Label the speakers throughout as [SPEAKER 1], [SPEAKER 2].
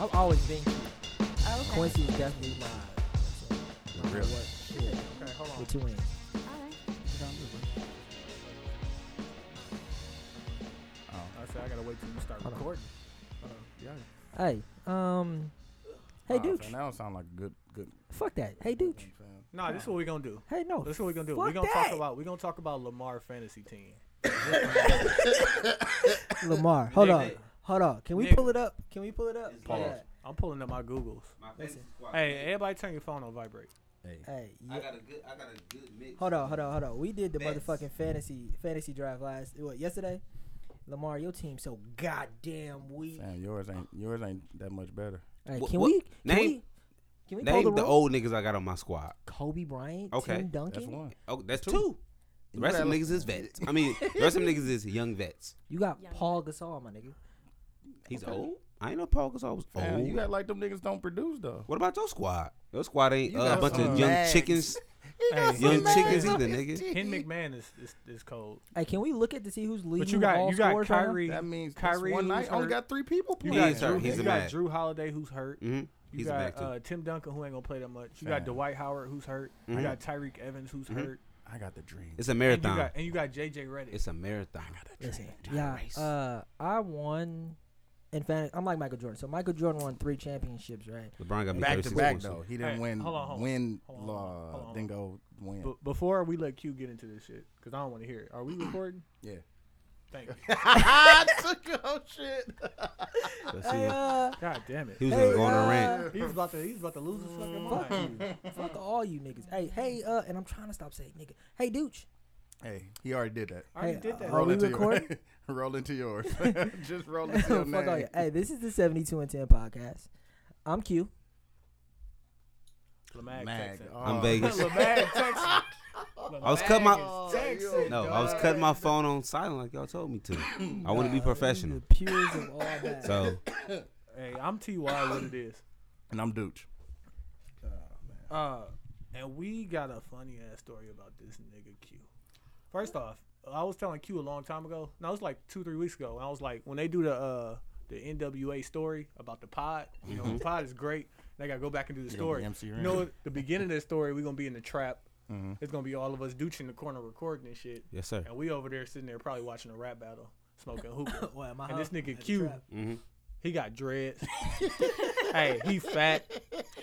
[SPEAKER 1] I've always been cute.
[SPEAKER 2] Oh, okay.
[SPEAKER 1] Quincy is definitely my, my
[SPEAKER 3] Really?
[SPEAKER 1] work. Yeah,
[SPEAKER 2] Okay, hold on.
[SPEAKER 1] with two wings.
[SPEAKER 2] All right.
[SPEAKER 3] Oh.
[SPEAKER 4] I said I gotta wait till you start
[SPEAKER 1] Hold on.
[SPEAKER 4] recording. Uh, yeah.
[SPEAKER 1] Hey, um, hey,
[SPEAKER 3] Wow,
[SPEAKER 1] dude,
[SPEAKER 3] fam, That don't sound like a good, good.
[SPEAKER 1] fuck that. Hey, dude,
[SPEAKER 3] fam.
[SPEAKER 4] Nah, this is what we gonna do.
[SPEAKER 1] hey, no,
[SPEAKER 4] This is what we gonna do.
[SPEAKER 1] Oh, Fuck
[SPEAKER 4] we gonna
[SPEAKER 1] that.
[SPEAKER 4] talk about we gonna talk about Lamar fantasy team.
[SPEAKER 1] Lamar. Hold
[SPEAKER 4] Nick,
[SPEAKER 1] on,
[SPEAKER 4] Nick.
[SPEAKER 1] hold on. Can we
[SPEAKER 4] Nick.
[SPEAKER 1] pull it up? Can we pull it up?
[SPEAKER 3] Pause.
[SPEAKER 1] Yeah.
[SPEAKER 4] I'm pulling up my Googles.
[SPEAKER 5] My fantasy
[SPEAKER 1] Listen.
[SPEAKER 5] squad.
[SPEAKER 4] Hey, everybody turn your phone on vibrate.
[SPEAKER 3] Hey.
[SPEAKER 1] Hey,
[SPEAKER 5] I
[SPEAKER 1] yeah.
[SPEAKER 5] got a good, I got a good mix.
[SPEAKER 1] Hold on, hold on, hold on. We did the
[SPEAKER 5] Bets.
[SPEAKER 1] motherfucking fantasy fantasy drive last what yesterday. Lamar, your team so goddamn weak.
[SPEAKER 3] Fam, yours ain't yours ain't that much better.
[SPEAKER 1] Hey,
[SPEAKER 5] Wha-
[SPEAKER 1] can
[SPEAKER 5] what-
[SPEAKER 1] we can
[SPEAKER 5] name-
[SPEAKER 1] we can we pull
[SPEAKER 5] Name
[SPEAKER 1] the,
[SPEAKER 5] the
[SPEAKER 1] roll?
[SPEAKER 5] old niggas I got on my squad.
[SPEAKER 1] Kobe Bryant,
[SPEAKER 5] Okay,
[SPEAKER 1] Tim Duncan?
[SPEAKER 3] That's one.
[SPEAKER 5] Oh, that's two.
[SPEAKER 3] Two.
[SPEAKER 5] The rest of them niggas is vets. I mean, the rest of them niggas is young vets.
[SPEAKER 1] You got
[SPEAKER 2] Young
[SPEAKER 1] Paul Gasol, my nigga.
[SPEAKER 5] He's old. I ain't know Paul Gasol was old.
[SPEAKER 3] Fam, you got like them niggas don't produce though.
[SPEAKER 5] what about your squad? Your squad ain't
[SPEAKER 3] You
[SPEAKER 5] uh,
[SPEAKER 3] got
[SPEAKER 5] a bunch
[SPEAKER 3] some
[SPEAKER 5] of young
[SPEAKER 3] bags.
[SPEAKER 5] chickens.
[SPEAKER 4] Hey,
[SPEAKER 5] Young
[SPEAKER 4] Hen-
[SPEAKER 5] chickens either, nigga.
[SPEAKER 4] Hen McMahon is is, is cold.
[SPEAKER 1] Hey, can we look at to see who's leading
[SPEAKER 4] But you got
[SPEAKER 1] all
[SPEAKER 4] you got
[SPEAKER 1] scorers right now?
[SPEAKER 4] Kyrie.
[SPEAKER 3] That means this
[SPEAKER 4] Kyrie
[SPEAKER 3] one night
[SPEAKER 4] who's
[SPEAKER 3] only
[SPEAKER 4] hurt.
[SPEAKER 3] got three people
[SPEAKER 4] You
[SPEAKER 3] playing.
[SPEAKER 4] got
[SPEAKER 5] He's hurt.
[SPEAKER 4] Drew,
[SPEAKER 5] Oh, He's
[SPEAKER 4] you
[SPEAKER 5] a
[SPEAKER 4] got
[SPEAKER 5] man.
[SPEAKER 4] Drew Holiday who's hurt.
[SPEAKER 5] Mm-hmm.
[SPEAKER 4] You
[SPEAKER 5] He's a bag
[SPEAKER 4] got
[SPEAKER 5] too.
[SPEAKER 4] uh, Tim Duncan who ain't gonna play that much. You
[SPEAKER 3] Fam.
[SPEAKER 4] got Dwight Howard who's hurt.
[SPEAKER 5] Mhm.
[SPEAKER 4] You got Tyreek Evans who's
[SPEAKER 5] Mhm.
[SPEAKER 4] hurt.
[SPEAKER 3] I got the dream.
[SPEAKER 5] it's a
[SPEAKER 4] And you
[SPEAKER 5] marathon.
[SPEAKER 4] got and you got JJ Reddick.
[SPEAKER 5] it's a marathon.
[SPEAKER 1] Listen,
[SPEAKER 5] Trying to
[SPEAKER 1] yeah,
[SPEAKER 5] race.
[SPEAKER 1] uh, I won in fan. I'm like Michael Jordan. So Michael Jordan won three championships, right?
[SPEAKER 5] LeBron got me
[SPEAKER 3] back to
[SPEAKER 5] 36
[SPEAKER 3] back
[SPEAKER 5] points.
[SPEAKER 3] though. He didn't
[SPEAKER 4] Hey,
[SPEAKER 3] win.
[SPEAKER 4] hold on, hold on,
[SPEAKER 3] win.
[SPEAKER 4] hold on, hold on, hold
[SPEAKER 3] uh,
[SPEAKER 4] on.
[SPEAKER 3] Then go win.
[SPEAKER 4] But before we let Q get into this shit, because I don't want to hear it. Are we recording?
[SPEAKER 3] Yeah.
[SPEAKER 4] Thank you.
[SPEAKER 3] I took oh shit.
[SPEAKER 5] Let's see.
[SPEAKER 1] Hey, uh,
[SPEAKER 4] God damn it. Mm.
[SPEAKER 5] He was gonna
[SPEAKER 1] hey,
[SPEAKER 5] go on a rant.
[SPEAKER 1] uh,
[SPEAKER 4] He's about to he's about to lose his fucking
[SPEAKER 1] Fuck
[SPEAKER 4] mind.
[SPEAKER 1] you. Fuck all you niggas. Hey, hey, uh, and I'm trying to stop saying nigga. Hey, Dooch.
[SPEAKER 3] Hey, he already did that.
[SPEAKER 4] I already
[SPEAKER 1] Hey,
[SPEAKER 4] did that.
[SPEAKER 1] uh, Are we
[SPEAKER 3] into yours.
[SPEAKER 1] recording?
[SPEAKER 3] roll into yours. Just roll into your
[SPEAKER 1] Fuck all you.
[SPEAKER 3] name.
[SPEAKER 1] Hey, this is the 72 and 10 podcast. I'm Q.
[SPEAKER 4] Lamag,
[SPEAKER 3] Mag.
[SPEAKER 4] Texan.
[SPEAKER 3] Oh.
[SPEAKER 5] I'm Vegas.
[SPEAKER 4] Lamag, Texan.
[SPEAKER 5] I was cutting my
[SPEAKER 4] Texas.
[SPEAKER 5] no, I was cutting my phone on silent like y'all told me to. I want to be
[SPEAKER 1] Nah,
[SPEAKER 5] professional.
[SPEAKER 1] The purest of all that.
[SPEAKER 5] So
[SPEAKER 4] Hey, I'm Ty. What it is?
[SPEAKER 3] And I'm Dooch.
[SPEAKER 4] Uh, and we got a funny ass story about this nigga Q. First off, I was telling Q a long time ago. No, it was like two, three weeks ago. And I was like, when they do the uh the NWA story about the pod, you know, the pod is great. They gotta go back and do the
[SPEAKER 3] Mm-hmm. You gonna
[SPEAKER 4] story.
[SPEAKER 3] be MC
[SPEAKER 4] You
[SPEAKER 3] around?
[SPEAKER 4] know, the beginning of the story, we're gonna be in the trap.
[SPEAKER 3] Mm-hmm.
[SPEAKER 4] It's gonna be all of us douche in the corner recording and shit.
[SPEAKER 5] yes, sir.
[SPEAKER 4] And we over there sitting there probably watching a rap battle, smoking hookah.
[SPEAKER 1] Well, my
[SPEAKER 4] and this
[SPEAKER 1] house-
[SPEAKER 4] nigga Q,
[SPEAKER 3] Mm-hmm.
[SPEAKER 5] Mhm.
[SPEAKER 4] he got dreads. hey, he fat.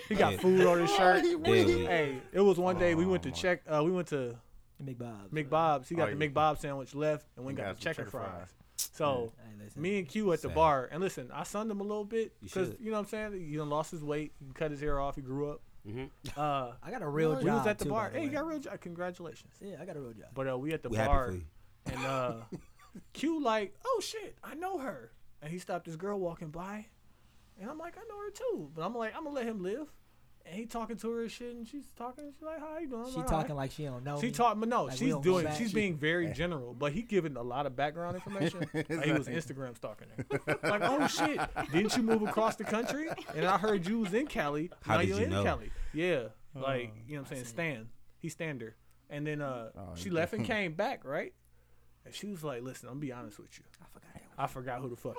[SPEAKER 4] He got
[SPEAKER 5] Hey.
[SPEAKER 4] food on his shirt.
[SPEAKER 5] Dead weak.
[SPEAKER 4] Hey, it was one day we went to
[SPEAKER 3] Oh, my.
[SPEAKER 4] check. Uh, we went to
[SPEAKER 1] McBob's.
[SPEAKER 4] McBob's. He got
[SPEAKER 3] Oh,
[SPEAKER 4] the
[SPEAKER 3] yeah.
[SPEAKER 4] McBob sandwich left, and we
[SPEAKER 3] And
[SPEAKER 4] got,
[SPEAKER 3] got
[SPEAKER 4] the
[SPEAKER 3] some
[SPEAKER 4] checker,
[SPEAKER 3] checker
[SPEAKER 4] fries.
[SPEAKER 3] fries.
[SPEAKER 4] So
[SPEAKER 1] Hey, listen.
[SPEAKER 4] me and Q at the
[SPEAKER 5] Sad.
[SPEAKER 4] bar, and listen, I sunned him a little bit
[SPEAKER 5] You
[SPEAKER 4] because you,
[SPEAKER 5] should.
[SPEAKER 4] know what I'm saying. He done lost his weight. He cut his hair off. He grew up.
[SPEAKER 5] Mhm.
[SPEAKER 4] Uh,
[SPEAKER 1] I got a real job.
[SPEAKER 4] we was at the
[SPEAKER 1] too,
[SPEAKER 4] bar.
[SPEAKER 1] by
[SPEAKER 4] Hey, you
[SPEAKER 1] way.
[SPEAKER 4] got a real job. Congratulations.
[SPEAKER 1] Yeah, I got a real job.
[SPEAKER 4] But uh, we at the
[SPEAKER 5] We happy
[SPEAKER 4] bar,
[SPEAKER 5] for you.
[SPEAKER 4] and uh, Q like, oh shit, I know her. And he stopped this girl walking by, and I'm like, I know her too. But I'm like, I'm gonna let him live. And he talking to her and shit, and she's talking. She's like, how you doing? I'm
[SPEAKER 1] she
[SPEAKER 4] like, "All right."
[SPEAKER 1] talking like she don't know.
[SPEAKER 4] She
[SPEAKER 1] me.
[SPEAKER 4] taught, but no,
[SPEAKER 1] Um, Like, we
[SPEAKER 4] she's
[SPEAKER 1] don't go
[SPEAKER 4] doing.
[SPEAKER 1] back.
[SPEAKER 4] She's
[SPEAKER 1] She-
[SPEAKER 4] being very general, but he giving a lot of background information. like he was Instagram stalking her. like, oh shit, didn't you move across the country? And I heard you was in Cali.
[SPEAKER 5] How
[SPEAKER 4] now
[SPEAKER 5] did
[SPEAKER 4] you're
[SPEAKER 5] you
[SPEAKER 4] in
[SPEAKER 5] know?
[SPEAKER 4] Cali. Yeah, like you know what I'm saying.
[SPEAKER 1] Oh, see.
[SPEAKER 4] Stan, he stand her, and then uh,
[SPEAKER 3] Oh,
[SPEAKER 4] she
[SPEAKER 3] yeah.
[SPEAKER 4] left and came back, right? And she was like, "Listen, I'm gonna be honest with you.
[SPEAKER 1] I forgot that
[SPEAKER 4] I forgot who the fuck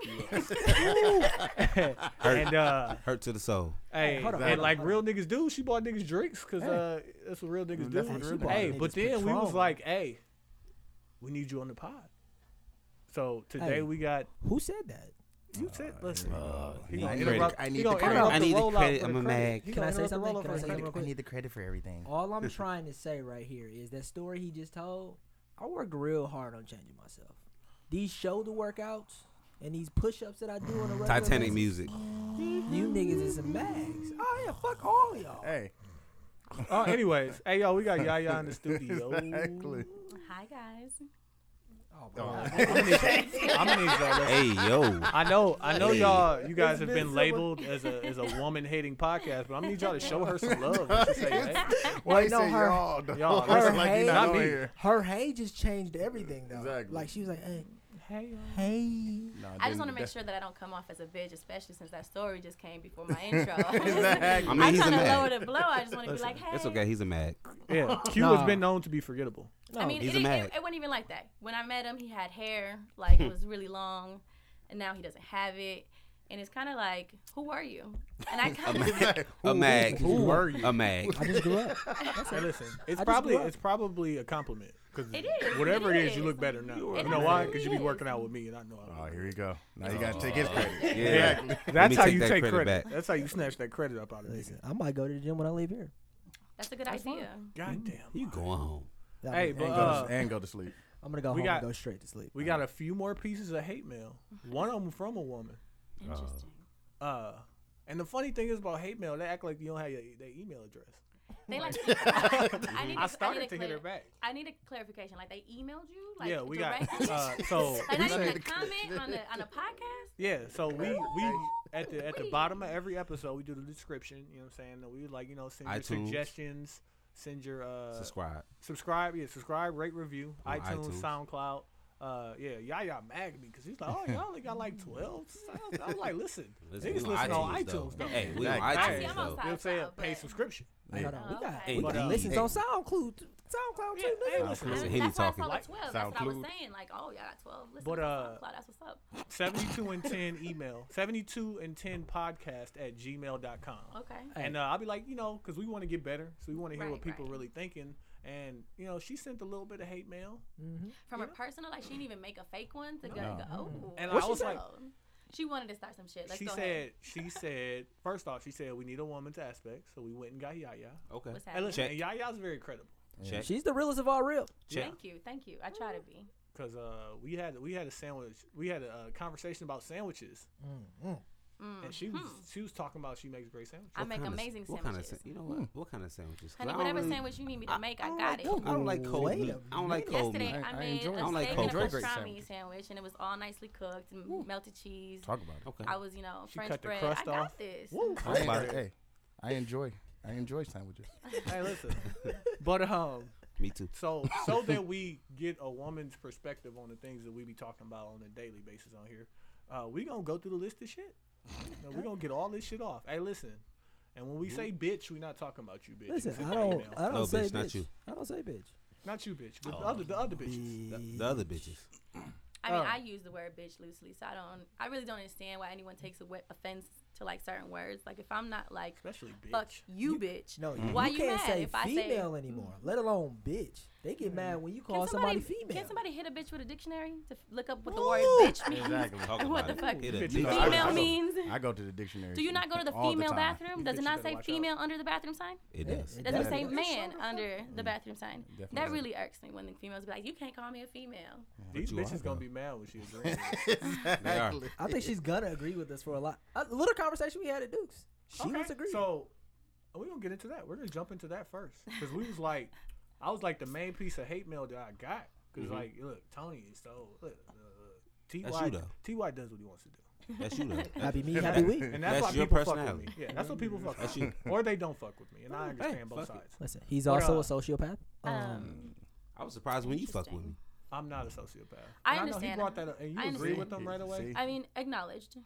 [SPEAKER 4] you was." and uh,
[SPEAKER 5] Hurt to the soul.
[SPEAKER 4] Hey,
[SPEAKER 1] hold on, hold
[SPEAKER 4] and
[SPEAKER 1] on,
[SPEAKER 4] like
[SPEAKER 1] hold
[SPEAKER 4] real niggas do, she bought niggas drinks because uh, that's what real niggas
[SPEAKER 3] That's
[SPEAKER 4] do.
[SPEAKER 3] what
[SPEAKER 1] real niggas
[SPEAKER 4] hey,
[SPEAKER 1] do.
[SPEAKER 4] but then we
[SPEAKER 1] Patron.
[SPEAKER 4] was like, hey, we need you on the pod. So today
[SPEAKER 1] Hey.
[SPEAKER 4] we got
[SPEAKER 1] one. Who said that?
[SPEAKER 4] you said listen. uh, he
[SPEAKER 3] need
[SPEAKER 4] gonna
[SPEAKER 3] the credit.
[SPEAKER 4] interrupt-
[SPEAKER 3] I
[SPEAKER 4] he
[SPEAKER 3] need
[SPEAKER 4] gonna
[SPEAKER 3] the credit.
[SPEAKER 4] interrupt
[SPEAKER 5] I need the
[SPEAKER 4] rollout
[SPEAKER 5] credit.
[SPEAKER 4] for
[SPEAKER 5] I'm a
[SPEAKER 4] the
[SPEAKER 5] mag.
[SPEAKER 4] credit. He
[SPEAKER 1] Can I
[SPEAKER 4] gonna
[SPEAKER 1] say
[SPEAKER 4] interrupt the
[SPEAKER 1] something?
[SPEAKER 4] rollout
[SPEAKER 1] Can
[SPEAKER 4] for
[SPEAKER 1] I
[SPEAKER 4] the
[SPEAKER 1] say
[SPEAKER 4] credit.
[SPEAKER 1] something? real quick.
[SPEAKER 3] the credit for everything.
[SPEAKER 1] All I'm trying to say right here is that story he just told. I worked real hard on changing myself. These shoulder workouts and these push-ups that I do on a regular basis,
[SPEAKER 5] Titanic music.
[SPEAKER 1] You niggas is some mags. Oh yeah, fuck all y'all.
[SPEAKER 3] Hey,
[SPEAKER 4] Oh, anyways, hey yo, we got Yaya in the studio.
[SPEAKER 3] exactly.
[SPEAKER 2] Hi guys.
[SPEAKER 1] Oh,
[SPEAKER 3] Oh.
[SPEAKER 1] wow.
[SPEAKER 4] I'm gonna need- I'm gonna need y'all to-
[SPEAKER 5] Hey yo.
[SPEAKER 4] I know, I know,
[SPEAKER 5] Hey.
[SPEAKER 4] y'all. You
[SPEAKER 3] It's
[SPEAKER 4] guys have
[SPEAKER 3] been
[SPEAKER 4] been
[SPEAKER 3] so
[SPEAKER 4] labeled as a as a woman hating podcast, but I need y'all to show her some love. and just say, hey,
[SPEAKER 3] Why you
[SPEAKER 1] no,
[SPEAKER 3] say
[SPEAKER 1] her-
[SPEAKER 3] y'all? though?
[SPEAKER 4] y'all,
[SPEAKER 3] It's
[SPEAKER 1] her
[SPEAKER 3] like
[SPEAKER 1] hate-
[SPEAKER 3] you
[SPEAKER 4] not
[SPEAKER 3] not
[SPEAKER 4] me.
[SPEAKER 3] on here.
[SPEAKER 1] Her hey just changed everything though.
[SPEAKER 3] Exactly.
[SPEAKER 1] Like she was like, hey,
[SPEAKER 4] hey, y'all.
[SPEAKER 1] hey.
[SPEAKER 3] No,
[SPEAKER 2] I
[SPEAKER 3] then
[SPEAKER 2] just want to make
[SPEAKER 3] that's-
[SPEAKER 2] sure that I don't come off as a bitch, especially since that story just came before my intro.
[SPEAKER 3] Exactly.
[SPEAKER 5] I mean,
[SPEAKER 2] I'm
[SPEAKER 5] he's a
[SPEAKER 2] trying to
[SPEAKER 5] mag.
[SPEAKER 2] lower the blow. I just want to be like, hey.
[SPEAKER 5] It's okay. He's a mag.
[SPEAKER 4] Yeah, Q
[SPEAKER 1] Nah.
[SPEAKER 4] has been known to be forgettable.
[SPEAKER 2] I mean,
[SPEAKER 5] Oh, He's
[SPEAKER 2] it,
[SPEAKER 5] a
[SPEAKER 2] didn't-
[SPEAKER 5] mag.
[SPEAKER 2] it, it wasn't even like that. When I met him, he had hair like it was really long, and now he doesn't have it. and it's kind of like, who are you? And I kind of
[SPEAKER 3] Exactly.
[SPEAKER 5] A mag.
[SPEAKER 4] Who were you?
[SPEAKER 5] A mag.
[SPEAKER 1] I just grew up. That's
[SPEAKER 4] Hey,
[SPEAKER 1] it.
[SPEAKER 4] listen, it's
[SPEAKER 1] just
[SPEAKER 4] probably
[SPEAKER 1] grew up.
[SPEAKER 4] it's probably a compliment because
[SPEAKER 2] It is,
[SPEAKER 4] whatever
[SPEAKER 2] it
[SPEAKER 4] it is, you
[SPEAKER 2] is.
[SPEAKER 4] look better now.
[SPEAKER 2] You
[SPEAKER 4] You,
[SPEAKER 2] are
[SPEAKER 4] know
[SPEAKER 2] right.
[SPEAKER 4] why? Because you be
[SPEAKER 2] It is.
[SPEAKER 4] working out with me, and I know I.
[SPEAKER 3] Oh,
[SPEAKER 4] look.
[SPEAKER 3] here you go. Now you gotta take his credit.
[SPEAKER 5] Yeah. Let
[SPEAKER 4] That's
[SPEAKER 5] me
[SPEAKER 4] how
[SPEAKER 5] take
[SPEAKER 4] you
[SPEAKER 5] that
[SPEAKER 4] take
[SPEAKER 5] credit
[SPEAKER 4] credit.
[SPEAKER 5] back.
[SPEAKER 4] That's how you snatch that credit up out of me.
[SPEAKER 1] Listen, I might go to the gym when I leave here.
[SPEAKER 2] that's a good idea.
[SPEAKER 4] God damn.
[SPEAKER 5] You going home?
[SPEAKER 1] That'd
[SPEAKER 4] Hey,
[SPEAKER 1] be-
[SPEAKER 4] but
[SPEAKER 3] And go
[SPEAKER 4] uh,
[SPEAKER 3] to- and go to sleep.
[SPEAKER 1] I'm gonna go
[SPEAKER 4] we
[SPEAKER 1] home
[SPEAKER 4] got-
[SPEAKER 1] and go straight to sleep.
[SPEAKER 4] we got a few more pieces of hate mail. One of them from a woman.
[SPEAKER 2] Interesting.
[SPEAKER 4] Uh, and the funny thing is about hate mail, they act like you don't have your, their email address.
[SPEAKER 2] They like. I, need
[SPEAKER 4] I
[SPEAKER 2] a-
[SPEAKER 4] started
[SPEAKER 2] need a
[SPEAKER 4] to hit her
[SPEAKER 2] clar-
[SPEAKER 4] back.
[SPEAKER 2] I need a clarification. Like they emailed you? Like,
[SPEAKER 4] yeah, we
[SPEAKER 2] directly?
[SPEAKER 4] got. Uh, so
[SPEAKER 2] like
[SPEAKER 4] we
[SPEAKER 2] not even
[SPEAKER 4] say-
[SPEAKER 2] a comment on a on a podcast.
[SPEAKER 4] Yeah, so we we at the at the bottom of every episode we do the description. You know what I'm saying? And We like you know send your
[SPEAKER 5] iTunes.
[SPEAKER 4] suggestions, send your uh,
[SPEAKER 5] Subscribe.
[SPEAKER 4] subscribe, yeah, subscribe, rate, review,
[SPEAKER 5] On
[SPEAKER 4] iTunes,
[SPEAKER 5] iTunes.
[SPEAKER 4] SoundCloud. Uh, yeah, y'all y'all mad at me because he's like, oh y'all only got like twelve. sounds." I'm like, listen,
[SPEAKER 5] Listen,
[SPEAKER 4] niggas
[SPEAKER 5] we
[SPEAKER 4] listen on iTunes
[SPEAKER 5] though.
[SPEAKER 4] though.
[SPEAKER 5] Hey, we on
[SPEAKER 3] Exactly.
[SPEAKER 2] I see,
[SPEAKER 5] iTunes
[SPEAKER 2] I'm
[SPEAKER 5] though.
[SPEAKER 2] on
[SPEAKER 4] You know what I'm saying?
[SPEAKER 2] SoundCloud,
[SPEAKER 4] Pay
[SPEAKER 2] but-
[SPEAKER 4] subscription.
[SPEAKER 1] Hey, hold on, we
[SPEAKER 2] Oh,
[SPEAKER 1] got
[SPEAKER 2] okay.
[SPEAKER 1] we
[SPEAKER 4] But,
[SPEAKER 1] got
[SPEAKER 4] um,
[SPEAKER 1] listens
[SPEAKER 3] hey.
[SPEAKER 1] on SoundCloud. SoundCloud
[SPEAKER 4] Yeah,
[SPEAKER 1] too.
[SPEAKER 4] hey,
[SPEAKER 1] nigga.
[SPEAKER 2] I-
[SPEAKER 4] listen,
[SPEAKER 5] Listen,
[SPEAKER 2] that's
[SPEAKER 5] he be
[SPEAKER 2] why
[SPEAKER 5] talking.
[SPEAKER 2] I saw
[SPEAKER 4] Like,
[SPEAKER 2] the 12. That's what I was
[SPEAKER 3] SoundCloud.
[SPEAKER 2] saying. Like, oh, y'all got 12. Listen
[SPEAKER 4] But,
[SPEAKER 2] to
[SPEAKER 4] uh,
[SPEAKER 2] SoundCloud. That's what's up.
[SPEAKER 4] 72 and 10 email 72 and 10 podcast at gmail.com
[SPEAKER 2] Okay.
[SPEAKER 4] and uh, i'll be like you know because we want to get better so we want to hear what
[SPEAKER 2] Right,
[SPEAKER 4] people
[SPEAKER 2] right.
[SPEAKER 4] really thinking and you know she sent a little bit of hate mail
[SPEAKER 2] From her personal, like, she didn't even make a fake one to go,
[SPEAKER 3] No.
[SPEAKER 2] go oh.
[SPEAKER 4] And I What she was
[SPEAKER 2] she
[SPEAKER 4] like-
[SPEAKER 2] she wanted to start some shit. Let's
[SPEAKER 4] she
[SPEAKER 2] go
[SPEAKER 4] said
[SPEAKER 2] ahead.
[SPEAKER 4] she said first off she said we need a woman's aspect so we went and got yaya
[SPEAKER 5] Okay.
[SPEAKER 2] What's
[SPEAKER 4] and
[SPEAKER 2] happening?
[SPEAKER 4] listen
[SPEAKER 5] Check.
[SPEAKER 4] and yaya's very credible
[SPEAKER 5] Check.
[SPEAKER 1] She's the realest of all real.
[SPEAKER 5] Check.
[SPEAKER 2] Thank you. Thank you. I try to be.
[SPEAKER 4] because uh, we had we had a sandwich we had a uh, conversation about sandwiches Mm-hmm. and she was
[SPEAKER 2] Mm-hmm.
[SPEAKER 4] she was talking about she makes great sandwiches
[SPEAKER 2] I make
[SPEAKER 5] Kinda-
[SPEAKER 2] amazing
[SPEAKER 5] what kind of
[SPEAKER 2] sandwiches.
[SPEAKER 5] you know what?
[SPEAKER 4] Hmm.
[SPEAKER 5] What kind of sandwiches? 'Cause
[SPEAKER 2] Honey,
[SPEAKER 5] I don't
[SPEAKER 2] whatever
[SPEAKER 5] really-
[SPEAKER 2] sandwich you need me to make, I,
[SPEAKER 1] don't
[SPEAKER 2] got
[SPEAKER 1] like
[SPEAKER 2] it.
[SPEAKER 1] those.
[SPEAKER 5] I don't like cold
[SPEAKER 1] Wait a
[SPEAKER 5] meat. I don't like cold
[SPEAKER 2] Yesterday,
[SPEAKER 5] meat.
[SPEAKER 2] I,
[SPEAKER 3] I- I
[SPEAKER 2] made
[SPEAKER 3] enjoy
[SPEAKER 2] a
[SPEAKER 3] it. I
[SPEAKER 5] like
[SPEAKER 2] steak
[SPEAKER 5] cold
[SPEAKER 2] and a
[SPEAKER 5] bread.
[SPEAKER 2] pastrami
[SPEAKER 3] Sandwich.
[SPEAKER 2] sandwich. and it was all nicely cooked and melted cheese.
[SPEAKER 3] Talk about it.
[SPEAKER 5] Okay.
[SPEAKER 2] I was, you know,
[SPEAKER 4] She
[SPEAKER 2] French
[SPEAKER 4] cut the
[SPEAKER 2] bread.
[SPEAKER 4] crust
[SPEAKER 2] I got
[SPEAKER 4] off.
[SPEAKER 2] this.
[SPEAKER 4] Woo.
[SPEAKER 5] Talk
[SPEAKER 3] I-
[SPEAKER 5] about it.
[SPEAKER 3] Hey, I enjoy. I enjoy sandwiches.
[SPEAKER 4] hey listen but um
[SPEAKER 5] Me too.
[SPEAKER 4] So so that we get a woman's perspective on the things that we be talking about on a daily basis on here, uh, we gonna go through the list of shit. You know, we gonna get all this shit off. Hey, listen, and when we say bitch, we not talking about you, bitch.
[SPEAKER 1] Listen,
[SPEAKER 4] Except
[SPEAKER 1] I
[SPEAKER 4] for
[SPEAKER 1] don't,
[SPEAKER 4] email.
[SPEAKER 1] I don't
[SPEAKER 5] No,
[SPEAKER 1] say
[SPEAKER 5] bitch,
[SPEAKER 1] bitch.
[SPEAKER 5] not you.
[SPEAKER 1] I don't say bitch.
[SPEAKER 4] not you, bitch,
[SPEAKER 5] Oh,
[SPEAKER 4] but the other the other bitches.
[SPEAKER 5] The, the other bitches.
[SPEAKER 2] I mean,
[SPEAKER 4] Oh.
[SPEAKER 2] I use the word bitch loosely, so I don't. I really don't understand why anyone takes awa- offense to like certain words. Like if I'm not like
[SPEAKER 4] Especially bitch.
[SPEAKER 2] fuck you, bitch.
[SPEAKER 1] No, you,
[SPEAKER 2] why
[SPEAKER 1] you
[SPEAKER 2] you
[SPEAKER 1] can't
[SPEAKER 2] mad
[SPEAKER 1] say
[SPEAKER 2] if I say-
[SPEAKER 1] female anymore, let alone bitch. They get mad when you call somebody, female.
[SPEAKER 2] Can somebody hit a bitch with a dictionary to f- look up what the word bitch means?
[SPEAKER 5] Talk
[SPEAKER 2] What
[SPEAKER 5] about
[SPEAKER 2] the
[SPEAKER 5] it.
[SPEAKER 2] fuck?
[SPEAKER 5] It a
[SPEAKER 4] Bitch,
[SPEAKER 5] bitch.
[SPEAKER 4] no,
[SPEAKER 3] I-
[SPEAKER 2] Female
[SPEAKER 3] I-
[SPEAKER 2] means.
[SPEAKER 3] I go to the dictionary.
[SPEAKER 2] Do you not go to the
[SPEAKER 3] all
[SPEAKER 2] female
[SPEAKER 3] time.
[SPEAKER 2] bathroom? Does it
[SPEAKER 4] Bitch, you
[SPEAKER 2] not
[SPEAKER 4] better
[SPEAKER 2] say
[SPEAKER 4] watch
[SPEAKER 2] female under the bathroom sign?
[SPEAKER 5] It
[SPEAKER 1] Yeah,
[SPEAKER 5] does.
[SPEAKER 1] it
[SPEAKER 2] Does it
[SPEAKER 1] does.
[SPEAKER 2] say
[SPEAKER 1] That's
[SPEAKER 2] man
[SPEAKER 1] so
[SPEAKER 2] under the bathroom sign? That
[SPEAKER 3] definitely.
[SPEAKER 2] really irks me when the females be like, "You can't call me a female."
[SPEAKER 4] These
[SPEAKER 5] But you are,
[SPEAKER 4] bitches gonna
[SPEAKER 5] though.
[SPEAKER 4] be mad when she agrees.
[SPEAKER 3] Exactly.
[SPEAKER 1] I think she's gonna agree with us for a lot. A little conversation we had at Duke's. She
[SPEAKER 4] okay,
[SPEAKER 1] was agreeing.
[SPEAKER 4] so we gonna get into that. We're gonna jump into that first because we was like, I was like the main piece of hate mail that I got because like look, Ty is so look, uh, Ty
[SPEAKER 5] Mm-hmm. That's you, though.
[SPEAKER 4] Ty does what he wants to do.
[SPEAKER 5] That's you though. That's,
[SPEAKER 1] happy me, happy we.
[SPEAKER 4] And that's,
[SPEAKER 5] That's
[SPEAKER 4] why
[SPEAKER 5] your
[SPEAKER 4] people fuck with
[SPEAKER 5] personality.
[SPEAKER 4] me. Yeah, that's what people fuck
[SPEAKER 5] That's
[SPEAKER 4] with. me. Or they don't fuck with me. And I understand both
[SPEAKER 5] fuck it.
[SPEAKER 4] sides.
[SPEAKER 1] Listen, he's
[SPEAKER 4] But,
[SPEAKER 1] also
[SPEAKER 4] uh,
[SPEAKER 1] a sociopath. Um,
[SPEAKER 2] Um,
[SPEAKER 5] I was surprised when you fucked with me.
[SPEAKER 2] Interesting.
[SPEAKER 4] I'm not a sociopath.
[SPEAKER 2] I
[SPEAKER 4] And know he
[SPEAKER 2] understand.
[SPEAKER 4] brought that up and you
[SPEAKER 2] I
[SPEAKER 4] agree
[SPEAKER 2] understand.
[SPEAKER 4] with them right away.
[SPEAKER 3] See?
[SPEAKER 2] I mean, acknowledged.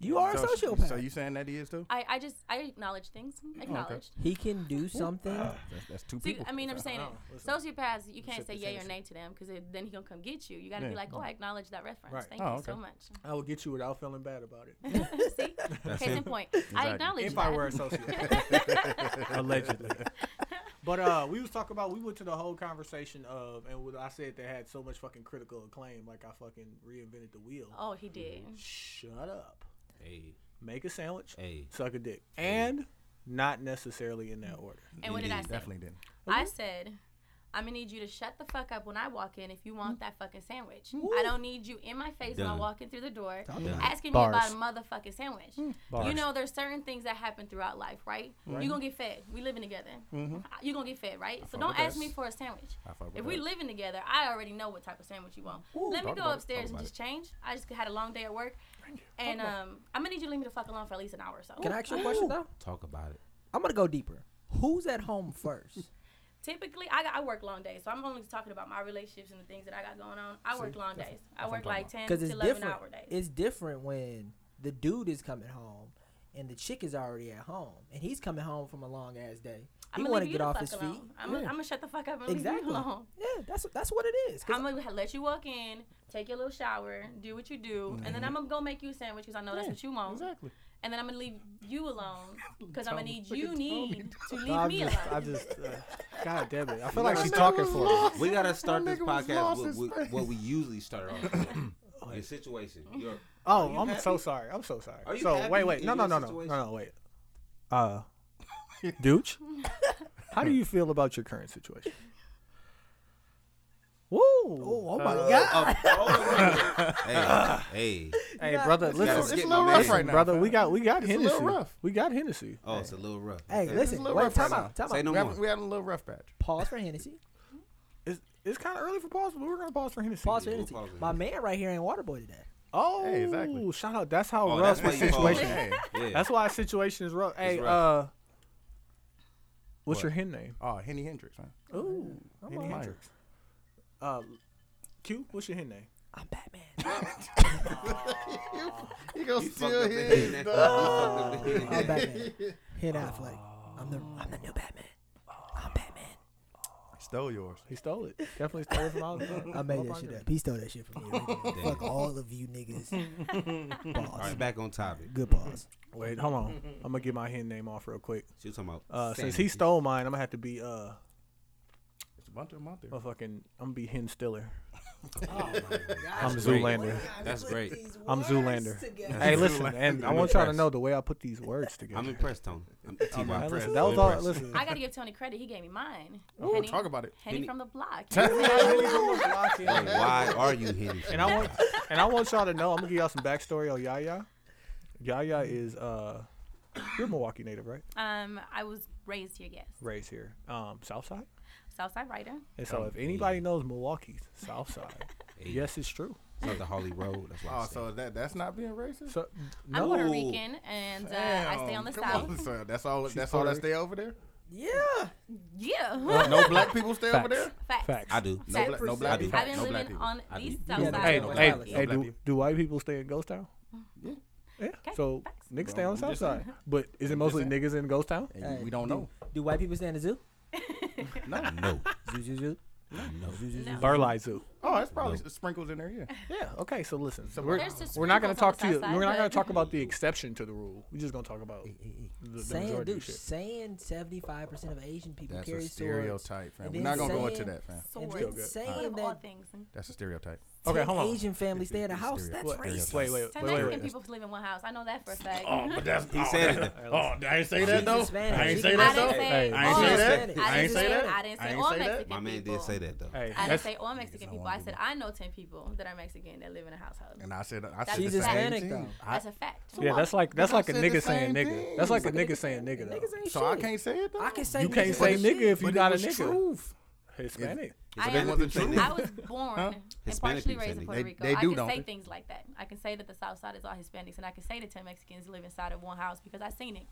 [SPEAKER 1] you are a
[SPEAKER 3] So,
[SPEAKER 1] sociopath.
[SPEAKER 3] so you saying that he is too?
[SPEAKER 2] I, I just I acknowledge things. Acknowledged.
[SPEAKER 1] he can do something.
[SPEAKER 3] That's, that's two
[SPEAKER 2] See,
[SPEAKER 3] people.
[SPEAKER 2] I mean, I'm saying it.
[SPEAKER 4] Oh, listen.
[SPEAKER 2] Sociopaths, you can't
[SPEAKER 4] Shit,
[SPEAKER 2] say
[SPEAKER 4] this
[SPEAKER 2] yay
[SPEAKER 4] ain't
[SPEAKER 2] or
[SPEAKER 4] shit.
[SPEAKER 2] nay to them because then he gonna come get you. You gotta be
[SPEAKER 3] Yeah.
[SPEAKER 2] like, oh, I acknowledge that reference.
[SPEAKER 4] Right.
[SPEAKER 2] Thank
[SPEAKER 3] Oh,
[SPEAKER 2] you so
[SPEAKER 3] okay.
[SPEAKER 2] much.
[SPEAKER 4] I will get you without feeling bad about it.
[SPEAKER 2] See,
[SPEAKER 5] That's
[SPEAKER 2] case
[SPEAKER 5] him.
[SPEAKER 2] in point, I
[SPEAKER 3] Exactly.
[SPEAKER 2] acknowledge
[SPEAKER 4] if
[SPEAKER 2] that.
[SPEAKER 4] I were a sociopath. Allegedly. But uh, we was talking about we went to the whole conversation of and what I said they had so much fucking critical acclaim, like I fucking reinvented the wheel.
[SPEAKER 2] oh, he did.
[SPEAKER 4] Mm-hmm. Shut up.
[SPEAKER 5] Hey,
[SPEAKER 4] Make a sandwich,
[SPEAKER 5] hey.
[SPEAKER 4] suck a dick, and not necessarily in that order.
[SPEAKER 2] And what did I say?
[SPEAKER 3] Definitely didn't.
[SPEAKER 2] I said, I'm gonna need you to shut the fuck up when I walk in if you
[SPEAKER 1] Mm.
[SPEAKER 2] want that fucking sandwich. I don't need you in my face when
[SPEAKER 5] Done.
[SPEAKER 2] I'm walking through the door
[SPEAKER 5] about it.
[SPEAKER 2] asking
[SPEAKER 1] Bars.
[SPEAKER 2] me about a motherfucking sandwich.
[SPEAKER 1] Mm.
[SPEAKER 4] bars.
[SPEAKER 2] You know, there's certain things that happen throughout life, right?
[SPEAKER 1] Mm-hmm.
[SPEAKER 2] You're gonna get fed. We living together. You're gonna get fed, right? So
[SPEAKER 3] fuck
[SPEAKER 2] don't
[SPEAKER 3] with
[SPEAKER 2] ask
[SPEAKER 3] that.
[SPEAKER 2] me for a sandwich.
[SPEAKER 3] I fuck with
[SPEAKER 2] If we
[SPEAKER 3] that.
[SPEAKER 2] living together, I already know what type of sandwich you want. Let me
[SPEAKER 5] Talk
[SPEAKER 2] go
[SPEAKER 5] about it.
[SPEAKER 2] upstairs
[SPEAKER 5] Talk
[SPEAKER 2] and
[SPEAKER 5] about
[SPEAKER 2] just change. I just had a long day at work. And um, I'm gonna need you to leave me the fuck alone for at least an hour or so.
[SPEAKER 1] Can I ask you a question though?
[SPEAKER 5] Talk about it.
[SPEAKER 1] I'm gonna go deeper. Who's at home first?
[SPEAKER 2] typically I, got, I work long days so i'm only talking about my relationships and the things that i got going on i work long days i work like 10 to
[SPEAKER 1] Because it's
[SPEAKER 2] 11
[SPEAKER 1] different.
[SPEAKER 2] hour days
[SPEAKER 1] It's different when the dude is coming home and the chick is already at home and he's coming home from a long ass day. He
[SPEAKER 2] i'm
[SPEAKER 1] want to
[SPEAKER 2] gonna leave
[SPEAKER 1] get
[SPEAKER 2] you
[SPEAKER 1] off
[SPEAKER 2] the
[SPEAKER 1] his
[SPEAKER 2] fuck
[SPEAKER 1] feet.
[SPEAKER 2] alone i'm gonna
[SPEAKER 1] yeah.
[SPEAKER 2] shut the fuck up and leave
[SPEAKER 1] exactly.
[SPEAKER 2] you alone
[SPEAKER 1] Yeah, that's that's what it is. 'Cause
[SPEAKER 2] i'm gonna let you walk in Take your little shower, do what you do, and then I'm gonna go make you a sandwich because I know that's
[SPEAKER 4] Yeah,
[SPEAKER 2] what you want.
[SPEAKER 4] Exactly.
[SPEAKER 2] And then I'm gonna leave you alone because I'm gonna
[SPEAKER 4] Tommy,
[SPEAKER 2] need
[SPEAKER 4] look at
[SPEAKER 2] you
[SPEAKER 4] Tommy
[SPEAKER 2] need to leave
[SPEAKER 4] I
[SPEAKER 2] me
[SPEAKER 4] just,
[SPEAKER 2] alone.
[SPEAKER 4] I just, uh, God damn it! I feel like she's talking for us.
[SPEAKER 5] We gotta start
[SPEAKER 3] My
[SPEAKER 5] this
[SPEAKER 3] nigga was
[SPEAKER 5] podcast
[SPEAKER 3] lost
[SPEAKER 5] with,
[SPEAKER 3] his
[SPEAKER 5] with
[SPEAKER 3] face.
[SPEAKER 5] what we usually start off with. your situation. Your,
[SPEAKER 4] Oh,
[SPEAKER 5] you
[SPEAKER 4] I'm
[SPEAKER 5] happy?
[SPEAKER 4] so sorry. I'm so sorry.
[SPEAKER 5] Are you
[SPEAKER 4] so
[SPEAKER 5] happy
[SPEAKER 4] wait, wait,
[SPEAKER 5] in
[SPEAKER 4] no, no,
[SPEAKER 5] your
[SPEAKER 4] no, no,
[SPEAKER 5] situation?
[SPEAKER 4] no, no, wait. Uh, Dooch, how do you feel about your current situation? Woo! Uh,
[SPEAKER 1] Oh my god!
[SPEAKER 5] hey, hey.
[SPEAKER 4] Hey, brother,
[SPEAKER 5] gotta
[SPEAKER 4] listen,
[SPEAKER 5] skip
[SPEAKER 3] it's a
[SPEAKER 5] my
[SPEAKER 3] little
[SPEAKER 5] man.
[SPEAKER 3] rough right now.
[SPEAKER 4] brother,
[SPEAKER 3] fam.
[SPEAKER 4] we got, we got
[SPEAKER 3] a little
[SPEAKER 4] Hennessy.
[SPEAKER 3] rough.
[SPEAKER 4] We got Hennessy.
[SPEAKER 5] Oh, it's a little rough.
[SPEAKER 1] Hey,
[SPEAKER 5] Okay.
[SPEAKER 1] listen.
[SPEAKER 3] a little
[SPEAKER 1] Wait,
[SPEAKER 3] rough
[SPEAKER 1] time
[SPEAKER 3] right
[SPEAKER 1] out. Time
[SPEAKER 5] Say
[SPEAKER 1] out.
[SPEAKER 5] no
[SPEAKER 3] we,
[SPEAKER 5] more.
[SPEAKER 3] had, we had a little rough patch.
[SPEAKER 1] Pause for Hennessy.
[SPEAKER 4] It's, it's kind of early for pause, but we're gonna pause for Hennessy.
[SPEAKER 1] Pause for
[SPEAKER 5] we'll
[SPEAKER 1] Hennessy.
[SPEAKER 5] pause for
[SPEAKER 1] My
[SPEAKER 5] Hennessy.
[SPEAKER 1] man right here ain't Waterboy today.
[SPEAKER 4] Oh,
[SPEAKER 3] Hey, exactly.
[SPEAKER 4] shout out. That's how
[SPEAKER 5] Oh,
[SPEAKER 4] rough
[SPEAKER 5] that's why
[SPEAKER 4] the
[SPEAKER 5] you pause.
[SPEAKER 4] situation.
[SPEAKER 3] Hey.
[SPEAKER 5] Yeah.
[SPEAKER 4] That's why our situation is rough. Hey,
[SPEAKER 5] rough.
[SPEAKER 4] uh, what's
[SPEAKER 3] What?
[SPEAKER 4] your hen name?
[SPEAKER 3] Oh, Henny Hendrix, man.
[SPEAKER 4] Ooh,
[SPEAKER 1] all
[SPEAKER 4] Henny
[SPEAKER 1] right.
[SPEAKER 4] Hendrix. Uh, Q, what's your hen name?
[SPEAKER 1] I'm Batman.
[SPEAKER 3] You go
[SPEAKER 5] You fucked
[SPEAKER 3] steal
[SPEAKER 5] up the
[SPEAKER 3] his,
[SPEAKER 5] Henny.
[SPEAKER 3] dog.
[SPEAKER 5] You fucked up the Henny.
[SPEAKER 1] I'm Batman. Hit Affleck. I'm the I'm the new Batman. I'm Batman.
[SPEAKER 3] Stole yours.
[SPEAKER 4] He stole it. Definitely stole it from all the
[SPEAKER 1] I made that shit up. He stole that shit from me. originally.
[SPEAKER 5] Damn.
[SPEAKER 1] Fuck all of you niggas.
[SPEAKER 5] All right, back on topic.
[SPEAKER 1] Good pause.
[SPEAKER 4] Wait, hold on. I'm gonna get my hen name off real quick.
[SPEAKER 5] She was talking about.
[SPEAKER 4] Uh, since
[SPEAKER 5] sanity.
[SPEAKER 4] he stole mine, I'm gonna have to be uh,
[SPEAKER 3] It's a bunch of them out there.
[SPEAKER 4] a fucking. I'm gonna be hen stiller.
[SPEAKER 1] Oh
[SPEAKER 4] I'm
[SPEAKER 5] great.
[SPEAKER 4] Zoolander.
[SPEAKER 5] That's great.
[SPEAKER 4] I'm Zoolander.
[SPEAKER 1] together.
[SPEAKER 4] Hey, listen, and I
[SPEAKER 5] I'm
[SPEAKER 4] want y'all to
[SPEAKER 5] impressed.
[SPEAKER 4] know the way I put these words together.
[SPEAKER 5] I'm impressed, Tony. I'm T-Rock.
[SPEAKER 4] Hey, listen,
[SPEAKER 5] I'm
[SPEAKER 4] that was all.
[SPEAKER 5] impressed.
[SPEAKER 4] Listen,
[SPEAKER 2] I gotta give Tony credit. He gave me mine.
[SPEAKER 3] Ooh, talk about it.
[SPEAKER 2] Henny,
[SPEAKER 5] Henny-
[SPEAKER 2] from the block.
[SPEAKER 5] Like, why are you hitting?
[SPEAKER 4] and I want and I want y'all to know. I'm gonna give y'all some backstory on Yaya. Yaya is uh, you're a Milwaukee native, right?
[SPEAKER 2] um, I was raised here. Yes,
[SPEAKER 4] Raised here, um, Southside.
[SPEAKER 2] Southside writer.
[SPEAKER 4] And so, if anybody knows Milwaukee's Southside, yes, it's true.
[SPEAKER 5] Not the Holly Road. That's why. I
[SPEAKER 3] Oh,
[SPEAKER 5] said.
[SPEAKER 3] so that that's not being racist.
[SPEAKER 4] So
[SPEAKER 2] I'm
[SPEAKER 4] no,
[SPEAKER 2] Puerto Rican, and uh, I stay on the
[SPEAKER 3] Damn, come
[SPEAKER 2] south.
[SPEAKER 3] on, son. That's all. that's all
[SPEAKER 4] Puerto
[SPEAKER 3] that
[SPEAKER 4] Rican.
[SPEAKER 3] stay over there.
[SPEAKER 1] Yeah.
[SPEAKER 2] Yeah.
[SPEAKER 3] No black people stay over
[SPEAKER 4] Facts.
[SPEAKER 3] there.
[SPEAKER 2] Facts.
[SPEAKER 4] facts.
[SPEAKER 5] I do.
[SPEAKER 2] Facts.
[SPEAKER 5] No, black, no black
[SPEAKER 3] I've
[SPEAKER 5] people.
[SPEAKER 2] I've been
[SPEAKER 5] no black
[SPEAKER 2] living
[SPEAKER 5] people.
[SPEAKER 2] on
[SPEAKER 5] I
[SPEAKER 2] the east
[SPEAKER 5] do.
[SPEAKER 2] south
[SPEAKER 1] Yeah,
[SPEAKER 2] side.
[SPEAKER 4] hey,
[SPEAKER 1] No
[SPEAKER 4] hey,
[SPEAKER 1] black
[SPEAKER 4] hey,
[SPEAKER 3] people.
[SPEAKER 4] do, do white people stay in Ghost Town?
[SPEAKER 3] Yeah.
[SPEAKER 4] Yeah.
[SPEAKER 2] Okay,
[SPEAKER 4] So
[SPEAKER 2] facts.
[SPEAKER 4] niggas stay on
[SPEAKER 3] I'm just
[SPEAKER 4] Southside, but is it
[SPEAKER 3] I'm just
[SPEAKER 4] mostly
[SPEAKER 3] saying.
[SPEAKER 4] niggas in Ghost Town?
[SPEAKER 3] And
[SPEAKER 1] Hey,
[SPEAKER 3] we don't
[SPEAKER 1] do-
[SPEAKER 3] know.
[SPEAKER 1] Do white people stay in the zoo?
[SPEAKER 5] No, no,
[SPEAKER 1] Zoo, zoo, zoo.
[SPEAKER 5] no.
[SPEAKER 1] Zoo, zoo, zoo.
[SPEAKER 2] No.
[SPEAKER 4] Burleigh Zoo.
[SPEAKER 3] Oh, that's probably sprinkles in there. Yeah.
[SPEAKER 4] Yeah. Okay. So listen, we're,
[SPEAKER 2] There's just
[SPEAKER 4] we're not gonna
[SPEAKER 2] sprinkles on
[SPEAKER 4] talk
[SPEAKER 2] the
[SPEAKER 4] to you.
[SPEAKER 2] south side,
[SPEAKER 4] We're not gonna
[SPEAKER 2] but-
[SPEAKER 4] talk about the exception to the rule. We're just gonna talk about the, the
[SPEAKER 1] Saying,
[SPEAKER 4] majority
[SPEAKER 1] dude,
[SPEAKER 4] of shit.
[SPEAKER 1] saying 75% of Asian people
[SPEAKER 3] That's a
[SPEAKER 1] carry
[SPEAKER 3] stereotype, fam.
[SPEAKER 1] And
[SPEAKER 3] We're
[SPEAKER 1] then
[SPEAKER 3] not gonna go
[SPEAKER 1] saying-
[SPEAKER 3] into that, fam.
[SPEAKER 1] swords.
[SPEAKER 2] Swords.
[SPEAKER 1] And then
[SPEAKER 4] good.
[SPEAKER 2] One
[SPEAKER 1] saying
[SPEAKER 2] of all
[SPEAKER 1] that
[SPEAKER 2] things.
[SPEAKER 3] That's a stereotype.
[SPEAKER 4] Okay,
[SPEAKER 1] ten
[SPEAKER 4] hold on.
[SPEAKER 1] Asian families stay in a house, that's
[SPEAKER 4] What?
[SPEAKER 1] racist.
[SPEAKER 4] Wait, wait,
[SPEAKER 2] Ten
[SPEAKER 4] wait, wait,
[SPEAKER 2] Mexican
[SPEAKER 4] wait.
[SPEAKER 2] people live in one house. I know that for a fact.
[SPEAKER 3] Oh, but that's
[SPEAKER 5] He said it.
[SPEAKER 3] Oh, I ain't say that
[SPEAKER 1] She's
[SPEAKER 3] though.
[SPEAKER 1] Hispanic.
[SPEAKER 3] I
[SPEAKER 1] She
[SPEAKER 3] ain't say
[SPEAKER 1] can-
[SPEAKER 2] I
[SPEAKER 3] that
[SPEAKER 2] didn't
[SPEAKER 3] though.
[SPEAKER 2] say,
[SPEAKER 4] Hey,
[SPEAKER 3] I ain't say
[SPEAKER 2] all
[SPEAKER 3] that.
[SPEAKER 2] Mexican-
[SPEAKER 3] I ain't say that.
[SPEAKER 2] I didn't
[SPEAKER 3] I
[SPEAKER 2] say
[SPEAKER 3] ain't
[SPEAKER 2] all
[SPEAKER 3] say that.
[SPEAKER 2] Mexican
[SPEAKER 5] My man
[SPEAKER 2] people.
[SPEAKER 5] did say that though.
[SPEAKER 4] Hey,
[SPEAKER 2] I
[SPEAKER 4] that's-
[SPEAKER 2] didn't say all Mexican
[SPEAKER 5] Niggas
[SPEAKER 2] people.
[SPEAKER 5] don't
[SPEAKER 2] I said I know ten people that are Mexican that live in a household.
[SPEAKER 3] And I said I said
[SPEAKER 2] She's
[SPEAKER 3] the same
[SPEAKER 1] Hispanic,
[SPEAKER 3] thing.
[SPEAKER 1] though.
[SPEAKER 3] I,
[SPEAKER 2] That's a fact.
[SPEAKER 4] yeah, that's like that's
[SPEAKER 3] But I
[SPEAKER 4] like a
[SPEAKER 3] said the
[SPEAKER 4] nigga
[SPEAKER 3] same
[SPEAKER 4] saying nigga.
[SPEAKER 3] thing.
[SPEAKER 4] That's like a nigga saying nigga though.
[SPEAKER 1] Niggas ain't
[SPEAKER 3] so I
[SPEAKER 1] shit.
[SPEAKER 3] can't say it though.
[SPEAKER 1] I can say
[SPEAKER 4] You
[SPEAKER 1] niggas
[SPEAKER 4] can't
[SPEAKER 1] ain't
[SPEAKER 4] say
[SPEAKER 1] shit.
[SPEAKER 4] nigga if you're
[SPEAKER 3] But it
[SPEAKER 4] not a
[SPEAKER 3] was
[SPEAKER 4] nigga.
[SPEAKER 3] Truth.
[SPEAKER 4] Hispanic.
[SPEAKER 2] I
[SPEAKER 5] Hispanic
[SPEAKER 2] am-
[SPEAKER 5] people say nigga.
[SPEAKER 2] I was born and
[SPEAKER 5] Hispanic
[SPEAKER 2] partially
[SPEAKER 5] people say
[SPEAKER 2] raised in
[SPEAKER 5] nigga.
[SPEAKER 2] Puerto
[SPEAKER 3] They-
[SPEAKER 2] Rico.
[SPEAKER 3] they
[SPEAKER 2] I
[SPEAKER 3] do,
[SPEAKER 2] can
[SPEAKER 3] don't
[SPEAKER 2] say
[SPEAKER 3] they?
[SPEAKER 2] things like that. I can say that the South Side is all Hispanics, and I can say that ten Mexicans live inside of one house because I've seen it.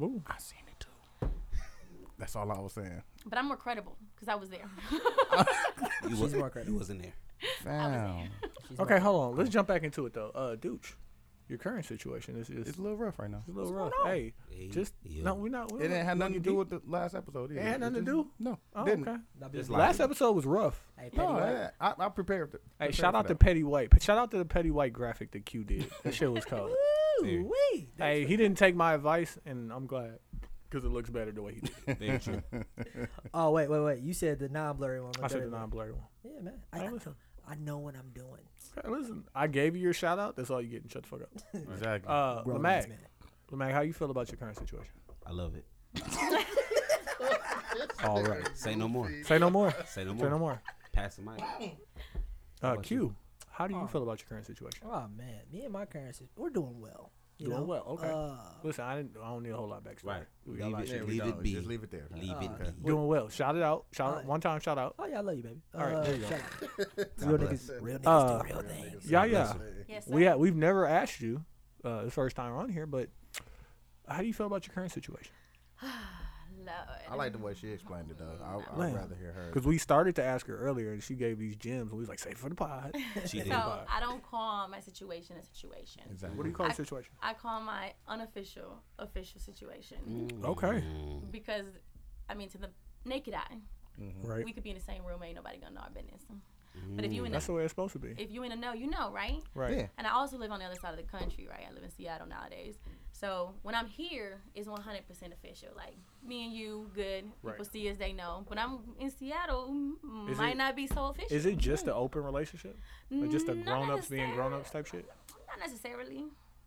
[SPEAKER 4] Ooh.
[SPEAKER 3] I seen it too. That's all I was saying.
[SPEAKER 2] But I'm more credible because I was there.
[SPEAKER 5] You
[SPEAKER 1] She's
[SPEAKER 5] was,
[SPEAKER 1] more credible.
[SPEAKER 5] you wasn't there.
[SPEAKER 3] Fam,
[SPEAKER 1] She's
[SPEAKER 4] Okay, hold on. Let's jump back into it though. Uh, Dooch, your current situation is is
[SPEAKER 3] it's a little rough right now.
[SPEAKER 4] a little rough. Hey,
[SPEAKER 5] Hey,
[SPEAKER 4] just
[SPEAKER 5] yo.
[SPEAKER 4] no, we're not. We're
[SPEAKER 3] It didn't have nothing to do
[SPEAKER 4] deep.
[SPEAKER 3] with the last episode. either.
[SPEAKER 4] It had nothing to
[SPEAKER 3] just-
[SPEAKER 4] do?
[SPEAKER 3] No,
[SPEAKER 4] Oh,
[SPEAKER 3] didn't.
[SPEAKER 4] okay.
[SPEAKER 1] Not being
[SPEAKER 5] Just
[SPEAKER 1] black.
[SPEAKER 5] like-
[SPEAKER 4] Last episode was rough.
[SPEAKER 1] Hey, Petty
[SPEAKER 3] No,
[SPEAKER 1] White.
[SPEAKER 3] I, I, I prepared. To,
[SPEAKER 4] Hey,
[SPEAKER 3] prepared
[SPEAKER 4] shout
[SPEAKER 3] for
[SPEAKER 4] out to
[SPEAKER 3] that.
[SPEAKER 4] Petty White. But shout out to the Petty White graphic that Q did. That shit was cold.
[SPEAKER 1] Ooh, wee.
[SPEAKER 4] hey, he didn't take my advice, and I'm glad because it looks better the way he did. it.
[SPEAKER 5] Very true.
[SPEAKER 1] Oh, wait, wait, wait. You said the non-blurry one.
[SPEAKER 4] I said the
[SPEAKER 1] third one.
[SPEAKER 4] non-blurry one.
[SPEAKER 1] Yeah, man.
[SPEAKER 4] Hey,
[SPEAKER 1] I,
[SPEAKER 4] listen,
[SPEAKER 1] I know what I'm doing.
[SPEAKER 4] Hey, listen. I gave you your shout out. That's all you getting. Shut the fuck up.
[SPEAKER 3] Exactly.
[SPEAKER 4] Uh,
[SPEAKER 1] Grown ass
[SPEAKER 4] Lamag,
[SPEAKER 1] man.
[SPEAKER 4] Lamag, how you feel about your current situation?
[SPEAKER 5] I love it.
[SPEAKER 4] All right.
[SPEAKER 5] Say no more.
[SPEAKER 4] Say no more.
[SPEAKER 5] Say no
[SPEAKER 4] Say no
[SPEAKER 5] more.
[SPEAKER 4] more.
[SPEAKER 5] Pass the mic.
[SPEAKER 4] Uh,
[SPEAKER 5] about
[SPEAKER 4] Q, how do you feel about your current situation?
[SPEAKER 1] Oh man, me and my parents, is- we're doing well. You
[SPEAKER 4] Doing
[SPEAKER 1] know?
[SPEAKER 4] well, okay.
[SPEAKER 1] Uh,
[SPEAKER 4] Listen, I didn't. I don't need a whole lot of backstory.
[SPEAKER 5] Right.
[SPEAKER 4] We
[SPEAKER 5] Leave
[SPEAKER 4] got
[SPEAKER 5] it.
[SPEAKER 4] lots of-
[SPEAKER 3] There we
[SPEAKER 5] leave
[SPEAKER 3] go.
[SPEAKER 5] it be.
[SPEAKER 3] Just leave it there.
[SPEAKER 5] Leave it.
[SPEAKER 3] Okay.
[SPEAKER 5] be.
[SPEAKER 4] Doing well. Shout it out. Shout out.
[SPEAKER 1] Alright.
[SPEAKER 4] One time. Shout out.
[SPEAKER 1] oh yeah, I love you, baby. Uh,
[SPEAKER 4] Alright, there you go.
[SPEAKER 1] shout out.
[SPEAKER 5] God
[SPEAKER 1] Real
[SPEAKER 5] bless.
[SPEAKER 1] niggas, real niggas
[SPEAKER 4] Uh,
[SPEAKER 1] do real things.
[SPEAKER 4] Yeah, yeah.
[SPEAKER 2] yes, sir.
[SPEAKER 4] We ha- we've never asked you uh, the first time on here, but how do you feel about your current situation?
[SPEAKER 2] Lord.
[SPEAKER 3] I like the way she explained it though. I, I'd
[SPEAKER 4] Man.
[SPEAKER 3] rather hear her.
[SPEAKER 4] Because we started to ask her earlier, and she gave these gems, and we was like, "Save for the pod."
[SPEAKER 5] She did.
[SPEAKER 2] So I don't call my situation a situation.
[SPEAKER 3] Exactly.
[SPEAKER 4] what do you call the situation?
[SPEAKER 2] I call my unofficial official situation
[SPEAKER 4] Okay,
[SPEAKER 2] because, I mean, to the naked eye,
[SPEAKER 4] right.
[SPEAKER 2] we could be in the same room, ain't nobody gonna know our business.
[SPEAKER 4] Mm.
[SPEAKER 2] But if you in
[SPEAKER 4] That's the
[SPEAKER 2] the,
[SPEAKER 4] way it's supposed to be.
[SPEAKER 2] if you in the know, you know, right?
[SPEAKER 4] Right.
[SPEAKER 3] Yeah.
[SPEAKER 2] And I also live on the other side of the country, right? I live in Seattle nowadays. So when I'm here, it's 100% official. Like me and you, good.
[SPEAKER 4] Right.
[SPEAKER 2] People see us, they know. But I'm in Seattle, mm,
[SPEAKER 4] Is
[SPEAKER 2] might
[SPEAKER 4] it-
[SPEAKER 2] not be so official.
[SPEAKER 4] Is it just an open relationship? Or just a
[SPEAKER 2] Hmm. Mm, Not
[SPEAKER 4] grown ups being
[SPEAKER 2] necessarily.
[SPEAKER 4] grown ups type shit?
[SPEAKER 2] Not necessarily. I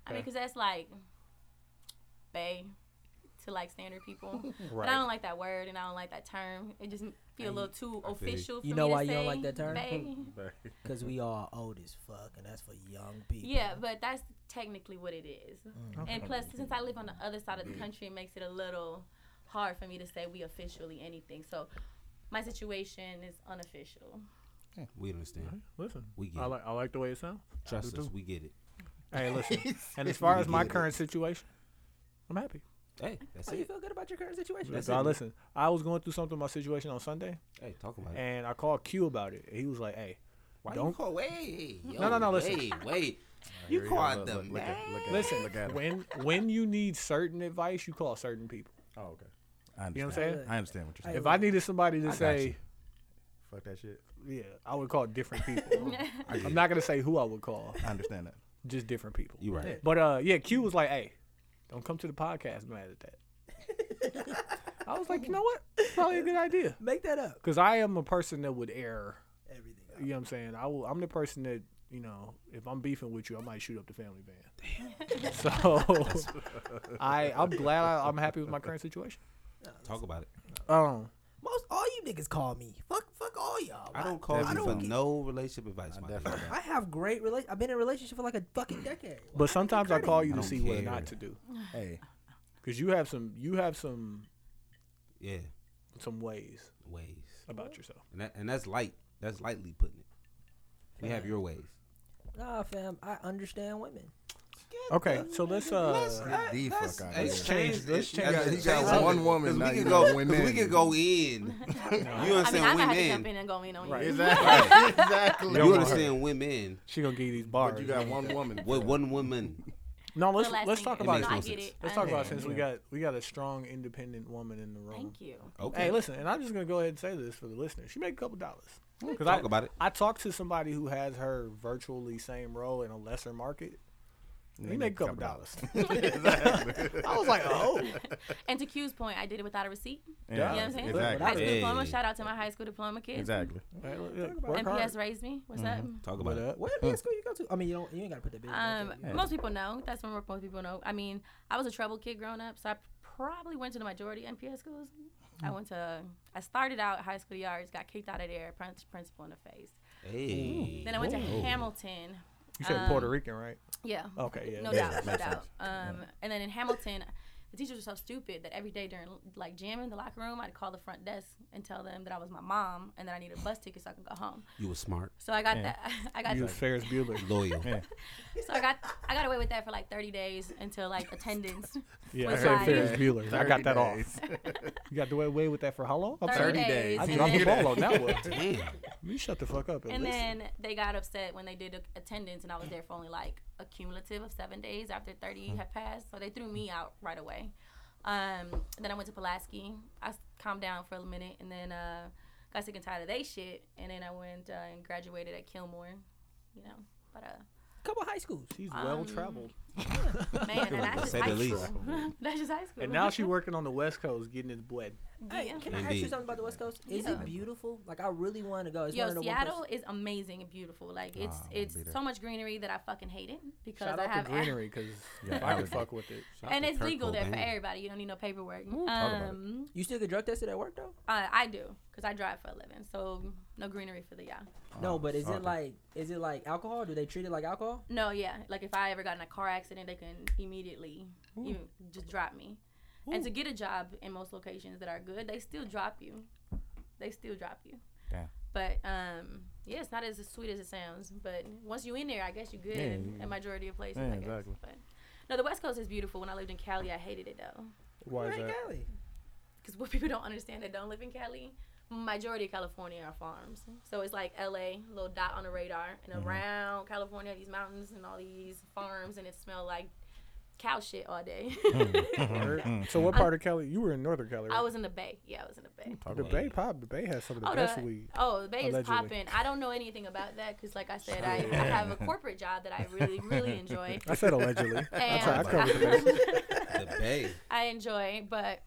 [SPEAKER 4] Okay.
[SPEAKER 2] mean, because that's like, bae, to like standard people. But
[SPEAKER 4] Right.
[SPEAKER 2] I don't like that word and I don't like that term. It just feel a little too
[SPEAKER 5] I feel you.
[SPEAKER 2] official. For
[SPEAKER 1] You
[SPEAKER 2] me
[SPEAKER 1] know
[SPEAKER 2] to
[SPEAKER 1] why you don't
[SPEAKER 2] say,
[SPEAKER 1] like that term?
[SPEAKER 2] bae.
[SPEAKER 1] Because we are old as fuck, and that's for young people.
[SPEAKER 2] Yeah, but that's technically what it is.
[SPEAKER 4] Mm.
[SPEAKER 2] And plus, since I live on the other side of the country, it makes it a little hard for me to say we officially anything. So my situation is unofficial.
[SPEAKER 5] We understand.
[SPEAKER 4] Listen,
[SPEAKER 5] We get
[SPEAKER 4] I
[SPEAKER 5] it.
[SPEAKER 4] like I like the way it sounds.
[SPEAKER 5] Trust us. We get it.
[SPEAKER 4] Hey, listen. and as far as my
[SPEAKER 5] get it.
[SPEAKER 4] current situation, I'm happy.
[SPEAKER 5] Hey, that's
[SPEAKER 1] Oh, you
[SPEAKER 5] it.
[SPEAKER 1] feel good about your current situation?
[SPEAKER 5] That's
[SPEAKER 4] Now,
[SPEAKER 5] it.
[SPEAKER 4] listen, I was going through something in my situation on Sunday,
[SPEAKER 5] Hey, talk about it.
[SPEAKER 4] and I called Q about it. He was like, "Hey,
[SPEAKER 5] Why you
[SPEAKER 4] don't-
[SPEAKER 5] call? Wait. yo,
[SPEAKER 4] No, no, no, listen.
[SPEAKER 5] Wait, wait.
[SPEAKER 3] Here
[SPEAKER 5] You
[SPEAKER 3] he goes.
[SPEAKER 5] called
[SPEAKER 3] Look-
[SPEAKER 5] the
[SPEAKER 3] look- look at-
[SPEAKER 5] man.
[SPEAKER 3] look at-
[SPEAKER 4] listen,
[SPEAKER 3] Look at him.
[SPEAKER 4] when when you need certain advice, you call certain people.
[SPEAKER 3] Oh, okay. I understand.
[SPEAKER 4] You know what I'm saying?
[SPEAKER 3] I understand what you're saying.
[SPEAKER 4] If I needed somebody to
[SPEAKER 5] got
[SPEAKER 4] say,
[SPEAKER 5] you.
[SPEAKER 3] Fuck that shit.
[SPEAKER 4] yeah, I would call different people.
[SPEAKER 5] Yeah,
[SPEAKER 4] I'm not gonna say who I would call,
[SPEAKER 3] I understand that.
[SPEAKER 4] just different people.
[SPEAKER 5] You right.
[SPEAKER 4] But uh, yeah, Q was like, "Hey, don't come to the podcast mad at that." I was like, you know what? Probably a good idea.
[SPEAKER 1] Make that up.
[SPEAKER 4] Because I am a person that would err.
[SPEAKER 1] Everything.
[SPEAKER 4] You know what I'm saying? I will, I'm the person that you know, if I'm beefing with you, I might shoot up the family van. So I I'm glad I, I'm happy with my current situation.
[SPEAKER 5] Talk about it.
[SPEAKER 4] Um,
[SPEAKER 1] Most all you niggas call me. Fuck, fuck all y'all.
[SPEAKER 5] I don't call
[SPEAKER 3] I
[SPEAKER 5] you for
[SPEAKER 3] don't-
[SPEAKER 5] no relationship advice,
[SPEAKER 3] I
[SPEAKER 5] my
[SPEAKER 3] definitely
[SPEAKER 5] nigga.
[SPEAKER 1] I have great relation. I've been in a relationship for like a fucking decade.
[SPEAKER 4] but sometimes I call you to
[SPEAKER 5] I don't
[SPEAKER 4] see what
[SPEAKER 5] care.
[SPEAKER 4] not to do
[SPEAKER 3] Hey,
[SPEAKER 4] because you have some you have some
[SPEAKER 5] Yeah,
[SPEAKER 4] some ways
[SPEAKER 5] ways,
[SPEAKER 4] about yourself.
[SPEAKER 5] and that, and that's light. That's lightly putting it. We have your ways.
[SPEAKER 1] Nah, fam. I understand women.
[SPEAKER 4] Okay, so let's uh
[SPEAKER 3] get the fuck out of
[SPEAKER 5] Let's
[SPEAKER 3] here.
[SPEAKER 4] change- let's
[SPEAKER 5] You
[SPEAKER 4] change-
[SPEAKER 5] gotta-
[SPEAKER 3] he
[SPEAKER 5] you
[SPEAKER 3] got
[SPEAKER 5] gotta-
[SPEAKER 3] one
[SPEAKER 5] cause
[SPEAKER 3] woman, now
[SPEAKER 5] We
[SPEAKER 3] you
[SPEAKER 5] can go.
[SPEAKER 3] gotta win
[SPEAKER 5] 'cause We
[SPEAKER 3] in.
[SPEAKER 5] can go in. You
[SPEAKER 2] I mean,
[SPEAKER 5] understand?
[SPEAKER 2] I'm gonna have to jump
[SPEAKER 5] Women.
[SPEAKER 2] in and go in on
[SPEAKER 4] Right.
[SPEAKER 2] you.
[SPEAKER 3] Exactly. exactly.
[SPEAKER 5] You
[SPEAKER 4] want her.
[SPEAKER 5] understand? Women.
[SPEAKER 4] she gonna give you these
[SPEAKER 3] But
[SPEAKER 4] bars.
[SPEAKER 3] you got one woman.
[SPEAKER 5] With one woman.
[SPEAKER 4] no,
[SPEAKER 2] The
[SPEAKER 4] let's
[SPEAKER 2] last
[SPEAKER 4] let's
[SPEAKER 2] thing
[SPEAKER 4] talk
[SPEAKER 2] is-
[SPEAKER 4] about
[SPEAKER 5] It
[SPEAKER 2] no, I
[SPEAKER 5] makes
[SPEAKER 4] since,
[SPEAKER 5] no
[SPEAKER 2] get
[SPEAKER 5] sense.
[SPEAKER 2] it.
[SPEAKER 4] let's
[SPEAKER 2] I
[SPEAKER 4] talk about
[SPEAKER 2] understand.
[SPEAKER 4] since we got we got a strong independent woman in the room.
[SPEAKER 2] Thank you.
[SPEAKER 5] Okay.
[SPEAKER 4] Hey, listen, and I'm just gonna go ahead and say this for the listener. She made a couple dollars. Cause
[SPEAKER 5] Talk
[SPEAKER 4] I,
[SPEAKER 5] about it.
[SPEAKER 4] I talked to somebody who has her virtually same role in a lesser market. He made a couple dollars. I was like, oh,
[SPEAKER 2] And to Q's point, I did it without a receipt.
[SPEAKER 3] Yeah,
[SPEAKER 2] You know what I'm saying?
[SPEAKER 3] Exactly.
[SPEAKER 2] High school
[SPEAKER 5] Hey.
[SPEAKER 2] diploma. Shout out to my high school diploma kids.
[SPEAKER 3] Exactly.
[SPEAKER 4] work hard.
[SPEAKER 2] NPS raised me. What's up?
[SPEAKER 5] Talk about
[SPEAKER 4] But,
[SPEAKER 5] it.
[SPEAKER 4] uh,
[SPEAKER 1] What mm. school you go to? I mean, you don't. You ain't gotta put that business. out
[SPEAKER 2] Um,
[SPEAKER 1] there. You-
[SPEAKER 2] most people know. That's what most people know. I mean, I was a trouble kid growing up, so I probably went to the majority NPS schools. I went to. I started out at high school yards, got kicked out of there, prin- principal in the face.
[SPEAKER 5] Hey.
[SPEAKER 2] Then I went to
[SPEAKER 5] Ooh.
[SPEAKER 2] Hamilton.
[SPEAKER 4] you said
[SPEAKER 2] um,
[SPEAKER 4] Puerto Rican, right?
[SPEAKER 2] Yeah.
[SPEAKER 4] Okay, yeah.
[SPEAKER 2] No
[SPEAKER 3] Yeah,
[SPEAKER 2] doubt. No
[SPEAKER 3] makes
[SPEAKER 2] doubt.
[SPEAKER 3] sense.
[SPEAKER 2] Um, and then in Hamilton, the teachers were so stupid that every day during like jamming in the locker room, I'd call the front desk and tell them that I was my mom and that I needed a bus ticket so I could go home.
[SPEAKER 5] You were smart,
[SPEAKER 2] So I got
[SPEAKER 3] Yeah.
[SPEAKER 2] that. I got
[SPEAKER 4] You was Ferris Bueller.
[SPEAKER 5] loyal.
[SPEAKER 2] So I got I got away with that for like 30 days until like attendance.
[SPEAKER 4] Yeah, I
[SPEAKER 2] Was
[SPEAKER 4] said
[SPEAKER 2] I-
[SPEAKER 4] Ferris Bueller. I got that off.
[SPEAKER 3] off.
[SPEAKER 4] You got the away with that for how long? I'm
[SPEAKER 2] 30
[SPEAKER 4] sorry.
[SPEAKER 2] days.
[SPEAKER 3] days.
[SPEAKER 4] I
[SPEAKER 2] And
[SPEAKER 4] dropped the
[SPEAKER 2] then,
[SPEAKER 4] ball on that one.
[SPEAKER 5] Damn.
[SPEAKER 4] You shut the fuck up and,
[SPEAKER 2] and
[SPEAKER 4] listen.
[SPEAKER 2] then they got upset when they did a- attendance, and I was there for only like a cumulative of seven days after
[SPEAKER 5] Hmm.
[SPEAKER 2] 30 had passed. So they threw me out right away. Um, then I went to Pulaski. I s- calmed down for a minute, and then uh, got sick and tired of they shit. And then I went uh, and graduated at Kilmore. You know, but uh,
[SPEAKER 1] couple high schools.
[SPEAKER 4] She's
[SPEAKER 2] um,
[SPEAKER 4] well traveled.
[SPEAKER 2] man, and that's just
[SPEAKER 5] Say the
[SPEAKER 2] high
[SPEAKER 5] least.
[SPEAKER 2] school. that's just high school.
[SPEAKER 4] And now she working on the West Coast getting his bread.
[SPEAKER 1] Hey,
[SPEAKER 2] Yeah.
[SPEAKER 1] can I ask you
[SPEAKER 5] Indeed.
[SPEAKER 1] something about the West Coast? Is
[SPEAKER 2] Yeah.
[SPEAKER 1] it beautiful? Like I really want to go. It's one
[SPEAKER 2] Yo,
[SPEAKER 1] of the
[SPEAKER 2] Seattle
[SPEAKER 1] One
[SPEAKER 2] is amazing and beautiful. Like
[SPEAKER 5] I
[SPEAKER 2] it's
[SPEAKER 5] wanna
[SPEAKER 2] it's
[SPEAKER 5] be there.
[SPEAKER 2] so much greenery that I fucking hate it because
[SPEAKER 4] Shout
[SPEAKER 2] I
[SPEAKER 4] out
[SPEAKER 2] have
[SPEAKER 4] to Greenery because
[SPEAKER 3] Yeah,
[SPEAKER 4] I could
[SPEAKER 3] Alabama.
[SPEAKER 4] fuck with it.
[SPEAKER 2] and it's legal there for
[SPEAKER 5] Cobain.
[SPEAKER 2] everybody. You don't need no paperwork.
[SPEAKER 5] about it.
[SPEAKER 2] um,
[SPEAKER 1] place. you still get drug tested at work though?
[SPEAKER 2] uh, I do because I drive for a living, so no greenery for the yeah.
[SPEAKER 3] Oh,
[SPEAKER 1] no, but is
[SPEAKER 3] okay.
[SPEAKER 1] it like is it like alcohol? Do they treat it like alcohol?
[SPEAKER 2] No, yeah. Like if I ever got in a car accident, they can immediately even just drop me. And to get a job in most locations that are good, they still drop you. They still drop you.
[SPEAKER 3] Damn.
[SPEAKER 2] But um, yeah, it's not as sweet as it sounds. But once you in there, I guess you good
[SPEAKER 3] Yeah,
[SPEAKER 2] in
[SPEAKER 3] yeah.
[SPEAKER 2] a majority of places.
[SPEAKER 3] Yeah,
[SPEAKER 2] I guess.
[SPEAKER 3] exactly.
[SPEAKER 2] But no, the West Coast is beautiful. When I lived in Cali, I hated it though,
[SPEAKER 4] Why is
[SPEAKER 1] Right,
[SPEAKER 4] that?
[SPEAKER 1] Cali.
[SPEAKER 2] because what people don't understand that don't live in Cali, majority of California are farms. So it's like L.A., little dot on the radar, and around California, these mountains and all these farms, and it smelled like cow shit all day.
[SPEAKER 4] Mm-hmm. so what part of Cali? You were in Northern Cali. Right?
[SPEAKER 2] I was in the Bay. Yeah, I was in the Bay.
[SPEAKER 4] the Bay pop. The Bay has some of the
[SPEAKER 2] Oh,
[SPEAKER 4] best
[SPEAKER 2] the,
[SPEAKER 4] weed.
[SPEAKER 2] oh, the Bay
[SPEAKER 4] allegedly.
[SPEAKER 2] is popping. I don't know anything about that because, like I said, I, I have a corporate job that I really, really enjoy.
[SPEAKER 4] I said allegedly. I,
[SPEAKER 2] And
[SPEAKER 4] try, I covered the bases.
[SPEAKER 5] The Bay.
[SPEAKER 2] I enjoy, but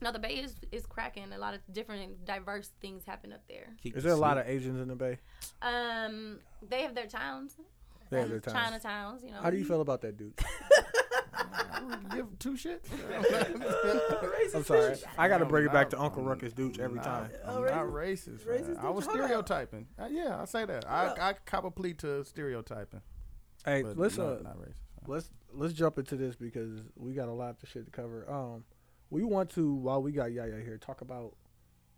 [SPEAKER 2] no, the Bay is is cracking. A lot of different, diverse things happen up there.
[SPEAKER 5] Keep
[SPEAKER 4] Is there a lot
[SPEAKER 5] sneak-
[SPEAKER 4] of Asians in the Bay?
[SPEAKER 2] Um, they have their towns.
[SPEAKER 4] They
[SPEAKER 2] um,
[SPEAKER 4] have their towns.
[SPEAKER 2] Chinatowns, you know.
[SPEAKER 4] How do you feel about that dude?
[SPEAKER 3] Give two shits.
[SPEAKER 4] I'm sorry. I got to
[SPEAKER 3] I'm
[SPEAKER 4] bring it back
[SPEAKER 3] not-
[SPEAKER 4] to Uncle
[SPEAKER 3] I'm-
[SPEAKER 4] Ruckus Dooch every
[SPEAKER 3] Nah,
[SPEAKER 4] time.
[SPEAKER 1] Oh,
[SPEAKER 3] I'm not racist. man.
[SPEAKER 1] Racist
[SPEAKER 3] I was
[SPEAKER 1] dude, hold up.
[SPEAKER 3] stereotyping. Uh, yeah, I say that. I, I cop a plea to stereotyping.
[SPEAKER 4] Hey, uh,
[SPEAKER 3] But
[SPEAKER 4] listen.
[SPEAKER 3] no, not racist.
[SPEAKER 4] let's let's jump into this because we got a lot of shit to cover. Um, we want to while we got Yaya here talk about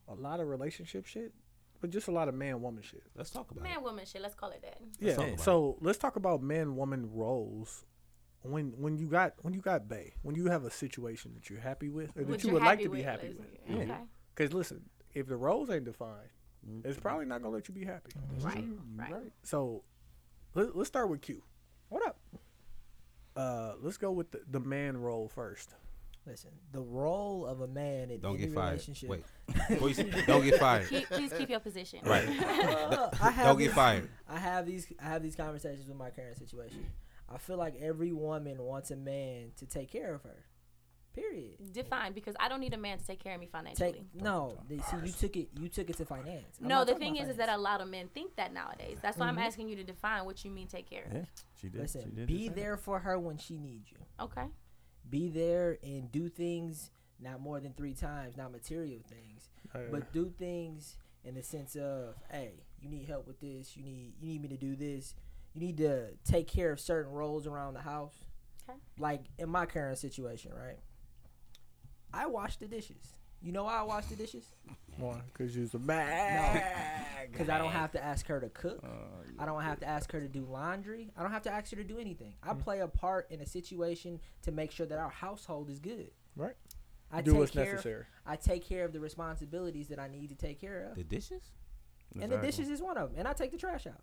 [SPEAKER 4] a lot of relationship shit, but just a lot of man woman shit.
[SPEAKER 5] Let's talk about
[SPEAKER 2] Mm-hmm. Man, woman, shit. Let's call it that.
[SPEAKER 4] Yeah.
[SPEAKER 5] talk about
[SPEAKER 4] so let's talk about man woman roles. When when you got when you got bae when you have a situation that you're happy with or that
[SPEAKER 2] What
[SPEAKER 4] you
[SPEAKER 2] you're
[SPEAKER 4] would like
[SPEAKER 2] happy
[SPEAKER 4] to be
[SPEAKER 2] with,
[SPEAKER 4] happy
[SPEAKER 2] let's-
[SPEAKER 4] with.
[SPEAKER 2] Okay.
[SPEAKER 4] Because listen, if the roles ain't defined,
[SPEAKER 5] Mm-hmm.
[SPEAKER 4] it's probably not gonna let you be happy.
[SPEAKER 2] Right. Right.
[SPEAKER 4] So let, let's start with Q. What up? Uh, let's go with the, the man role first.
[SPEAKER 1] Listen, the role of a man in
[SPEAKER 5] it. Don't
[SPEAKER 1] any
[SPEAKER 5] get fired.
[SPEAKER 1] relationship.
[SPEAKER 5] Wait. Before you say- don't get fired.
[SPEAKER 2] Keep, please keep your position.
[SPEAKER 5] Right.
[SPEAKER 1] Uh, I have
[SPEAKER 5] Don't get
[SPEAKER 1] these-
[SPEAKER 5] fired.
[SPEAKER 1] I have these I have these conversations with my current situation. I feel like every woman wants a man to take care of her. Period.
[SPEAKER 2] Define because I don't need a man to take care of me financially.
[SPEAKER 1] Take no. they- See, you took it. You took it to finance. I'm
[SPEAKER 2] no,
[SPEAKER 1] not
[SPEAKER 2] the
[SPEAKER 1] talking
[SPEAKER 2] thing
[SPEAKER 1] about
[SPEAKER 2] is, is that a
[SPEAKER 1] finance.
[SPEAKER 2] lot of men think that nowadays. That's why I'm asking you to define what you mean take care of.
[SPEAKER 3] Yeah, she did. she
[SPEAKER 1] listen.
[SPEAKER 3] did
[SPEAKER 1] Be
[SPEAKER 3] just say
[SPEAKER 1] there for her when she needs you.
[SPEAKER 2] Okay.
[SPEAKER 1] Be there and do things not more than three times, not material things, but do things in the sense of, hey, you need help with this. You need you need me to do this. You need to take care of certain roles around the house.
[SPEAKER 2] Okay.
[SPEAKER 1] Like in my current situation, right? I wash the dishes. You know why I wash the dishes?
[SPEAKER 4] Because you's a bag.
[SPEAKER 1] Because I don't have to ask her to cook.
[SPEAKER 3] that. Uh,
[SPEAKER 1] I don't have to ask her to do laundry. I don't have to ask her to do anything. I play a part in a situation to make sure that our household is good.
[SPEAKER 4] Right.
[SPEAKER 1] I
[SPEAKER 4] Do what's
[SPEAKER 1] care of-
[SPEAKER 4] necessary.
[SPEAKER 1] I take care of the responsibilities that I need to take care of.
[SPEAKER 5] The dishes?
[SPEAKER 1] and the dishes is one of them. And I take the trash out.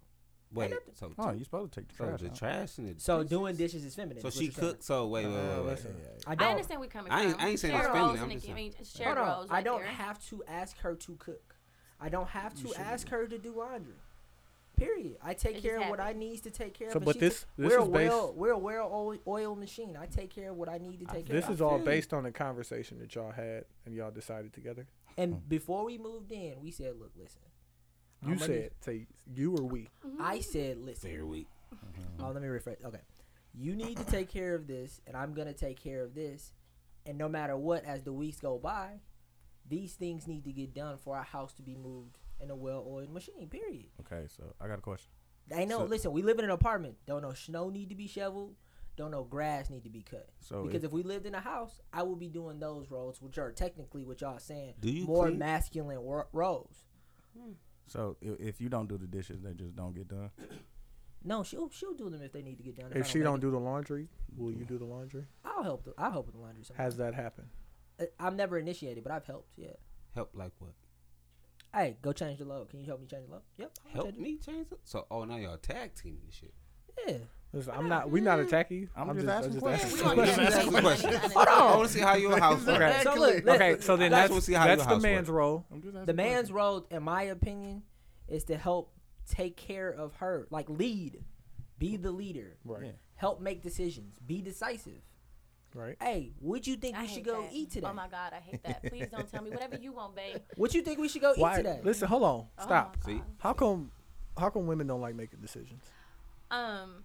[SPEAKER 5] Wait. So,
[SPEAKER 3] Oh, you supposed to take the
[SPEAKER 5] so
[SPEAKER 3] trash
[SPEAKER 5] the
[SPEAKER 3] out.
[SPEAKER 5] trash and the
[SPEAKER 1] So
[SPEAKER 5] dishes?
[SPEAKER 1] doing dishes is feminine.
[SPEAKER 5] So
[SPEAKER 1] is what
[SPEAKER 5] she
[SPEAKER 1] you're saying.
[SPEAKER 5] cooks. So wait, wait,
[SPEAKER 4] Uh,
[SPEAKER 5] wait, wait.
[SPEAKER 4] listen.
[SPEAKER 1] I
[SPEAKER 2] I
[SPEAKER 1] don't.
[SPEAKER 2] understand where you're coming
[SPEAKER 5] I ain't-
[SPEAKER 2] from.
[SPEAKER 5] I ain't saying it's
[SPEAKER 2] Share
[SPEAKER 5] feminine,
[SPEAKER 2] roles and
[SPEAKER 5] I'm just
[SPEAKER 2] I mean, share
[SPEAKER 1] Hold on.
[SPEAKER 2] roles.
[SPEAKER 1] I
[SPEAKER 2] right
[SPEAKER 1] don't
[SPEAKER 2] there.
[SPEAKER 1] have to ask her to cook. I don't have to ask her to do laundry. Period. I take
[SPEAKER 2] It
[SPEAKER 1] care
[SPEAKER 2] just
[SPEAKER 1] of what I
[SPEAKER 2] happened.
[SPEAKER 1] need to take care
[SPEAKER 4] So,
[SPEAKER 1] of. and
[SPEAKER 4] but
[SPEAKER 1] she
[SPEAKER 4] this-
[SPEAKER 1] ta-
[SPEAKER 4] this
[SPEAKER 1] we're
[SPEAKER 4] is
[SPEAKER 1] a
[SPEAKER 4] based-
[SPEAKER 1] well, we're a well oil, oil machine. I take care of what I need to take care
[SPEAKER 4] This
[SPEAKER 1] of.
[SPEAKER 4] is all based on a conversation that y'all had and y'all decided together. Hmm.
[SPEAKER 1] And before we moved in, we said, "Look, listen."
[SPEAKER 4] You
[SPEAKER 1] I'm gonna-
[SPEAKER 4] said, say you or we.
[SPEAKER 2] Mm-hmm.
[SPEAKER 1] I said, "Listen."
[SPEAKER 5] Very weak.
[SPEAKER 1] Oh, let me rephrase. Okay. You need to take care of this, and I'm going to take care of this. And no matter what, as the weeks go by, these things need to get done for our house to be moved in a well oiled machine, period.
[SPEAKER 3] Okay, so I got a question.
[SPEAKER 1] Ain't no,
[SPEAKER 3] So-
[SPEAKER 1] listen, we live in an apartment. Don't no snow need to be shoveled. Don't no grass need to be cut.
[SPEAKER 3] So
[SPEAKER 1] because
[SPEAKER 3] if-
[SPEAKER 1] if we lived in a house, I would be doing those roles, which are technically what y'all saying
[SPEAKER 5] Do you
[SPEAKER 1] more
[SPEAKER 5] clean?
[SPEAKER 1] masculine wor- roles.
[SPEAKER 3] So if, if you don't do the dishes, they just don't get done.
[SPEAKER 1] No, she'll she'll do them if they need to get done.
[SPEAKER 4] If she don't
[SPEAKER 1] like
[SPEAKER 4] do the laundry, will you do the laundry?
[SPEAKER 1] it, I'll help. The, I'll help with the laundry.
[SPEAKER 4] Has
[SPEAKER 1] Sometimes.
[SPEAKER 4] that happened?
[SPEAKER 1] I- I'm never initiated, but I've helped. Yeah.
[SPEAKER 5] Help like what?
[SPEAKER 1] Hey, go change the logo. Can you help me change the logo? Yep. I'll
[SPEAKER 5] Help
[SPEAKER 1] change
[SPEAKER 5] me change it? So, oh, now y'all tag teaming and shit.
[SPEAKER 1] it. Yeah.
[SPEAKER 4] Listen, I'm not. We not attacking you.
[SPEAKER 3] I'm just asking questions.
[SPEAKER 2] We want
[SPEAKER 5] That's
[SPEAKER 2] to
[SPEAKER 5] the question. I
[SPEAKER 2] know.
[SPEAKER 5] want to see how your house works.
[SPEAKER 1] So
[SPEAKER 3] Exactly.
[SPEAKER 1] look,
[SPEAKER 4] Okay,
[SPEAKER 1] listen,
[SPEAKER 4] so then
[SPEAKER 5] I just
[SPEAKER 4] that's
[SPEAKER 5] wanna see how your
[SPEAKER 4] that's the
[SPEAKER 5] house
[SPEAKER 4] man's
[SPEAKER 5] work.
[SPEAKER 4] role.
[SPEAKER 3] I'm just asking
[SPEAKER 1] the man's role, in my opinion, is to help take care of her, like lead, be the leader,
[SPEAKER 4] Right.
[SPEAKER 3] Yeah.
[SPEAKER 1] help make decisions, be decisive.
[SPEAKER 4] Right.
[SPEAKER 1] Hey, would you think
[SPEAKER 2] I
[SPEAKER 1] we
[SPEAKER 2] hate
[SPEAKER 1] should go
[SPEAKER 2] that.
[SPEAKER 1] eat today?
[SPEAKER 2] Oh my God, I hate that. Please don't tell me whatever you want, babe.
[SPEAKER 1] What you think we should go eat
[SPEAKER 4] Why?
[SPEAKER 1] today?
[SPEAKER 4] Listen, hold on.
[SPEAKER 2] Oh
[SPEAKER 4] Stop.
[SPEAKER 2] my
[SPEAKER 5] See?
[SPEAKER 2] God.
[SPEAKER 4] How come? How come women don't like making decisions?
[SPEAKER 2] Um,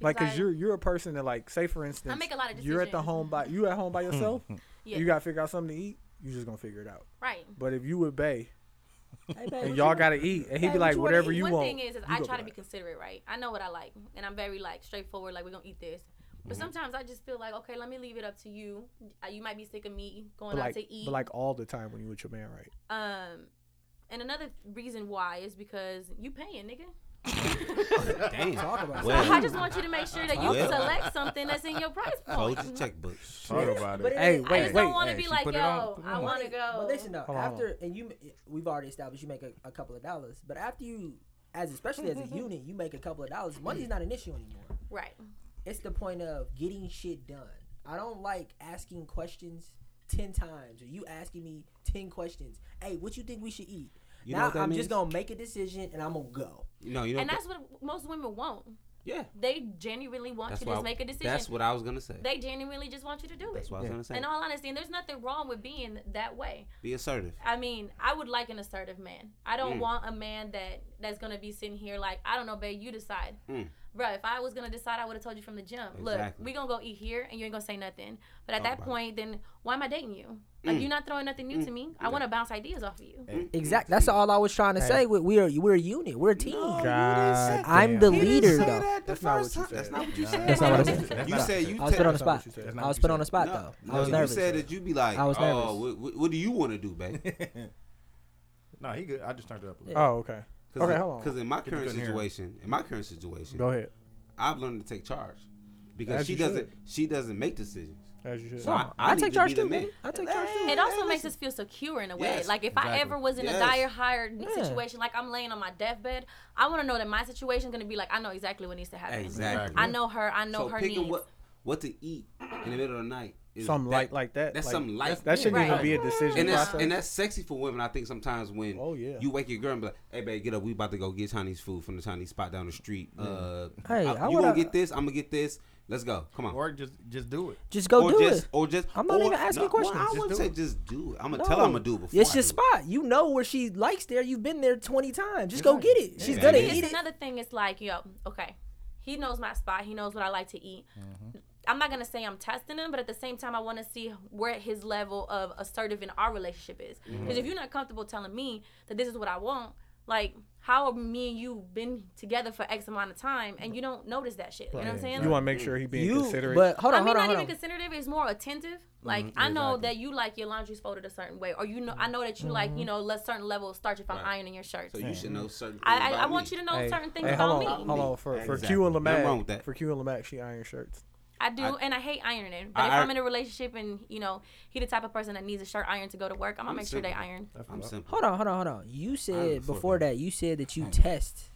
[SPEAKER 4] Like,
[SPEAKER 2] because
[SPEAKER 4] cause
[SPEAKER 2] I-
[SPEAKER 4] you're you're a person that like, say for instance,
[SPEAKER 2] make a lot of
[SPEAKER 4] You're at the
[SPEAKER 2] decisions.
[SPEAKER 4] home by you at home
[SPEAKER 1] Hmm.
[SPEAKER 4] by yourself.
[SPEAKER 2] Yeah.
[SPEAKER 4] You gotta figure out something to eat. You just gonna figure it out.
[SPEAKER 2] right.
[SPEAKER 4] But if you with Bay
[SPEAKER 1] Hey, babe,
[SPEAKER 4] and
[SPEAKER 1] what
[SPEAKER 4] y'all
[SPEAKER 1] you-
[SPEAKER 4] gotta eat, and he
[SPEAKER 1] Hey,
[SPEAKER 4] be
[SPEAKER 1] what
[SPEAKER 4] like,
[SPEAKER 1] you wanna
[SPEAKER 4] whatever
[SPEAKER 1] eat?
[SPEAKER 4] you
[SPEAKER 2] One
[SPEAKER 4] want.
[SPEAKER 2] thing is, is
[SPEAKER 4] you
[SPEAKER 2] I
[SPEAKER 4] gonna
[SPEAKER 2] try
[SPEAKER 4] be
[SPEAKER 2] to be
[SPEAKER 4] like,
[SPEAKER 2] considerate, right? I know what I like, and I'm very like straightforward. Like we're gonna eat this, but
[SPEAKER 4] Mm-hmm.
[SPEAKER 2] sometimes I just feel like, okay, let me leave it up to you. Uh, You might be sick of me going
[SPEAKER 4] but
[SPEAKER 2] out
[SPEAKER 4] like,
[SPEAKER 2] to eat.
[SPEAKER 4] but like all the time when you with your man, right?
[SPEAKER 2] um, and another reason why is because you paying, nigga.
[SPEAKER 5] Damn.
[SPEAKER 1] Talk about
[SPEAKER 5] Well,
[SPEAKER 2] I just want you to make sure that you
[SPEAKER 5] Well.
[SPEAKER 2] select something that's in your price
[SPEAKER 5] Hold
[SPEAKER 2] point.
[SPEAKER 5] your checkbook.
[SPEAKER 3] Talk about
[SPEAKER 1] But
[SPEAKER 3] it.
[SPEAKER 1] it-
[SPEAKER 4] Hey,
[SPEAKER 1] I
[SPEAKER 2] I
[SPEAKER 4] wait,
[SPEAKER 2] just
[SPEAKER 4] wait.
[SPEAKER 2] don't want to
[SPEAKER 3] Hey,
[SPEAKER 2] be
[SPEAKER 3] she
[SPEAKER 2] like,
[SPEAKER 3] put it on,
[SPEAKER 2] yo,
[SPEAKER 3] put it
[SPEAKER 2] I
[SPEAKER 3] on.
[SPEAKER 2] want to
[SPEAKER 1] But
[SPEAKER 2] go.
[SPEAKER 1] listen up.
[SPEAKER 4] Hold on, hold
[SPEAKER 1] after and you, we've already established you make a, a couple of dollars. But after you, as especially as a unit, you make a couple of dollars. Money's not an issue anymore.
[SPEAKER 2] Right.
[SPEAKER 1] it's the point of getting shit done. I don't like asking questions ten times or you asking me ten questions. Hey, what you think we should eat?
[SPEAKER 5] You know
[SPEAKER 1] now
[SPEAKER 5] what that
[SPEAKER 1] I'm
[SPEAKER 5] means?
[SPEAKER 1] just gonna make a decision and I'm gonna go.
[SPEAKER 5] No, you know.
[SPEAKER 2] and
[SPEAKER 5] what
[SPEAKER 2] that's what most women want.
[SPEAKER 5] that- yeah.
[SPEAKER 2] They genuinely want
[SPEAKER 5] That's
[SPEAKER 2] you
[SPEAKER 5] why
[SPEAKER 2] to just make a decision.
[SPEAKER 5] That's what I was gonna say.
[SPEAKER 2] they genuinely just want you to do it.
[SPEAKER 5] That's what I was
[SPEAKER 3] Yeah.
[SPEAKER 5] gonna say.
[SPEAKER 2] In all honesty, and there's nothing wrong with being that way.
[SPEAKER 5] Be assertive.
[SPEAKER 2] I mean, I would like an assertive man. I don't
[SPEAKER 5] Mm.
[SPEAKER 2] want a man that that's gonna be sitting here like, I don't know, babe, you decide.
[SPEAKER 5] Mm.
[SPEAKER 2] Bruh, if I was gonna decide, I would have told you from the jump. Look,
[SPEAKER 5] Exactly.
[SPEAKER 2] we gonna go eat here, and you ain't gonna say nothing. But at
[SPEAKER 5] Talk
[SPEAKER 2] that
[SPEAKER 5] about it.
[SPEAKER 2] point, then why am I dating you? Like
[SPEAKER 5] Mm.
[SPEAKER 2] you're not throwing nothing new to me. I
[SPEAKER 5] Yeah.
[SPEAKER 2] want to bounce ideas off of you.
[SPEAKER 1] Exactly. That's all I was trying to
[SPEAKER 3] Hey.
[SPEAKER 1] say. We, we are we're a unit. We're a team.
[SPEAKER 3] God
[SPEAKER 1] I'm the
[SPEAKER 3] damn.
[SPEAKER 5] You
[SPEAKER 1] leader
[SPEAKER 5] didn't say
[SPEAKER 1] though.
[SPEAKER 5] that the
[SPEAKER 3] That's not what
[SPEAKER 5] first
[SPEAKER 3] you
[SPEAKER 5] time. That's
[SPEAKER 3] said.
[SPEAKER 5] not what you
[SPEAKER 3] No.
[SPEAKER 5] said.
[SPEAKER 1] That's not what I
[SPEAKER 3] said.
[SPEAKER 5] You
[SPEAKER 3] That's
[SPEAKER 5] said
[SPEAKER 1] I
[SPEAKER 5] you.
[SPEAKER 1] was put on the
[SPEAKER 3] That's not
[SPEAKER 1] spot.
[SPEAKER 3] what you said. That's not
[SPEAKER 1] I was
[SPEAKER 3] what
[SPEAKER 1] put
[SPEAKER 3] you
[SPEAKER 1] on the
[SPEAKER 3] said.
[SPEAKER 1] spot
[SPEAKER 5] No,
[SPEAKER 1] though. I was
[SPEAKER 5] no,
[SPEAKER 1] nervous.
[SPEAKER 5] You said that you be like,
[SPEAKER 1] I was
[SPEAKER 5] oh, what, what, what do you want to do, babe?
[SPEAKER 3] No, he good. I just turned it up a little.
[SPEAKER 4] Oh, okay. Okay, hold on.
[SPEAKER 5] Because in my current
[SPEAKER 3] couldn't hear him.
[SPEAKER 5] situation, in my current situation,
[SPEAKER 4] Go ahead.
[SPEAKER 5] I've learned to take charge because
[SPEAKER 4] As
[SPEAKER 5] she
[SPEAKER 4] you
[SPEAKER 5] doesn't.
[SPEAKER 4] should.
[SPEAKER 5] She doesn't make decisions.
[SPEAKER 4] As you should.
[SPEAKER 5] So I, I,
[SPEAKER 1] I
[SPEAKER 5] need
[SPEAKER 1] take
[SPEAKER 5] to
[SPEAKER 1] charge
[SPEAKER 5] be the
[SPEAKER 1] too,
[SPEAKER 5] man.
[SPEAKER 1] man. I take charge too.
[SPEAKER 2] It also makes us feel secure in a way.
[SPEAKER 5] Yes,
[SPEAKER 2] like if I
[SPEAKER 5] exactly.
[SPEAKER 2] ever was in
[SPEAKER 5] Yes.
[SPEAKER 2] a dire hire
[SPEAKER 1] Yeah.
[SPEAKER 2] situation, like I'm laying on my deathbed, I want to know that my situation's gonna be like, I know exactly what needs to happen.
[SPEAKER 5] Exactly.
[SPEAKER 2] I know her. I know
[SPEAKER 5] so
[SPEAKER 2] her
[SPEAKER 5] picking
[SPEAKER 2] needs.
[SPEAKER 5] what what to eat in the middle of the night is
[SPEAKER 4] Something
[SPEAKER 5] that-
[SPEAKER 4] light like that.
[SPEAKER 5] That's
[SPEAKER 4] like,
[SPEAKER 5] something light.
[SPEAKER 4] That shouldn't
[SPEAKER 2] Right.
[SPEAKER 4] even be a decision.
[SPEAKER 5] and that's
[SPEAKER 4] process.
[SPEAKER 5] and that's sexy for women. I think sometimes when
[SPEAKER 4] Oh, yeah.
[SPEAKER 5] you wake your girl and be like, "Hey, babe, get up. We about to go get Chinese food from the Chinese spot down the street. Uh,
[SPEAKER 1] Hey,
[SPEAKER 5] I-
[SPEAKER 1] I
[SPEAKER 5] you
[SPEAKER 1] wanna-
[SPEAKER 5] gonna get this? I'm gonna get this. Let's go. Come on.
[SPEAKER 3] Or just just do it.
[SPEAKER 1] Just go
[SPEAKER 5] or
[SPEAKER 1] do
[SPEAKER 5] just,
[SPEAKER 1] it.
[SPEAKER 5] Or just.
[SPEAKER 1] I'm not
[SPEAKER 5] or-
[SPEAKER 1] even asking
[SPEAKER 5] no,
[SPEAKER 1] questions.
[SPEAKER 5] Well, I
[SPEAKER 1] Just
[SPEAKER 5] wouldn't
[SPEAKER 3] do
[SPEAKER 5] say
[SPEAKER 3] it.
[SPEAKER 5] just do it. I'm gonna tell her I'm gonna do it before.
[SPEAKER 1] It's
[SPEAKER 5] I
[SPEAKER 1] your
[SPEAKER 5] do it.
[SPEAKER 1] spot. You know where she likes there. You've been there 20 times. Just go
[SPEAKER 3] Exactly.
[SPEAKER 1] get it. She's
[SPEAKER 5] Yeah.
[SPEAKER 1] gonna
[SPEAKER 5] And
[SPEAKER 1] eat
[SPEAKER 2] It's
[SPEAKER 1] it.
[SPEAKER 2] another thing. It's like, yo, okay, he knows my spot. He knows what I like to eat. I'm not gonna say I'm testing him, but at the same time, I want to see where his level of assertive in our relationship is. Because if you're not comfortable telling me that this is what I want, like how have me and you been together for X amount of time and you don't notice that shit? You know what I'm saying?
[SPEAKER 4] you want to make sure he being
[SPEAKER 1] You,
[SPEAKER 4] considerate.
[SPEAKER 1] but hold on,
[SPEAKER 2] I mean,
[SPEAKER 1] hold on,
[SPEAKER 2] not
[SPEAKER 1] hold
[SPEAKER 2] even
[SPEAKER 1] on.
[SPEAKER 2] considerative. It's more attentive. Like I know that you like your laundry's folded a certain way, or you know, I know that you like you know, let certain level of starch if I'm
[SPEAKER 5] Right.
[SPEAKER 2] ironing your shirt.
[SPEAKER 5] So you should know certain. Things
[SPEAKER 2] I, I,
[SPEAKER 5] about
[SPEAKER 2] I want
[SPEAKER 5] me.
[SPEAKER 2] you to know
[SPEAKER 4] Hey,
[SPEAKER 2] certain things
[SPEAKER 4] hey,
[SPEAKER 2] about
[SPEAKER 4] hold
[SPEAKER 2] me.
[SPEAKER 4] on, hold on. For, for
[SPEAKER 5] Exactly.
[SPEAKER 4] Q and
[SPEAKER 5] Nothing wrong with
[SPEAKER 4] Lamac,
[SPEAKER 5] that.
[SPEAKER 4] for Q and Lamac, she iron shirts.
[SPEAKER 2] I do,
[SPEAKER 5] I-
[SPEAKER 2] and I hate ironing. But
[SPEAKER 5] I-
[SPEAKER 2] if
[SPEAKER 5] I-
[SPEAKER 2] I'm in a relationship and you know he the type of person that needs a shirt ironed to go to work, I'm gonna
[SPEAKER 5] I'm
[SPEAKER 2] make sure they
[SPEAKER 5] simple.
[SPEAKER 2] iron.
[SPEAKER 5] I'm simple.
[SPEAKER 1] Hold on, hold on, hold on. You said
[SPEAKER 5] before
[SPEAKER 1] before that, you said that you test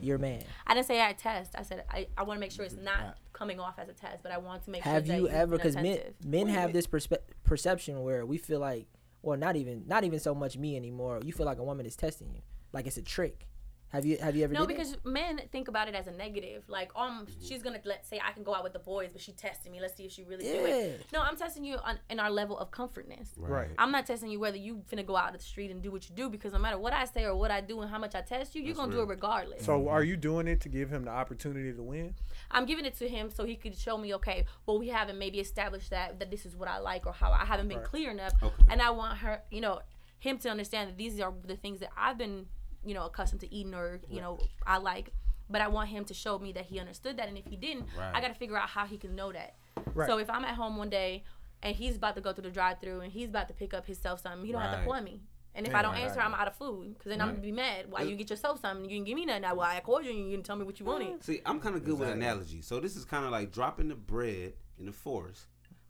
[SPEAKER 1] your man.
[SPEAKER 2] I didn't say I test. I said I, I want to make sure it's not coming off as a test, but I want to make
[SPEAKER 1] Mm-hmm. Have
[SPEAKER 2] sure
[SPEAKER 1] you
[SPEAKER 2] that
[SPEAKER 1] ever?
[SPEAKER 2] Because
[SPEAKER 1] Because men men have this perspe- perception where we feel like, well, not even not even so much me anymore. You feel like a woman is testing you, like it's a trick. Have you have you ever?
[SPEAKER 2] No,
[SPEAKER 1] did that?
[SPEAKER 2] because men think about it as a negative. Like, um, she's gonna let's say I can go out with the boys, but she tested me. Let's see if she really do it.
[SPEAKER 1] Yeah.
[SPEAKER 2] No, I'm testing you on in our level of comfortness.
[SPEAKER 4] Right.
[SPEAKER 2] I'm not testing you whether you finna go out to the street and do what you do because no matter what I say or what I do and how much I test you, you're gonna
[SPEAKER 1] Mm-hmm.
[SPEAKER 5] real.
[SPEAKER 2] do it regardless.
[SPEAKER 4] So are you doing it to give him the opportunity to win?
[SPEAKER 2] I'm giving it to him so he could show me, okay, well, we haven't maybe established that that this is what I like or how I haven't been clear enough, and I want her, you know, him to understand that these are the things that I've been, you know, accustomed to eating or you know I like, but I want him to show me that he understood that, and if he didn't, I
[SPEAKER 5] Right.
[SPEAKER 2] got to figure out how he can know that.
[SPEAKER 4] Right.
[SPEAKER 2] So if I'm at home one day and he's about to go through the drive-through and he's about to pick up himself something, he don't have to
[SPEAKER 5] Right.
[SPEAKER 2] call me. And if I don't answer, I'm out of food. Cause then I'm gonna be mad. Why you get yourself something? You didn't give me nothing. Why I called you and you didn't tell me what you wanted?
[SPEAKER 5] See, I'm kind of good with analogies. So this is kind of like dropping the bread in the forest.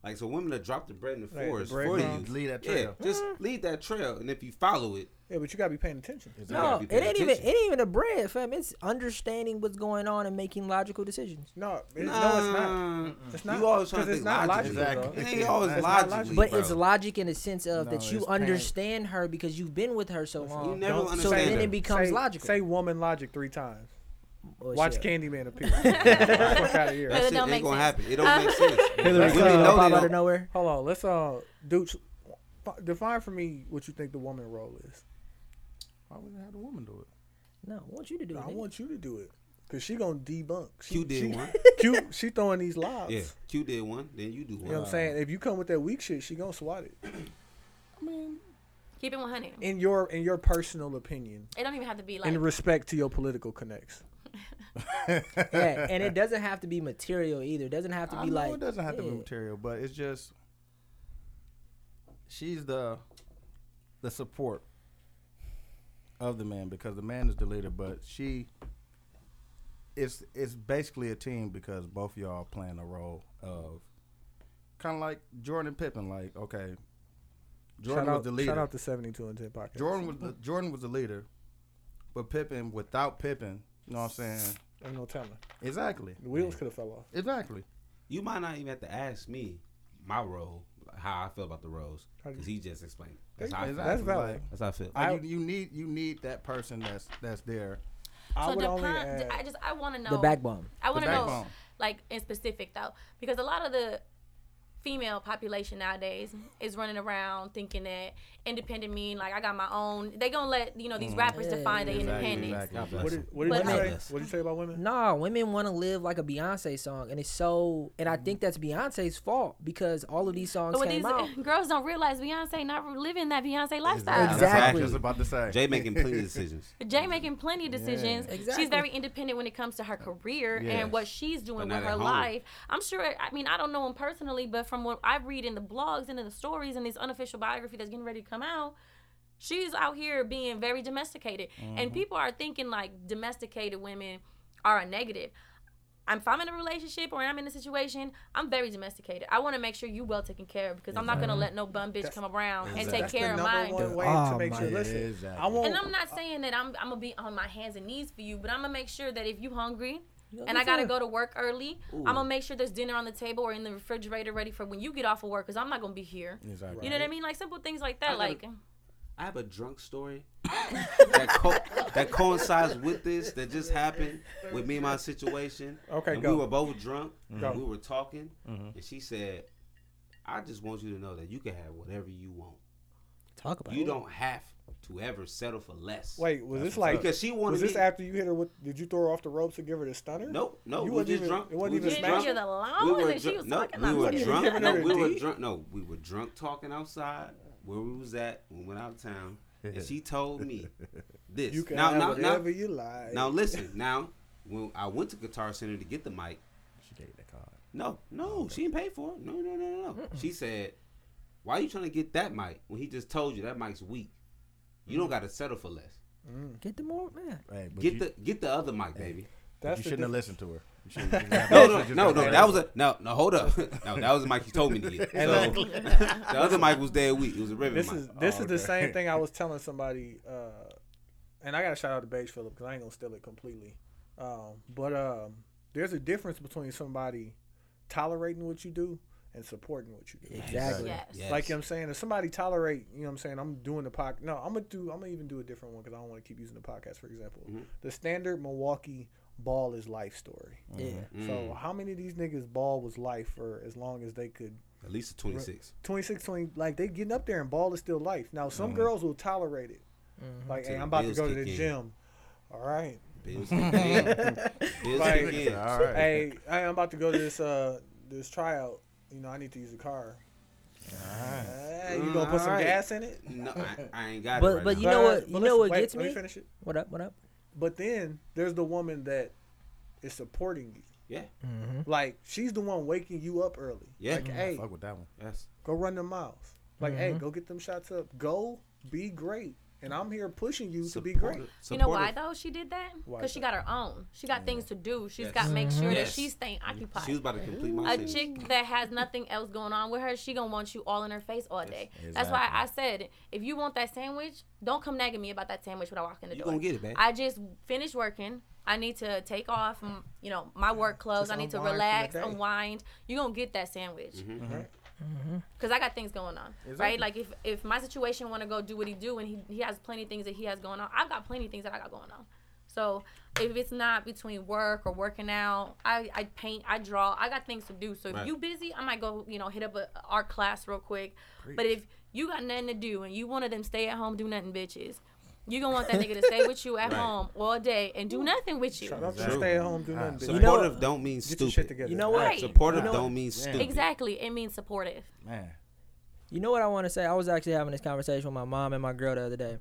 [SPEAKER 5] Like so, women that drop the bread in the
[SPEAKER 4] Right, the
[SPEAKER 5] forest
[SPEAKER 4] bread
[SPEAKER 5] for you.
[SPEAKER 4] crumbs.
[SPEAKER 3] Lead that
[SPEAKER 5] Yeah,
[SPEAKER 3] trail.
[SPEAKER 5] just lead that trail, and if you follow it,
[SPEAKER 4] Yeah, but you gotta be paying attention.
[SPEAKER 5] You gotta
[SPEAKER 1] No,
[SPEAKER 5] be
[SPEAKER 1] it
[SPEAKER 5] paying
[SPEAKER 1] ain't even it
[SPEAKER 5] attention.
[SPEAKER 1] ain't even a bread, fam. It's understanding what's going on and making logical decisions.
[SPEAKER 4] No, it, no, it's not. It's not.
[SPEAKER 5] You always trying
[SPEAKER 4] 'cause
[SPEAKER 5] to
[SPEAKER 4] it's
[SPEAKER 5] think
[SPEAKER 4] not
[SPEAKER 5] logically.
[SPEAKER 4] logical.
[SPEAKER 3] Exactly.
[SPEAKER 5] It ain't always
[SPEAKER 3] It's not
[SPEAKER 5] logically,
[SPEAKER 3] logical.
[SPEAKER 1] But
[SPEAKER 5] bro.
[SPEAKER 1] it's logic in the sense of
[SPEAKER 3] No,
[SPEAKER 1] that you
[SPEAKER 3] it's pain.
[SPEAKER 1] understand her because you've been with her so long.
[SPEAKER 5] you never
[SPEAKER 4] Don't
[SPEAKER 5] understand.
[SPEAKER 1] so
[SPEAKER 4] say
[SPEAKER 1] then
[SPEAKER 5] that.
[SPEAKER 1] it becomes
[SPEAKER 4] say,
[SPEAKER 1] logical.
[SPEAKER 4] Say woman logic three times.
[SPEAKER 1] Well,
[SPEAKER 4] Watch
[SPEAKER 1] Oh, shit.
[SPEAKER 4] Candyman appear. Fuck out of here.
[SPEAKER 5] That
[SPEAKER 2] It
[SPEAKER 5] shit
[SPEAKER 2] don't
[SPEAKER 5] ain't
[SPEAKER 2] make
[SPEAKER 5] gonna
[SPEAKER 2] sense.
[SPEAKER 5] happen. It don't make sense.
[SPEAKER 4] Hillary
[SPEAKER 5] Women
[SPEAKER 1] Girl,
[SPEAKER 4] Clinton.
[SPEAKER 5] know
[SPEAKER 1] pop
[SPEAKER 5] they
[SPEAKER 1] out of
[SPEAKER 5] don't-
[SPEAKER 1] nowhere.
[SPEAKER 4] Hold on, let's uh, dude, define for me what you think the woman role is.
[SPEAKER 3] Why wouldn't have the woman do it?
[SPEAKER 1] No, I want you to do it.
[SPEAKER 4] I
[SPEAKER 1] nigga.
[SPEAKER 4] want you to do it, cause she gonna debunk. She,
[SPEAKER 5] Mm-hmm. Q did
[SPEAKER 4] she-
[SPEAKER 5] one.
[SPEAKER 4] Q, she throwing these lobs.
[SPEAKER 5] Yeah, Q did one. Then you do
[SPEAKER 4] You know what
[SPEAKER 5] one.
[SPEAKER 4] I'm saying? If you come with that weak shit, she gonna swat it.
[SPEAKER 3] I mean,
[SPEAKER 2] Keep it 100.
[SPEAKER 4] In your in your personal opinion,
[SPEAKER 2] It don't even have to be like
[SPEAKER 4] in respect to your political connects.
[SPEAKER 1] yeah, and it doesn't have to be material either. It doesn't have to
[SPEAKER 3] I
[SPEAKER 1] be
[SPEAKER 3] know
[SPEAKER 1] like
[SPEAKER 3] it doesn't have to be
[SPEAKER 1] yeah.
[SPEAKER 3] material, but it's just she's the the support of the man because the man is the leader, but she it's it's basically a team because both of y'all are playing a role of kind of like Jordan and Pippen. Like okay, Jordan
[SPEAKER 4] shout
[SPEAKER 3] was
[SPEAKER 4] out,
[SPEAKER 3] the
[SPEAKER 4] Shout
[SPEAKER 3] leader.
[SPEAKER 4] out to 72 and 10 podcast.
[SPEAKER 3] Jordan was the, Jordan was the leader, but Pippen without Pippen, you know what I'm saying?
[SPEAKER 4] Ain't no telling.
[SPEAKER 3] Exactly.
[SPEAKER 4] The wheels could have fell off.
[SPEAKER 3] Exactly.
[SPEAKER 5] You might not even have to ask me my role, how I feel about the roles,
[SPEAKER 4] How do
[SPEAKER 5] because he just explained. it. That's
[SPEAKER 4] That's,
[SPEAKER 5] how I feel.
[SPEAKER 4] that's valid.
[SPEAKER 5] That's how I feel.
[SPEAKER 3] Like,
[SPEAKER 4] I-
[SPEAKER 3] you, you need you need that person that's that's there.
[SPEAKER 4] I
[SPEAKER 2] so
[SPEAKER 4] would
[SPEAKER 2] the
[SPEAKER 4] only uh,
[SPEAKER 2] con-
[SPEAKER 4] add,
[SPEAKER 2] I just I want to know
[SPEAKER 1] The backbone.
[SPEAKER 2] I want to know
[SPEAKER 3] backbone.
[SPEAKER 2] like in specific though because a lot of the female population nowadays is running around thinking that independent mean like I got my own. They gonna let you know these rappers
[SPEAKER 1] Yeah,
[SPEAKER 2] define their
[SPEAKER 1] yeah,
[SPEAKER 2] independence.
[SPEAKER 5] God bless
[SPEAKER 4] what
[SPEAKER 5] him.
[SPEAKER 4] did, what did
[SPEAKER 2] But
[SPEAKER 4] you
[SPEAKER 2] I-
[SPEAKER 4] say? What did you say about women?
[SPEAKER 1] Nah, women want to live like a Beyonce song, and it's so. And I think that's Beyonce's fault because all of these songs
[SPEAKER 2] But when
[SPEAKER 1] came
[SPEAKER 2] these
[SPEAKER 1] out.
[SPEAKER 2] girls don't realize Beyonce not living that Beyonce lifestyle.
[SPEAKER 1] Exactly.
[SPEAKER 3] That's what I was just about to say.
[SPEAKER 5] Jay making plenty of decisions.
[SPEAKER 2] But Jay making plenty of decisions.
[SPEAKER 1] Exactly.
[SPEAKER 2] She's very independent when it comes to her career
[SPEAKER 3] Yes.
[SPEAKER 2] and what she's doing
[SPEAKER 5] not
[SPEAKER 2] with
[SPEAKER 5] at
[SPEAKER 2] her
[SPEAKER 5] home.
[SPEAKER 2] life. I'm sure. I mean, I don't know him personally, but from what I read in the blogs and in the stories and this unofficial biography that's getting ready to come out, she's out here being very domesticated, and
[SPEAKER 5] Mm-hmm.
[SPEAKER 2] people are thinking like domesticated women are a negative. I'm, if I'm in a relationship or I'm in a situation, I'm very domesticated. I want to make sure you well taken care of because I'm not gonna let no bum bitch come around and take
[SPEAKER 4] That's
[SPEAKER 2] care
[SPEAKER 4] the
[SPEAKER 2] of
[SPEAKER 4] number
[SPEAKER 2] mine.
[SPEAKER 4] one way
[SPEAKER 1] Oh,
[SPEAKER 4] to make
[SPEAKER 1] my-
[SPEAKER 4] sure. Listen,
[SPEAKER 3] Exactly.
[SPEAKER 4] I won't.
[SPEAKER 5] Oh,
[SPEAKER 2] And I'm
[SPEAKER 5] uh,
[SPEAKER 2] not saying that I'm I'm gonna be on my hands and knees for you, but I'm gonna make sure that if you hungry
[SPEAKER 1] know,
[SPEAKER 2] and I gotta
[SPEAKER 1] listen.
[SPEAKER 2] go to work early, I'm gonna make sure there's dinner on the table or in the refrigerator ready for when you get off of work, cause I'm not gonna be here.
[SPEAKER 3] Exactly.
[SPEAKER 2] You know what I mean? Like simple things like that.
[SPEAKER 5] I gotta-
[SPEAKER 2] like
[SPEAKER 5] I have a drunk story that co- that coincides with this that just happened with me and my situation.
[SPEAKER 4] Okay,
[SPEAKER 5] and
[SPEAKER 4] go.
[SPEAKER 5] we were both drunk.
[SPEAKER 4] Go. Mm-hmm.
[SPEAKER 5] We were talking, and she said, "I just want you to know that you can have whatever you want.
[SPEAKER 1] Talk about
[SPEAKER 5] You
[SPEAKER 1] it.
[SPEAKER 5] don't have to ever settle for less."
[SPEAKER 4] Wait, was this like?
[SPEAKER 5] because she wanted
[SPEAKER 4] Was this
[SPEAKER 5] me-
[SPEAKER 4] after you hit her with? Did you throw her off the ropes and give her the stunner?
[SPEAKER 5] Nope, no,
[SPEAKER 4] You
[SPEAKER 5] we were
[SPEAKER 4] wasn't
[SPEAKER 5] just
[SPEAKER 4] even-
[SPEAKER 5] drunk.
[SPEAKER 4] it wasn't
[SPEAKER 5] we
[SPEAKER 4] even
[SPEAKER 5] just
[SPEAKER 4] You
[SPEAKER 5] drunk.
[SPEAKER 2] gave her the
[SPEAKER 5] we
[SPEAKER 2] loan
[SPEAKER 5] were
[SPEAKER 2] and she
[SPEAKER 5] drunk-
[SPEAKER 2] was
[SPEAKER 5] no,
[SPEAKER 2] talking
[SPEAKER 5] we
[SPEAKER 2] about
[SPEAKER 5] were
[SPEAKER 2] it.
[SPEAKER 5] drunk.
[SPEAKER 4] Giving
[SPEAKER 5] No,
[SPEAKER 4] her a
[SPEAKER 5] we were
[SPEAKER 4] D?
[SPEAKER 5] drunk. No, we were drunk talking outside where we was at. We went out of town, and she told me this.
[SPEAKER 4] You can
[SPEAKER 5] now,
[SPEAKER 4] have
[SPEAKER 5] now, now,
[SPEAKER 4] whatever you like.
[SPEAKER 5] now, listen. Now, when I went to Guitar Center to get the mic,
[SPEAKER 3] She gave you the card.
[SPEAKER 5] no,
[SPEAKER 4] Oh,
[SPEAKER 5] no, she didn't pay for it. No, no, no, no, no. She said, "Why you trying to get that mic when he just told you that mic's weak? You
[SPEAKER 4] Mm-hmm.
[SPEAKER 5] don't got to settle for less.
[SPEAKER 1] Get them more, man.
[SPEAKER 3] Hey, but
[SPEAKER 5] Get
[SPEAKER 3] you,
[SPEAKER 5] the get the other mic, baby."
[SPEAKER 3] but
[SPEAKER 4] That's
[SPEAKER 3] you
[SPEAKER 4] the
[SPEAKER 3] shouldn't have
[SPEAKER 4] difference.
[SPEAKER 3] listened to her. You shouldn't- you shouldn't-
[SPEAKER 5] No,
[SPEAKER 3] you
[SPEAKER 5] no,
[SPEAKER 3] shouldn't
[SPEAKER 5] no,
[SPEAKER 3] have
[SPEAKER 5] no.
[SPEAKER 3] let
[SPEAKER 5] That
[SPEAKER 3] her-
[SPEAKER 5] was a no, no. Hold up. No, that was the mic you told me to get.
[SPEAKER 4] And
[SPEAKER 5] So, the other mic was dead weak. It was a ribbon
[SPEAKER 4] This
[SPEAKER 5] mic.
[SPEAKER 4] is this
[SPEAKER 3] Oh,
[SPEAKER 4] is the
[SPEAKER 3] okay.
[SPEAKER 4] same thing I was telling somebody, uh, and I gotta shout out to Beige Phillip because I ain't gonna steal it completely. Um, but um, there's a difference between somebody tolerating what you do and supporting what you do.
[SPEAKER 1] Exactly.
[SPEAKER 2] yes.
[SPEAKER 5] Yes.
[SPEAKER 4] Like you know what I'm saying, if somebody tolerate, you know what I'm saying, I'm doing the podcast. No, I'm gonna do. I'm gonna even do a different one because I don't want to keep using the podcast. For example, the standard Milwaukee ball is life story.
[SPEAKER 1] Yeah.
[SPEAKER 4] So how many of these niggas ball was life for as long as they could
[SPEAKER 5] Oh, At least a 26.
[SPEAKER 4] 26, 20, like they getting up there and ball is still life. Now some girls will tolerate it.
[SPEAKER 1] Mm-hmm.
[SPEAKER 4] Like, hey,
[SPEAKER 5] Mm.
[SPEAKER 4] I'm
[SPEAKER 5] the
[SPEAKER 4] about to
[SPEAKER 5] bills
[SPEAKER 4] go to
[SPEAKER 5] kick
[SPEAKER 4] the
[SPEAKER 5] in.
[SPEAKER 4] gym. All right.
[SPEAKER 5] Bills kick in. Bills
[SPEAKER 4] Like-
[SPEAKER 5] kick in.
[SPEAKER 3] All right.
[SPEAKER 4] Hey, hey, I'm about to go to this uh this tryout. You know, I need to use a car. Hey, you gonna put some
[SPEAKER 5] Alright.
[SPEAKER 4] gas in it?
[SPEAKER 5] No, I, I ain't got
[SPEAKER 1] But-
[SPEAKER 5] it right
[SPEAKER 1] but
[SPEAKER 5] now.
[SPEAKER 1] You know what-
[SPEAKER 4] But
[SPEAKER 1] you know what
[SPEAKER 4] wait,
[SPEAKER 1] gets
[SPEAKER 4] let
[SPEAKER 1] me?
[SPEAKER 4] finish it.
[SPEAKER 1] What up? What up?
[SPEAKER 4] But then there's the woman that is supporting you.
[SPEAKER 5] yeah,
[SPEAKER 1] Mm-hmm.
[SPEAKER 4] Like she's the one waking you up early.
[SPEAKER 5] Yeah.
[SPEAKER 4] Like,
[SPEAKER 5] Mm,
[SPEAKER 4] hey,
[SPEAKER 3] Fuck with that one.
[SPEAKER 5] yes.
[SPEAKER 4] go run the miles. Like,
[SPEAKER 1] Mm-hmm.
[SPEAKER 4] hey, go get them shots up. Go be great. And I'm here pushing you to be great.
[SPEAKER 5] Supportive-
[SPEAKER 2] You know why
[SPEAKER 5] supportive.
[SPEAKER 2] though she did that?
[SPEAKER 4] Why
[SPEAKER 2] Because she got her own. She got things to do. She's
[SPEAKER 5] Yes.
[SPEAKER 2] got to make sure that
[SPEAKER 5] Yes.
[SPEAKER 2] she's staying occupied.
[SPEAKER 5] She was about to complete my
[SPEAKER 2] a
[SPEAKER 5] sentence.
[SPEAKER 2] chick that has nothing else going on with her, she gonna want you all in her face all day. That's why I said, if you want that sandwich, don't come nagging me about that sandwich when I walk in the
[SPEAKER 5] You
[SPEAKER 2] door.
[SPEAKER 5] gonna get it, babe.
[SPEAKER 2] I just finished working. I need to take off, mm, you know, my work clothes.
[SPEAKER 4] Just
[SPEAKER 2] I need to
[SPEAKER 4] unwind from the
[SPEAKER 2] relax,
[SPEAKER 4] day. Mm-hmm.
[SPEAKER 2] unwind. You gonna get that sandwich,
[SPEAKER 4] Right?
[SPEAKER 2] cause I got things going on, right? Like if if my situation wanna go do what he do, and he he has plenty of things that he has going on, I've got plenty of things that I got going on. So if it's not between work or working out, I, I paint, I draw, I got things to do. So if
[SPEAKER 5] Right.
[SPEAKER 2] you busy, I might go, you know, hit up a, art class real quick. But if you got nothing to do and you one of them stay at home do nothing bitches, you gonna want that nigga to stay with you at
[SPEAKER 5] Right.
[SPEAKER 2] home all day and do nothing with you.
[SPEAKER 4] Shout out to
[SPEAKER 5] True.
[SPEAKER 4] stay at home, do
[SPEAKER 1] Ah,
[SPEAKER 4] nothing. bitch.
[SPEAKER 5] Supportive don't mean
[SPEAKER 4] Get your shit
[SPEAKER 5] stupid.
[SPEAKER 4] together.
[SPEAKER 1] You know
[SPEAKER 2] Right.
[SPEAKER 1] what?
[SPEAKER 5] Supportive
[SPEAKER 1] You know-
[SPEAKER 5] don't mean stupid.
[SPEAKER 2] Exactly, it means supportive.
[SPEAKER 3] Man.
[SPEAKER 1] You know what I want to say? I was actually having this conversation with my mom and my girl the other day.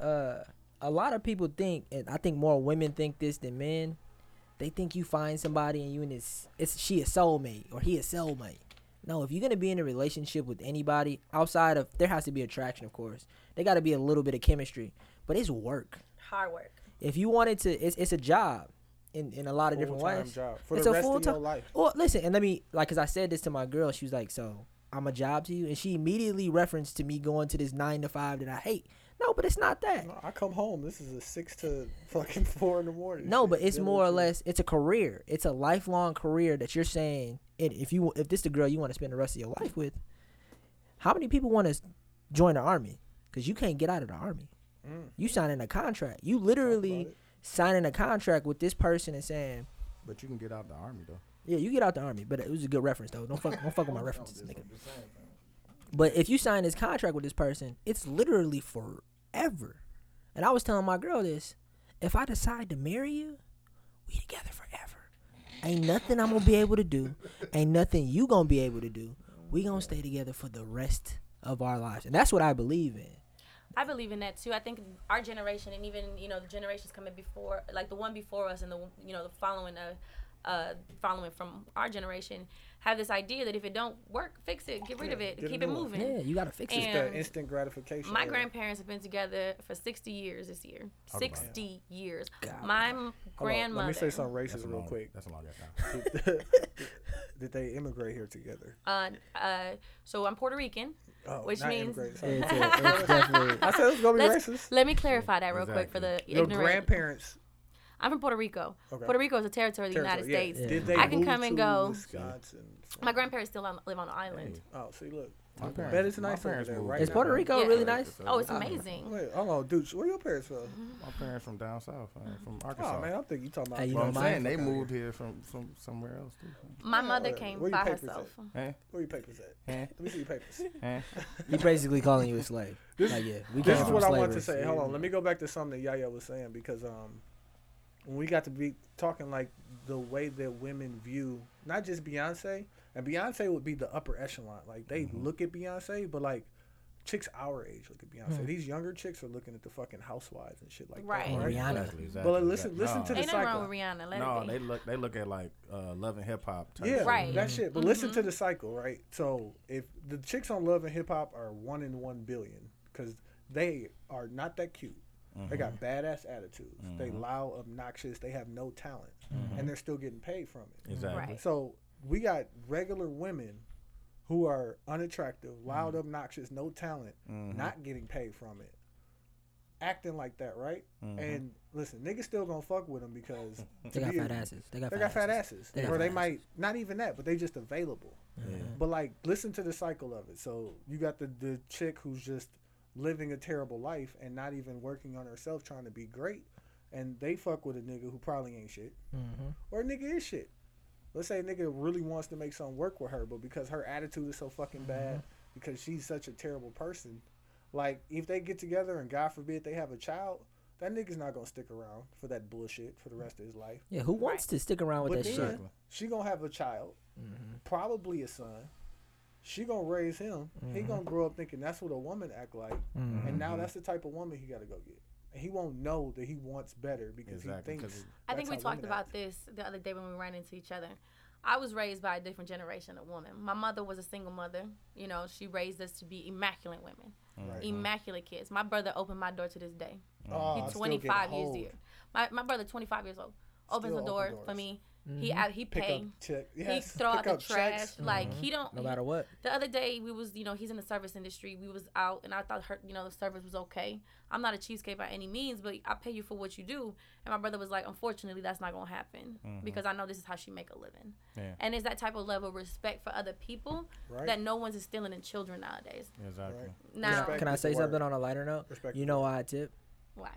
[SPEAKER 1] Uh, a lot of people think, and I think more women think this than men. They think you find somebody and you and it's it's she a soulmate or he a soulmate. No, if you're gonna be in a relationship with anybody outside of there has to be attraction, of course. They got to be a little bit of chemistry, but it's work.
[SPEAKER 2] Hard work.
[SPEAKER 1] If you wanted to, it's it's a job. In, in a lot of different
[SPEAKER 4] Full-time
[SPEAKER 1] ways.
[SPEAKER 4] job for
[SPEAKER 1] it's
[SPEAKER 4] the
[SPEAKER 1] a
[SPEAKER 4] rest of your
[SPEAKER 1] full-time-
[SPEAKER 4] life.
[SPEAKER 1] well, listen, and let me like, cause I said this to my girl. She was like, "So I'm a job to you," and she immediately referenced to me going to this nine to five that I hate. No, but it's not that.
[SPEAKER 4] No, I come home. This is a six to fucking four in the morning.
[SPEAKER 1] No,
[SPEAKER 4] shit.
[SPEAKER 1] but it's
[SPEAKER 4] Deal
[SPEAKER 1] more
[SPEAKER 4] with
[SPEAKER 1] or
[SPEAKER 4] you.
[SPEAKER 1] less it's a career. It's a lifelong career that you're saying. And if you if this the girl you want to spend the rest of your life with, how many people want to join the army? Because you can't get out of the army.
[SPEAKER 4] Mm.
[SPEAKER 1] You signing a contract. You literally
[SPEAKER 4] it.
[SPEAKER 1] signing a contract with this person and saying,
[SPEAKER 3] But you can get out the army though.
[SPEAKER 1] "Yeah, you get out the army." But it was a good reference though. Don't fuck don't fuck with my references, nigga. But if you sign this contract with this person, it's literally forever. And I was telling my girl this: if I decide to marry you, we together forever. Ain't nothing I'm gonna be able to do. Ain't nothing you gonna be able to do. We gonna stay together for the rest of our lives, and that's what I believe in.
[SPEAKER 2] I believe in that too. I think our generation and even you know the generations coming before, like the one before us and the you know the following uh, uh following from our generation, have this idea that if it don't work, fix it, get rid of
[SPEAKER 4] Yeah,
[SPEAKER 2] it,
[SPEAKER 4] get a
[SPEAKER 2] keep
[SPEAKER 4] new
[SPEAKER 2] it
[SPEAKER 4] one.
[SPEAKER 2] moving.
[SPEAKER 1] Yeah, you gotta fix
[SPEAKER 2] And-
[SPEAKER 1] it.
[SPEAKER 4] That
[SPEAKER 2] Um,
[SPEAKER 4] instant gratification.
[SPEAKER 2] My
[SPEAKER 4] era.
[SPEAKER 2] grandparents have been together for 60 years this year.
[SPEAKER 3] about
[SPEAKER 2] 60 years.
[SPEAKER 1] God.
[SPEAKER 2] My m-
[SPEAKER 4] Oh, Hold on,
[SPEAKER 2] grandmother.
[SPEAKER 4] Let me say something
[SPEAKER 3] That's
[SPEAKER 4] racist
[SPEAKER 3] a
[SPEAKER 4] real
[SPEAKER 3] long-
[SPEAKER 4] quick.
[SPEAKER 3] That's a long ass time.
[SPEAKER 4] Did they immigrate here together?
[SPEAKER 2] Uh, uh, so I'm Puerto Rican.
[SPEAKER 4] Oh,
[SPEAKER 2] Which
[SPEAKER 4] not
[SPEAKER 2] means-
[SPEAKER 4] immigrate,
[SPEAKER 1] Yeah,
[SPEAKER 4] sorry.
[SPEAKER 1] it's a- it's definitely-
[SPEAKER 4] I said it's gonna be
[SPEAKER 2] Let's-
[SPEAKER 4] racist.
[SPEAKER 2] Let me clarify that real quick for the
[SPEAKER 3] Exactly.
[SPEAKER 4] Your
[SPEAKER 2] ignorant.
[SPEAKER 4] grandparents.
[SPEAKER 2] I'm from Puerto Rico.
[SPEAKER 4] Okay.
[SPEAKER 2] Puerto Rico is a territory of the United
[SPEAKER 4] territory,
[SPEAKER 2] States.
[SPEAKER 4] yeah.
[SPEAKER 1] States.
[SPEAKER 4] Did they
[SPEAKER 2] I can
[SPEAKER 4] move
[SPEAKER 2] come and
[SPEAKER 4] to
[SPEAKER 2] go.
[SPEAKER 4] Wisconsin.
[SPEAKER 2] My grandparents still on, live on an island.
[SPEAKER 4] Oh, see, look.
[SPEAKER 3] My parents-
[SPEAKER 4] Bet it's
[SPEAKER 3] my
[SPEAKER 4] nice over
[SPEAKER 3] parents
[SPEAKER 4] there,
[SPEAKER 3] moved
[SPEAKER 4] right?
[SPEAKER 1] Is
[SPEAKER 4] now.
[SPEAKER 1] Puerto Rico
[SPEAKER 2] Yeah.
[SPEAKER 1] really nice?
[SPEAKER 2] Oh, it's
[SPEAKER 1] Uh,
[SPEAKER 2] amazing.
[SPEAKER 4] Wait, hold on, dude. Where your parents from?
[SPEAKER 2] Mm-hmm.
[SPEAKER 3] My parents from down south, uh, from Arkansas.
[SPEAKER 4] Oh man, I'm thinking you talking about.
[SPEAKER 1] Hey, you
[SPEAKER 3] But
[SPEAKER 1] know
[SPEAKER 3] I'm
[SPEAKER 1] mine-
[SPEAKER 3] saying they moved here from, from somewhere else too.
[SPEAKER 2] My
[SPEAKER 4] Yeah,
[SPEAKER 2] mother
[SPEAKER 4] where-
[SPEAKER 2] came
[SPEAKER 4] where your
[SPEAKER 2] by
[SPEAKER 4] papers at?
[SPEAKER 2] herself.
[SPEAKER 3] Eh,
[SPEAKER 4] Where your papers at?
[SPEAKER 3] eh,
[SPEAKER 4] Let me see your papers.
[SPEAKER 3] eh.
[SPEAKER 1] He basically calling you a slave. like, yeah, we
[SPEAKER 4] This
[SPEAKER 1] came
[SPEAKER 4] is
[SPEAKER 1] from
[SPEAKER 4] what I want to
[SPEAKER 1] slavery.
[SPEAKER 4] say. Hold on, let me go back to something that Yaya was saying because um, when we got to be talking like the way that women view not just Beyonce and Beyonce would be the upper echelon. Like they
[SPEAKER 1] Mm-hmm.
[SPEAKER 4] look at Beyonce, but like chicks our age look at Beyonce.
[SPEAKER 1] Hmm.
[SPEAKER 4] These younger chicks are looking at the fucking housewives and shit like
[SPEAKER 2] Right.
[SPEAKER 4] that.
[SPEAKER 1] Or
[SPEAKER 4] Right.
[SPEAKER 1] Rihanna.
[SPEAKER 3] Exactly, exactly.
[SPEAKER 4] But, like, listen- listen
[SPEAKER 3] no,
[SPEAKER 4] to the
[SPEAKER 2] Ain't nothing wrong
[SPEAKER 4] cycle.
[SPEAKER 2] with Rihanna. Let
[SPEAKER 3] No,
[SPEAKER 2] it be.
[SPEAKER 3] they look they look at like uh, love and hip hop. type
[SPEAKER 4] Yeah,
[SPEAKER 3] shit.
[SPEAKER 2] Right.
[SPEAKER 4] that shit. But listen to the cycle, right? So if the chicks on Love and Hip Hop are one in one billion because they are not that cute. They got badass attitudes. They loud, obnoxious. They have no talent, and they're still getting paid from it.
[SPEAKER 3] Exactly.
[SPEAKER 2] Right.
[SPEAKER 4] So we got regular women who are unattractive, loud, obnoxious, no talent, not getting paid from it, acting like that, right? And listen, niggas still gonna fuck with them because
[SPEAKER 1] They got fat asses. They got,
[SPEAKER 4] They
[SPEAKER 1] fat,
[SPEAKER 4] got fat
[SPEAKER 1] asses.
[SPEAKER 4] asses,
[SPEAKER 1] They got
[SPEAKER 4] or
[SPEAKER 1] fat
[SPEAKER 4] they
[SPEAKER 1] asses.
[SPEAKER 4] might not even that, but they just available. But like, listen to the cycle of it. So you got the the chick who's just living a terrible life and not even working on herself, trying to be great, and they fuck with a nigga who probably ain't shit, or a nigga is shit. Let's say a nigga really wants to make something work with her, but because her attitude is so fucking bad, because she's such a terrible person, like if they get together and God forbid they have a child, that nigga's not gonna stick around for that bullshit for the rest of his life.
[SPEAKER 1] Yeah, who wants to stick around with
[SPEAKER 4] But
[SPEAKER 1] that
[SPEAKER 4] then
[SPEAKER 1] shit?
[SPEAKER 4] she gonna have a child,
[SPEAKER 3] Mm-hmm.
[SPEAKER 4] probably a son. She gonna raise him. He
[SPEAKER 3] Mm-hmm.
[SPEAKER 4] gonna grow up thinking that's what a woman act like, and now that's the type of woman he gotta go get. And he won't know that he wants better because
[SPEAKER 3] Exactly,
[SPEAKER 4] he
[SPEAKER 3] 'cause
[SPEAKER 4] thinks.
[SPEAKER 3] he-
[SPEAKER 2] I think we
[SPEAKER 4] that's how
[SPEAKER 2] talked
[SPEAKER 4] women
[SPEAKER 2] about
[SPEAKER 4] act.
[SPEAKER 2] this the other day when we ran into each other. I was raised by a different generation of women. My mother was a single mother. You know, she raised us to be immaculate women,
[SPEAKER 4] Right. Uh-huh.
[SPEAKER 2] immaculate kids. My brother opened my door to this day.
[SPEAKER 4] Oh, I
[SPEAKER 2] He's
[SPEAKER 4] still get
[SPEAKER 2] 25 years
[SPEAKER 4] hold.
[SPEAKER 2] old. My, my brother, 25 years old, opens
[SPEAKER 4] Still
[SPEAKER 2] the door
[SPEAKER 4] open doors. Mm-hmm.
[SPEAKER 2] for me. He out- he
[SPEAKER 4] Pick
[SPEAKER 2] pay.
[SPEAKER 4] up check.
[SPEAKER 2] He
[SPEAKER 4] Yes.
[SPEAKER 2] throw out
[SPEAKER 4] pick
[SPEAKER 2] the
[SPEAKER 4] up
[SPEAKER 2] trash.
[SPEAKER 4] checks. Mm-hmm.
[SPEAKER 2] Like he don't.
[SPEAKER 1] No matter what.
[SPEAKER 2] The other day we was, you know, he's in the service industry. We was out and I thought her, you know, the service was okay. I'm not a cheesecake by any means, but I pay you for what you do. And my brother was like, unfortunately, that's not gonna happen because I know this is how she make a living.
[SPEAKER 3] Yeah.
[SPEAKER 2] And it's that type of level of respect for other people
[SPEAKER 4] Right.
[SPEAKER 2] that no one's instilling in children nowadays.
[SPEAKER 3] Exactly.
[SPEAKER 4] Right.
[SPEAKER 2] Now,
[SPEAKER 4] Respect.
[SPEAKER 1] Can I
[SPEAKER 4] is the
[SPEAKER 1] say
[SPEAKER 4] word.
[SPEAKER 1] something on a lighter note?
[SPEAKER 4] Respect
[SPEAKER 1] You
[SPEAKER 4] is
[SPEAKER 1] know why I tip?
[SPEAKER 2] why?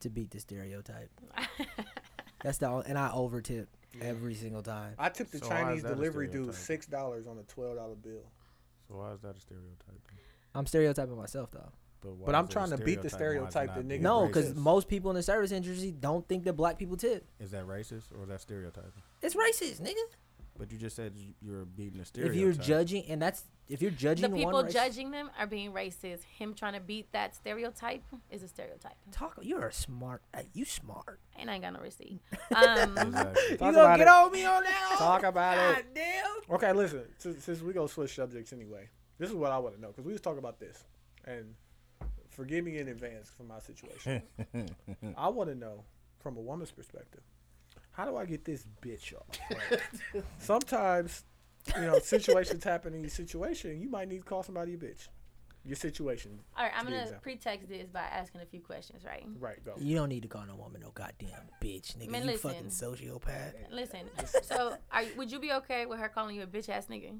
[SPEAKER 1] To beat the stereotype. That's the only, and I over tip every single time.
[SPEAKER 4] I tipped the
[SPEAKER 3] So why is
[SPEAKER 4] Chinese
[SPEAKER 3] that a
[SPEAKER 4] delivery dude
[SPEAKER 3] stereotype?
[SPEAKER 4] six dollars on a twelve dollar bill.
[SPEAKER 3] So why is that a stereotype? then?
[SPEAKER 1] I'm stereotyping myself though.
[SPEAKER 3] why
[SPEAKER 4] But I'm
[SPEAKER 3] is it a
[SPEAKER 4] trying to beat the
[SPEAKER 3] Why is it
[SPEAKER 4] stereotype
[SPEAKER 3] not
[SPEAKER 4] that
[SPEAKER 3] being
[SPEAKER 4] niggas
[SPEAKER 1] No, because
[SPEAKER 4] racist.
[SPEAKER 1] most people in the service industry don't think that black people tip.
[SPEAKER 3] is that racist or is that stereotyping?
[SPEAKER 1] It's racist, nigga.
[SPEAKER 3] But you just said you- you're beating a stereotype.
[SPEAKER 1] If you're judging, and that's if you're judging
[SPEAKER 2] The people
[SPEAKER 1] one race,
[SPEAKER 2] judging them are being racist. Him trying to beat that stereotype is a stereotype.
[SPEAKER 1] talk. You're a smart. hey, You smart.
[SPEAKER 2] And I ain't got no receipt. Um,
[SPEAKER 3] Exactly.
[SPEAKER 4] Talk
[SPEAKER 1] you gonna
[SPEAKER 4] about
[SPEAKER 1] get
[SPEAKER 4] it.
[SPEAKER 1] on me on that?
[SPEAKER 4] Talk about it.
[SPEAKER 1] God damn.
[SPEAKER 4] Okay, listen. Since, since we gonna switch subjects anyway, this is what I want to know because we was talking about this, and forgive me in advance for my situation. I want to know from a woman's perspective, how do I get this bitch off? Like, sometimes, you know, situations happen in your situation. You might need to call somebody a bitch. Your situation.
[SPEAKER 2] All right, I'm
[SPEAKER 4] Give me
[SPEAKER 2] gonna
[SPEAKER 4] an example.
[SPEAKER 2] pretext this by asking a few questions, right?
[SPEAKER 4] Right, go.
[SPEAKER 1] You don't need to call no woman no goddamn bitch, nigga.
[SPEAKER 2] Man,
[SPEAKER 1] you
[SPEAKER 2] listen.
[SPEAKER 1] fucking sociopath.
[SPEAKER 2] Listen, so are, you- would you be okay with her calling you a bitch ass nigga?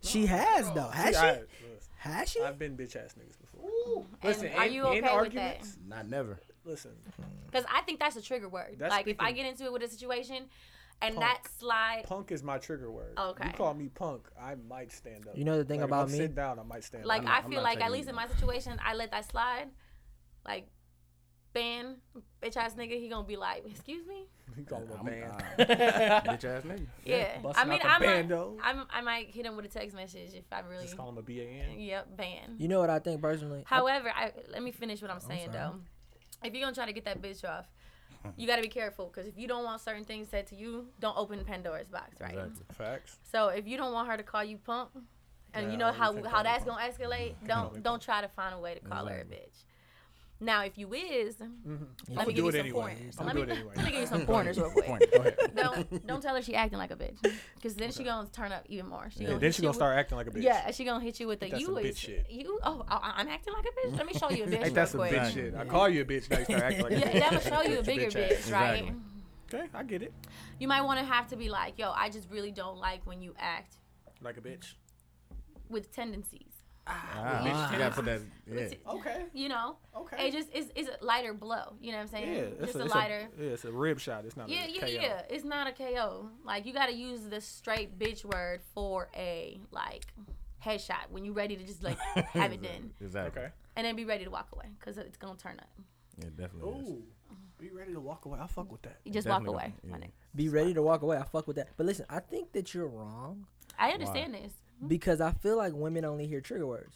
[SPEAKER 1] She has though. Has she?
[SPEAKER 4] I, listen,
[SPEAKER 1] Has she?
[SPEAKER 4] I've been bitch ass niggas before.
[SPEAKER 2] and are
[SPEAKER 4] in-
[SPEAKER 2] you
[SPEAKER 4] in
[SPEAKER 2] okay with that?
[SPEAKER 4] arguments,
[SPEAKER 3] Not never.
[SPEAKER 4] Listen,
[SPEAKER 2] Because I think that's a trigger word.
[SPEAKER 4] That's
[SPEAKER 2] like if I
[SPEAKER 4] speaking-
[SPEAKER 2] get into it with a situation, and
[SPEAKER 4] Punk.
[SPEAKER 2] that slide,
[SPEAKER 4] punk is my trigger word.
[SPEAKER 2] Okay.
[SPEAKER 4] You call me punk, I might stand up.
[SPEAKER 1] You know the thing
[SPEAKER 4] Like, if
[SPEAKER 1] about
[SPEAKER 4] I'm
[SPEAKER 1] me?
[SPEAKER 4] Sit down, I might stand
[SPEAKER 2] like
[SPEAKER 4] up.
[SPEAKER 3] I'm
[SPEAKER 2] I
[SPEAKER 3] not- I'm
[SPEAKER 2] feel
[SPEAKER 3] not
[SPEAKER 2] like at
[SPEAKER 3] taking
[SPEAKER 2] least
[SPEAKER 3] it.
[SPEAKER 2] in my situation, I let that slide, like ban bitch ass nigga. He gonna be like, excuse me.
[SPEAKER 4] You call him a
[SPEAKER 3] I'm-
[SPEAKER 4] man.
[SPEAKER 3] I'm- bitch ass nigga.
[SPEAKER 2] Yeah, I
[SPEAKER 4] busting
[SPEAKER 2] mean,
[SPEAKER 4] out the
[SPEAKER 2] I
[SPEAKER 4] ban,
[SPEAKER 2] might,
[SPEAKER 4] though.
[SPEAKER 2] I'm, I might hit him with a text message if I really,
[SPEAKER 4] Just call him a BAN.
[SPEAKER 2] yep, ban.
[SPEAKER 1] You know what I think personally? I-
[SPEAKER 2] However, I, let me finish what I'm saying
[SPEAKER 1] sorry.
[SPEAKER 2] though. If you're gonna try to get that bitch off, you gotta be careful because if you don't want certain things said to you, don't open Pandora's box, right?
[SPEAKER 3] Exactly.
[SPEAKER 4] Facts.
[SPEAKER 2] So if you don't want her to call you punk, and
[SPEAKER 4] Yeah,
[SPEAKER 2] you
[SPEAKER 4] I
[SPEAKER 2] know
[SPEAKER 4] don't
[SPEAKER 2] how
[SPEAKER 4] think
[SPEAKER 2] how
[SPEAKER 4] I'll be
[SPEAKER 2] that's gonna escalate,
[SPEAKER 4] I'll
[SPEAKER 2] don't
[SPEAKER 4] be
[SPEAKER 2] don't try to find a way to call her a
[SPEAKER 3] Exactly.
[SPEAKER 2] bitch. Now, if you is,
[SPEAKER 4] Mm-hmm. I'ma
[SPEAKER 2] let me
[SPEAKER 4] do
[SPEAKER 2] give you
[SPEAKER 4] it
[SPEAKER 2] some
[SPEAKER 4] anyway.
[SPEAKER 2] pointers.
[SPEAKER 4] I'ma
[SPEAKER 2] Let
[SPEAKER 4] do
[SPEAKER 2] me
[SPEAKER 4] it anyway.
[SPEAKER 2] let me give you some pointers real quick.
[SPEAKER 3] Point. Go ahead.
[SPEAKER 2] Don't don't tell her she acting like a bitch, because then she gonna turn up even more. She
[SPEAKER 4] Yeah, then
[SPEAKER 2] hit
[SPEAKER 4] she
[SPEAKER 2] you
[SPEAKER 4] gonna
[SPEAKER 2] with-
[SPEAKER 4] start acting like a bitch.
[SPEAKER 2] Yeah, and she gonna hit you with the
[SPEAKER 4] Ain't that
[SPEAKER 2] you
[SPEAKER 4] some bitch
[SPEAKER 2] is
[SPEAKER 4] shit.
[SPEAKER 2] you. Oh, I, I'm acting like a bitch. Let me show you a bitch.
[SPEAKER 4] Ain't that some
[SPEAKER 2] real quick.
[SPEAKER 4] bitch shit? I call you a bitch, now you start acting like a
[SPEAKER 2] Yeah,
[SPEAKER 4] bitch.
[SPEAKER 2] that would show you a
[SPEAKER 4] Bitch
[SPEAKER 2] bigger bitch,
[SPEAKER 4] ass.
[SPEAKER 2] right?
[SPEAKER 3] Exactly.
[SPEAKER 4] Okay, I get it.
[SPEAKER 2] You might want to have to be like, yo, I just really don't like when you act
[SPEAKER 4] Like a bitch.
[SPEAKER 2] with tendencies.
[SPEAKER 3] Ah, you gotta put that. Yeah.
[SPEAKER 4] Okay,
[SPEAKER 2] You know,
[SPEAKER 4] okay.
[SPEAKER 2] it just is is a lighter blow. You know what I'm saying?
[SPEAKER 4] yeah,
[SPEAKER 2] just
[SPEAKER 4] it's
[SPEAKER 2] a,
[SPEAKER 4] it's
[SPEAKER 2] lighter.
[SPEAKER 4] yeah, it's a rib shot. It's not.
[SPEAKER 2] yeah,
[SPEAKER 4] a
[SPEAKER 2] yeah,
[SPEAKER 4] KO.
[SPEAKER 2] yeah. It's not a KO. Like you got to use the straight bitch word for a like headshot when you're ready to just like have it done
[SPEAKER 3] Exactly.
[SPEAKER 4] Okay.
[SPEAKER 2] and then be ready to walk away because it's gonna turn up.
[SPEAKER 3] Yeah, definitely. is.
[SPEAKER 4] Ooh, be ready to walk away. I fuck with that.
[SPEAKER 2] You just
[SPEAKER 3] Definitely
[SPEAKER 2] walk away. my
[SPEAKER 3] gonna- yeah.
[SPEAKER 2] nigga.
[SPEAKER 1] be ready to walk away. I fuck with that. But listen, I think that you're wrong
[SPEAKER 2] I understand this.
[SPEAKER 1] because I feel like women only hear trigger words.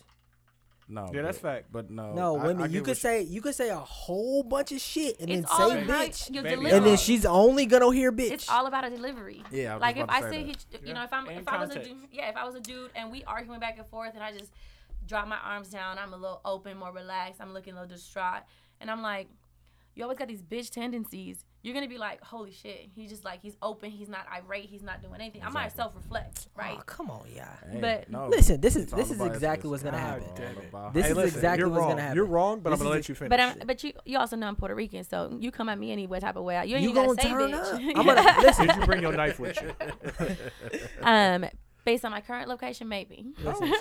[SPEAKER 3] No.
[SPEAKER 4] Yeah, that's
[SPEAKER 3] but-
[SPEAKER 4] fact.
[SPEAKER 3] But no.
[SPEAKER 1] No,
[SPEAKER 3] I- Oh, I
[SPEAKER 1] women,
[SPEAKER 3] get
[SPEAKER 1] you
[SPEAKER 3] what
[SPEAKER 1] could say you could say a whole bunch of shit and
[SPEAKER 2] It's
[SPEAKER 1] then
[SPEAKER 2] all
[SPEAKER 1] say
[SPEAKER 2] in how
[SPEAKER 1] bitch,
[SPEAKER 2] your
[SPEAKER 4] Baby,
[SPEAKER 2] delivery.
[SPEAKER 1] and then she's only gonna hear bitch.
[SPEAKER 2] It's all about a delivery.
[SPEAKER 3] Yeah, I was
[SPEAKER 2] like
[SPEAKER 3] just
[SPEAKER 2] if
[SPEAKER 3] about
[SPEAKER 2] I
[SPEAKER 3] to say
[SPEAKER 2] sit,
[SPEAKER 3] that.
[SPEAKER 2] here, you know,
[SPEAKER 4] Yeah.
[SPEAKER 2] if I'm
[SPEAKER 4] And
[SPEAKER 2] if I was a dude,
[SPEAKER 4] context.
[SPEAKER 2] yeah, if I was a dude and we arguing back and forth, and I just drop my arms down, I'm a little open, more relaxed, I'm looking a little distraught, and I'm like, you always got these bitch tendencies. You're gonna be like, holy shit, he's just like he's open, he's not irate, he's not doing anything. I might
[SPEAKER 3] Exactly.
[SPEAKER 2] self reflect, right?
[SPEAKER 1] Aw, Oh, come on, yeah.
[SPEAKER 3] Hey,
[SPEAKER 2] But-
[SPEAKER 3] no.
[SPEAKER 1] Listen, this is
[SPEAKER 3] It's all
[SPEAKER 1] this is
[SPEAKER 3] about-
[SPEAKER 1] exactly
[SPEAKER 3] it's
[SPEAKER 1] what's gonna
[SPEAKER 4] God
[SPEAKER 1] happen.
[SPEAKER 3] all
[SPEAKER 4] damn it.
[SPEAKER 3] about-
[SPEAKER 1] This
[SPEAKER 4] Hey,
[SPEAKER 1] is
[SPEAKER 4] listen,
[SPEAKER 1] exactly
[SPEAKER 4] you're
[SPEAKER 1] what's
[SPEAKER 4] wrong.
[SPEAKER 1] gonna happen.
[SPEAKER 4] You're wrong, but
[SPEAKER 1] This
[SPEAKER 4] I'm
[SPEAKER 1] is
[SPEAKER 4] gonna
[SPEAKER 1] ex-
[SPEAKER 4] let you finish.
[SPEAKER 2] But I'm, but you you also know I'm Puerto Rican, so you come at me any what type of way. You ain't
[SPEAKER 1] You
[SPEAKER 2] even gotta
[SPEAKER 1] gonna
[SPEAKER 2] say
[SPEAKER 1] turn up?
[SPEAKER 2] bitch.
[SPEAKER 1] I'm gonna listen.
[SPEAKER 4] Did you bring your knife with you?
[SPEAKER 2] um, based on my current location, maybe.
[SPEAKER 1] listen.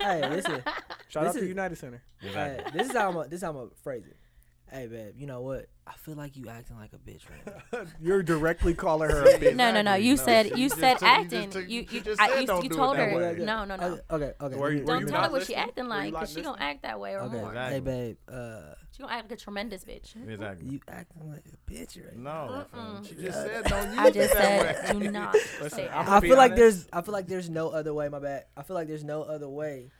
[SPEAKER 1] hey, listen.
[SPEAKER 4] Shout
[SPEAKER 1] This
[SPEAKER 4] out to
[SPEAKER 1] is-
[SPEAKER 4] United Center.
[SPEAKER 1] Hey, this is how I'm. A, this is how I'm a phrase it. Hey, babe. You know what? I feel like you acting like a bitch right now.
[SPEAKER 4] You're directly calling her a bitch.
[SPEAKER 2] No, no, no.
[SPEAKER 3] Exactly.
[SPEAKER 2] You
[SPEAKER 3] No,
[SPEAKER 2] said
[SPEAKER 3] she
[SPEAKER 2] you
[SPEAKER 3] just
[SPEAKER 2] said
[SPEAKER 3] took- you just
[SPEAKER 2] acting.
[SPEAKER 3] took-
[SPEAKER 2] You
[SPEAKER 3] she
[SPEAKER 2] you
[SPEAKER 3] just
[SPEAKER 2] I-
[SPEAKER 3] said
[SPEAKER 2] you,
[SPEAKER 3] don't
[SPEAKER 2] you
[SPEAKER 3] do it
[SPEAKER 2] told
[SPEAKER 3] that
[SPEAKER 2] her.
[SPEAKER 3] way.
[SPEAKER 2] No, no, no.
[SPEAKER 1] Okay, Okay, okay.
[SPEAKER 4] Were you- were
[SPEAKER 2] Don't
[SPEAKER 4] you
[SPEAKER 2] tell
[SPEAKER 4] not
[SPEAKER 2] her what she
[SPEAKER 4] listening?
[SPEAKER 2] acting
[SPEAKER 4] Were you
[SPEAKER 2] like,
[SPEAKER 4] not
[SPEAKER 2] cause she gonna act that way or
[SPEAKER 1] okay.
[SPEAKER 2] more.
[SPEAKER 1] Hey,
[SPEAKER 3] Exactly.
[SPEAKER 1] babe. Uh,
[SPEAKER 2] She gonna act like a tremendous bitch.
[SPEAKER 3] Exactly.
[SPEAKER 1] you acting like a bitch right now.
[SPEAKER 3] No.
[SPEAKER 2] Mm-mm.
[SPEAKER 3] She just said don't
[SPEAKER 2] I
[SPEAKER 3] use it
[SPEAKER 2] just
[SPEAKER 3] that
[SPEAKER 2] said,
[SPEAKER 3] way.
[SPEAKER 2] do not say
[SPEAKER 4] Listen,
[SPEAKER 2] that.
[SPEAKER 4] I'm-
[SPEAKER 1] I
[SPEAKER 4] be
[SPEAKER 1] feel like
[SPEAKER 4] honest.
[SPEAKER 1] there's. I feel like there's no other way. My bad. I feel like there's no other way.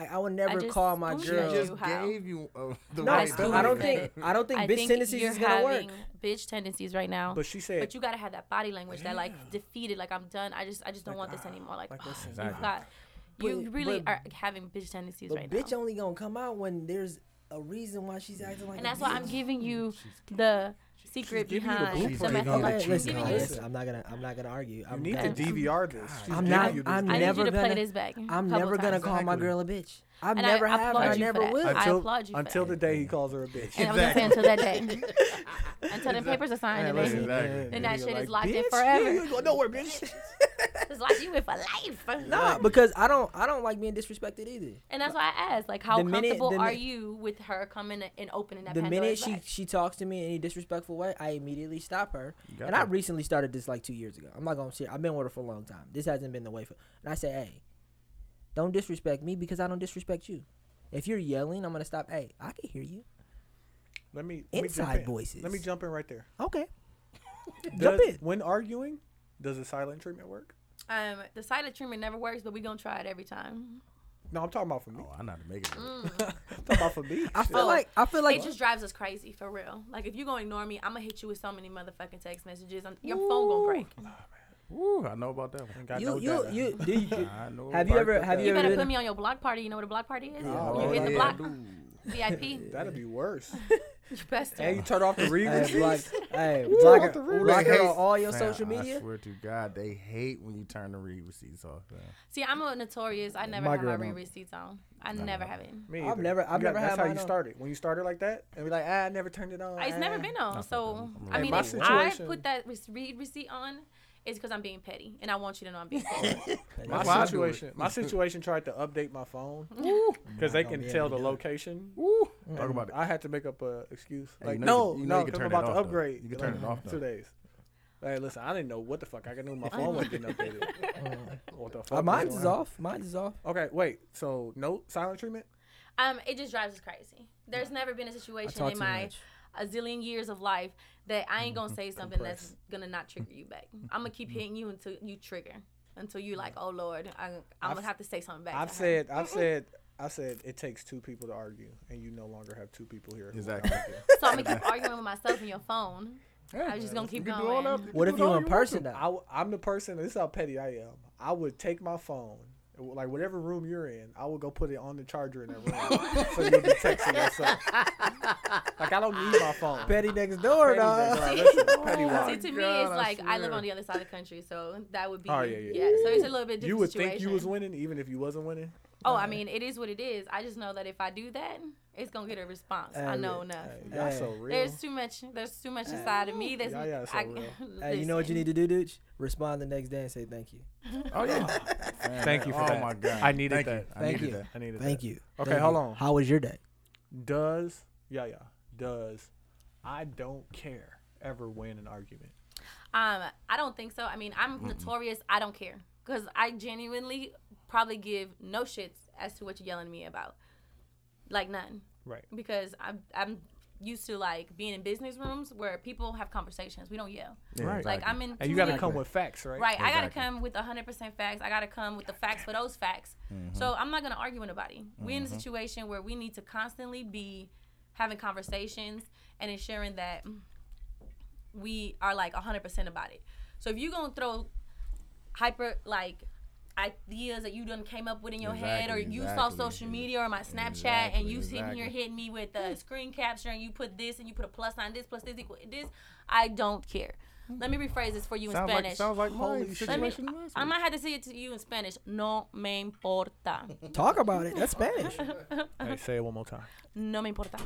[SPEAKER 1] I, I would never
[SPEAKER 2] just
[SPEAKER 1] call my
[SPEAKER 2] spoon
[SPEAKER 3] She
[SPEAKER 2] Girl.
[SPEAKER 1] girl.
[SPEAKER 3] just
[SPEAKER 2] You how?
[SPEAKER 3] gave you uh, the
[SPEAKER 1] no,
[SPEAKER 2] I
[SPEAKER 3] right.
[SPEAKER 2] just
[SPEAKER 1] I don't
[SPEAKER 2] spoon-fed
[SPEAKER 1] think.
[SPEAKER 2] it.
[SPEAKER 1] I don't think
[SPEAKER 2] I
[SPEAKER 1] bitch
[SPEAKER 2] think
[SPEAKER 1] tendencies
[SPEAKER 2] you're
[SPEAKER 1] is gonna work.
[SPEAKER 2] having bitch tendencies right now.
[SPEAKER 4] But she said,
[SPEAKER 2] But you gotta have that body language that like
[SPEAKER 4] Yeah.
[SPEAKER 2] defeated, like I'm done. I just I just don't
[SPEAKER 4] Like,
[SPEAKER 2] want this
[SPEAKER 4] ah,
[SPEAKER 2] anymore. Like,
[SPEAKER 4] like,
[SPEAKER 2] oh,
[SPEAKER 4] listen.
[SPEAKER 2] you've got you
[SPEAKER 1] But-
[SPEAKER 2] really
[SPEAKER 1] but-
[SPEAKER 2] are having bitch tendencies
[SPEAKER 1] But
[SPEAKER 2] right
[SPEAKER 1] bitch
[SPEAKER 2] now.
[SPEAKER 1] only gonna come out when there's a reason why she's acting like.
[SPEAKER 2] And
[SPEAKER 1] a
[SPEAKER 2] that's why
[SPEAKER 1] bitch.
[SPEAKER 2] I'm giving you the secret
[SPEAKER 4] giving you the
[SPEAKER 2] behind
[SPEAKER 4] blueprint.
[SPEAKER 2] the
[SPEAKER 4] She's
[SPEAKER 2] method.
[SPEAKER 4] gonna
[SPEAKER 2] I'm
[SPEAKER 1] Okay,
[SPEAKER 4] let you
[SPEAKER 1] listen,
[SPEAKER 2] giving
[SPEAKER 4] know.
[SPEAKER 1] I-
[SPEAKER 2] you-
[SPEAKER 1] listen, I'm not gonna. I'm not gonna argue.
[SPEAKER 4] you
[SPEAKER 1] I'm
[SPEAKER 4] need
[SPEAKER 1] gonna,
[SPEAKER 4] to DVR this. She's
[SPEAKER 1] I'm
[SPEAKER 4] giving
[SPEAKER 1] not-
[SPEAKER 4] you this.
[SPEAKER 1] I'm
[SPEAKER 2] I need
[SPEAKER 1] never
[SPEAKER 2] you to
[SPEAKER 1] gonna-
[SPEAKER 2] play this back. a
[SPEAKER 1] I'm
[SPEAKER 2] couple
[SPEAKER 1] never gonna
[SPEAKER 2] times.
[SPEAKER 1] call my
[SPEAKER 3] Exactly.
[SPEAKER 1] girl a bitch. I've
[SPEAKER 2] And I
[SPEAKER 1] never have.
[SPEAKER 2] applaud
[SPEAKER 1] and I
[SPEAKER 2] you for
[SPEAKER 1] never
[SPEAKER 2] that.
[SPEAKER 1] will.
[SPEAKER 2] I
[SPEAKER 4] until,
[SPEAKER 2] applaud you for
[SPEAKER 4] until
[SPEAKER 2] that.
[SPEAKER 4] the day he calls her a bitch.
[SPEAKER 2] And I'm just saying until that day. until the papers are signed and
[SPEAKER 3] listen,
[SPEAKER 2] then
[SPEAKER 3] Exactly.
[SPEAKER 2] And that shit
[SPEAKER 4] Like,
[SPEAKER 2] is locked in
[SPEAKER 4] bitch,
[SPEAKER 2] forever.
[SPEAKER 4] You ain't going nowhere, bitch.
[SPEAKER 2] It's locked you in for life.
[SPEAKER 1] Nah, because I don't. I don't like being disrespected either.
[SPEAKER 2] And that's why I asked, like, how
[SPEAKER 1] The minute-
[SPEAKER 2] comfortable
[SPEAKER 1] the mi-
[SPEAKER 2] are you with her coming and opening that
[SPEAKER 1] the minute
[SPEAKER 2] Pandora's
[SPEAKER 1] she
[SPEAKER 2] box?
[SPEAKER 1] she talks to me in any disrespectful way, I immediately stop her.
[SPEAKER 3] got
[SPEAKER 1] And I
[SPEAKER 3] that.
[SPEAKER 1] recently started this like two years ago. I'm not gonna say I've been with her for a long time. This hasn't been the way for. And I say, hey, don't disrespect me because I don't disrespect you. If you're yelling, I'm gonna stop. Hey, I can hear you.
[SPEAKER 4] Let me let me jump
[SPEAKER 1] Inside
[SPEAKER 4] in.
[SPEAKER 1] voices.
[SPEAKER 4] Let me jump in right there.
[SPEAKER 1] Okay, jump
[SPEAKER 4] Does,
[SPEAKER 1] in.
[SPEAKER 4] When arguing, does the silent treatment work?
[SPEAKER 2] Um, the silent treatment never works, but we gonna try it every time.
[SPEAKER 4] No, I'm talking about for me.
[SPEAKER 3] Oh, I know how to make it. work.
[SPEAKER 4] I'm talking about for me.
[SPEAKER 1] I feel
[SPEAKER 2] Oh,
[SPEAKER 1] like I feel like
[SPEAKER 2] it just drives us crazy for real. Like if you gonna ignore me, I'm gonna hit you with so many motherfucking text messages. i your phone gonna break.
[SPEAKER 3] Woo, I know about that one.
[SPEAKER 4] Got no
[SPEAKER 1] you you
[SPEAKER 4] data.
[SPEAKER 1] you do you.
[SPEAKER 3] I know.
[SPEAKER 1] Have you
[SPEAKER 3] about
[SPEAKER 1] ever-
[SPEAKER 3] that.
[SPEAKER 1] have
[SPEAKER 2] You better
[SPEAKER 1] been-
[SPEAKER 2] put me on your block party. You know what a block party is?
[SPEAKER 1] Yeah.
[SPEAKER 3] Oh,
[SPEAKER 2] you hit the
[SPEAKER 3] yeah,
[SPEAKER 2] block
[SPEAKER 3] dude.
[SPEAKER 2] VIP.
[SPEAKER 4] That'd be worse.
[SPEAKER 2] You best
[SPEAKER 4] Hey, you turn off the readers.
[SPEAKER 1] Hey, block, hey,
[SPEAKER 4] Woo,
[SPEAKER 1] block,
[SPEAKER 4] off
[SPEAKER 1] her,
[SPEAKER 4] the roof.
[SPEAKER 1] block
[SPEAKER 3] They
[SPEAKER 1] her
[SPEAKER 3] hate-
[SPEAKER 1] on all your
[SPEAKER 3] Fam,
[SPEAKER 1] social
[SPEAKER 3] I
[SPEAKER 1] media.
[SPEAKER 3] swear to God, they hate when you turn the read receipts off. fam.
[SPEAKER 2] See, I'm a notorious. I never
[SPEAKER 1] My
[SPEAKER 2] have my
[SPEAKER 1] grandma.
[SPEAKER 2] re receipts on. I never have it.
[SPEAKER 4] Me
[SPEAKER 1] I've
[SPEAKER 4] either.
[SPEAKER 1] never- I've
[SPEAKER 4] You got-
[SPEAKER 1] never
[SPEAKER 4] That's
[SPEAKER 1] had
[SPEAKER 4] how
[SPEAKER 1] mine
[SPEAKER 4] you
[SPEAKER 1] on.
[SPEAKER 4] started. When you started like that, and be like, ah, I never turned it on.
[SPEAKER 2] It's never
[SPEAKER 4] ah."
[SPEAKER 2] been on.
[SPEAKER 3] That's
[SPEAKER 2] So
[SPEAKER 3] okay. I'm
[SPEAKER 2] I
[SPEAKER 3] really
[SPEAKER 2] mean,
[SPEAKER 4] My
[SPEAKER 2] if I
[SPEAKER 4] situation-
[SPEAKER 2] put that re- read receipt on, it's because I'm being petty, and I want you to know I'm being petty.
[SPEAKER 3] That's why I
[SPEAKER 4] My
[SPEAKER 3] do it.
[SPEAKER 4] situation. My situation tried to update my phone because they
[SPEAKER 1] Nah,
[SPEAKER 4] can
[SPEAKER 1] don't be
[SPEAKER 4] tell
[SPEAKER 1] able to
[SPEAKER 4] the
[SPEAKER 1] do it.
[SPEAKER 4] location.
[SPEAKER 3] Woo. Talk
[SPEAKER 4] and
[SPEAKER 3] about it.
[SPEAKER 4] I had to make up a excuse.
[SPEAKER 3] Hey,
[SPEAKER 4] Like,
[SPEAKER 3] you know you
[SPEAKER 4] no,
[SPEAKER 3] can- you know
[SPEAKER 4] no,
[SPEAKER 3] you can
[SPEAKER 4] I'm
[SPEAKER 3] turn
[SPEAKER 4] about
[SPEAKER 3] it
[SPEAKER 4] to
[SPEAKER 3] off, though.
[SPEAKER 4] upgrade.
[SPEAKER 3] You can turn
[SPEAKER 4] like,
[SPEAKER 3] it off, though.
[SPEAKER 4] Two days. Hey, listen, I didn't know what the fuck. I knew my phone wasn't getting updated. what the fuck?
[SPEAKER 1] Uh,
[SPEAKER 4] was
[SPEAKER 1] mine's
[SPEAKER 4] going
[SPEAKER 1] is
[SPEAKER 4] on?
[SPEAKER 1] off. Mine's is off.
[SPEAKER 4] Okay, wait. So no silent treatment.
[SPEAKER 2] um, it just drives us crazy. There's never been a situation
[SPEAKER 1] talk
[SPEAKER 2] in
[SPEAKER 1] too
[SPEAKER 2] my
[SPEAKER 1] much.
[SPEAKER 2] a zillion years of life that I ain't gonna say something that's gonna not trigger you back. I'm gonna keep hitting you until you trigger, until you like, oh Lord, I, I'm
[SPEAKER 4] I've-
[SPEAKER 2] gonna have to say something back.
[SPEAKER 4] I've
[SPEAKER 2] to her."
[SPEAKER 4] said, I've said, I've said, it takes two people to argue, and you no longer have two people here. who
[SPEAKER 3] Exactly.
[SPEAKER 2] so. I'm gonna keep arguing with myself and your phone. I was just gonna keep
[SPEAKER 3] You can do all
[SPEAKER 2] going.
[SPEAKER 3] that.
[SPEAKER 1] What
[SPEAKER 3] can
[SPEAKER 1] if
[SPEAKER 3] do
[SPEAKER 1] you
[SPEAKER 3] all
[SPEAKER 1] in
[SPEAKER 3] want
[SPEAKER 1] person
[SPEAKER 3] to.
[SPEAKER 1] though?
[SPEAKER 4] I, w- I'm the person. This is how petty I am. I would take my phone, it w- like whatever room you're in, I would go put it on the charger in that room, so you can text it yourself. Like I don't need my phone.
[SPEAKER 1] Betty next door,
[SPEAKER 4] Petty
[SPEAKER 1] dog.
[SPEAKER 4] nigga, like, listen, petty
[SPEAKER 2] See,
[SPEAKER 4] wise.
[SPEAKER 2] to me,
[SPEAKER 3] God,
[SPEAKER 2] it's
[SPEAKER 3] I
[SPEAKER 2] like I, live
[SPEAKER 3] swear.
[SPEAKER 2] on the other side of the country, so that would be.
[SPEAKER 4] Oh,
[SPEAKER 2] yeah,
[SPEAKER 4] yeah, yeah.
[SPEAKER 2] So it's a little bit different
[SPEAKER 4] You would
[SPEAKER 2] situation.
[SPEAKER 4] think you was winning, even if you wasn't winning.
[SPEAKER 2] Oh, I mean, it is what it is. I just know that if I do that, it's gonna get a response. I
[SPEAKER 1] Hey,
[SPEAKER 2] know enough.
[SPEAKER 4] Hey, y'all
[SPEAKER 1] Hey.
[SPEAKER 4] so real.
[SPEAKER 2] There's too much. There's too much inside of me. That's
[SPEAKER 4] Y'all- y'all so
[SPEAKER 2] I,
[SPEAKER 4] real.
[SPEAKER 1] Hey, you know what you
[SPEAKER 2] Listen.
[SPEAKER 1] need to do, dude? Respond the next day and say thank you.
[SPEAKER 3] Oh yeah. Man,
[SPEAKER 4] Thank you for
[SPEAKER 3] oh
[SPEAKER 4] that.
[SPEAKER 3] my God.
[SPEAKER 4] I needed
[SPEAKER 3] Thank
[SPEAKER 4] that.
[SPEAKER 3] You. I
[SPEAKER 1] Thank
[SPEAKER 3] needed
[SPEAKER 1] you.
[SPEAKER 3] that.
[SPEAKER 4] I needed.
[SPEAKER 1] Thank
[SPEAKER 4] that.
[SPEAKER 1] you.
[SPEAKER 4] Okay,
[SPEAKER 1] Thank
[SPEAKER 4] hold
[SPEAKER 1] you.
[SPEAKER 4] on.
[SPEAKER 1] How was your day?
[SPEAKER 4] Does yeah yeah does I don't care ever win an argument.
[SPEAKER 2] Um, I don't think so. I mean, I'm notorious. I don't care because I genuinely probably give no shits as to what you're yelling at me about, like none.
[SPEAKER 4] Right.
[SPEAKER 2] Because I'm I'm used to like being in business rooms where people have conversations. We don't yell.
[SPEAKER 3] Yeah,
[SPEAKER 4] Right.
[SPEAKER 2] Like
[SPEAKER 3] exactly.
[SPEAKER 2] I'm in.
[SPEAKER 4] And
[SPEAKER 2] too
[SPEAKER 4] you got to
[SPEAKER 2] many-
[SPEAKER 4] come with facts, right?
[SPEAKER 2] Right, I gotta
[SPEAKER 3] Exactly.
[SPEAKER 2] come with 100% facts. I gotta come with the facts for those facts.
[SPEAKER 3] Mm-hmm.
[SPEAKER 2] So I'm not gonna argue with nobody. We're in a situation where we need to constantly be having conversations and ensuring that we are like 100% about it. So if you're gonna throw hyper like ideas that you done came up with in your head, or
[SPEAKER 3] Exactly,
[SPEAKER 2] you saw
[SPEAKER 3] exactly.
[SPEAKER 2] social media or my Snapchat,
[SPEAKER 3] Exactly,
[SPEAKER 2] and you sitting here
[SPEAKER 3] exactly.
[SPEAKER 2] hitting me with a screen capture, and you put this, and you put a plus sign, this plus this equal this. I don't care. Let me rephrase this for you in
[SPEAKER 3] Sounds like,
[SPEAKER 2] Spanish.
[SPEAKER 3] sounds like
[SPEAKER 4] Holy
[SPEAKER 3] my
[SPEAKER 4] shit.
[SPEAKER 2] Let me,
[SPEAKER 3] situation last
[SPEAKER 2] I
[SPEAKER 3] week.
[SPEAKER 2] might have to say it to you in Spanish. No me importa.
[SPEAKER 1] Talk about it. That's Spanish.
[SPEAKER 4] Hey, say it one more time.
[SPEAKER 2] No me importa.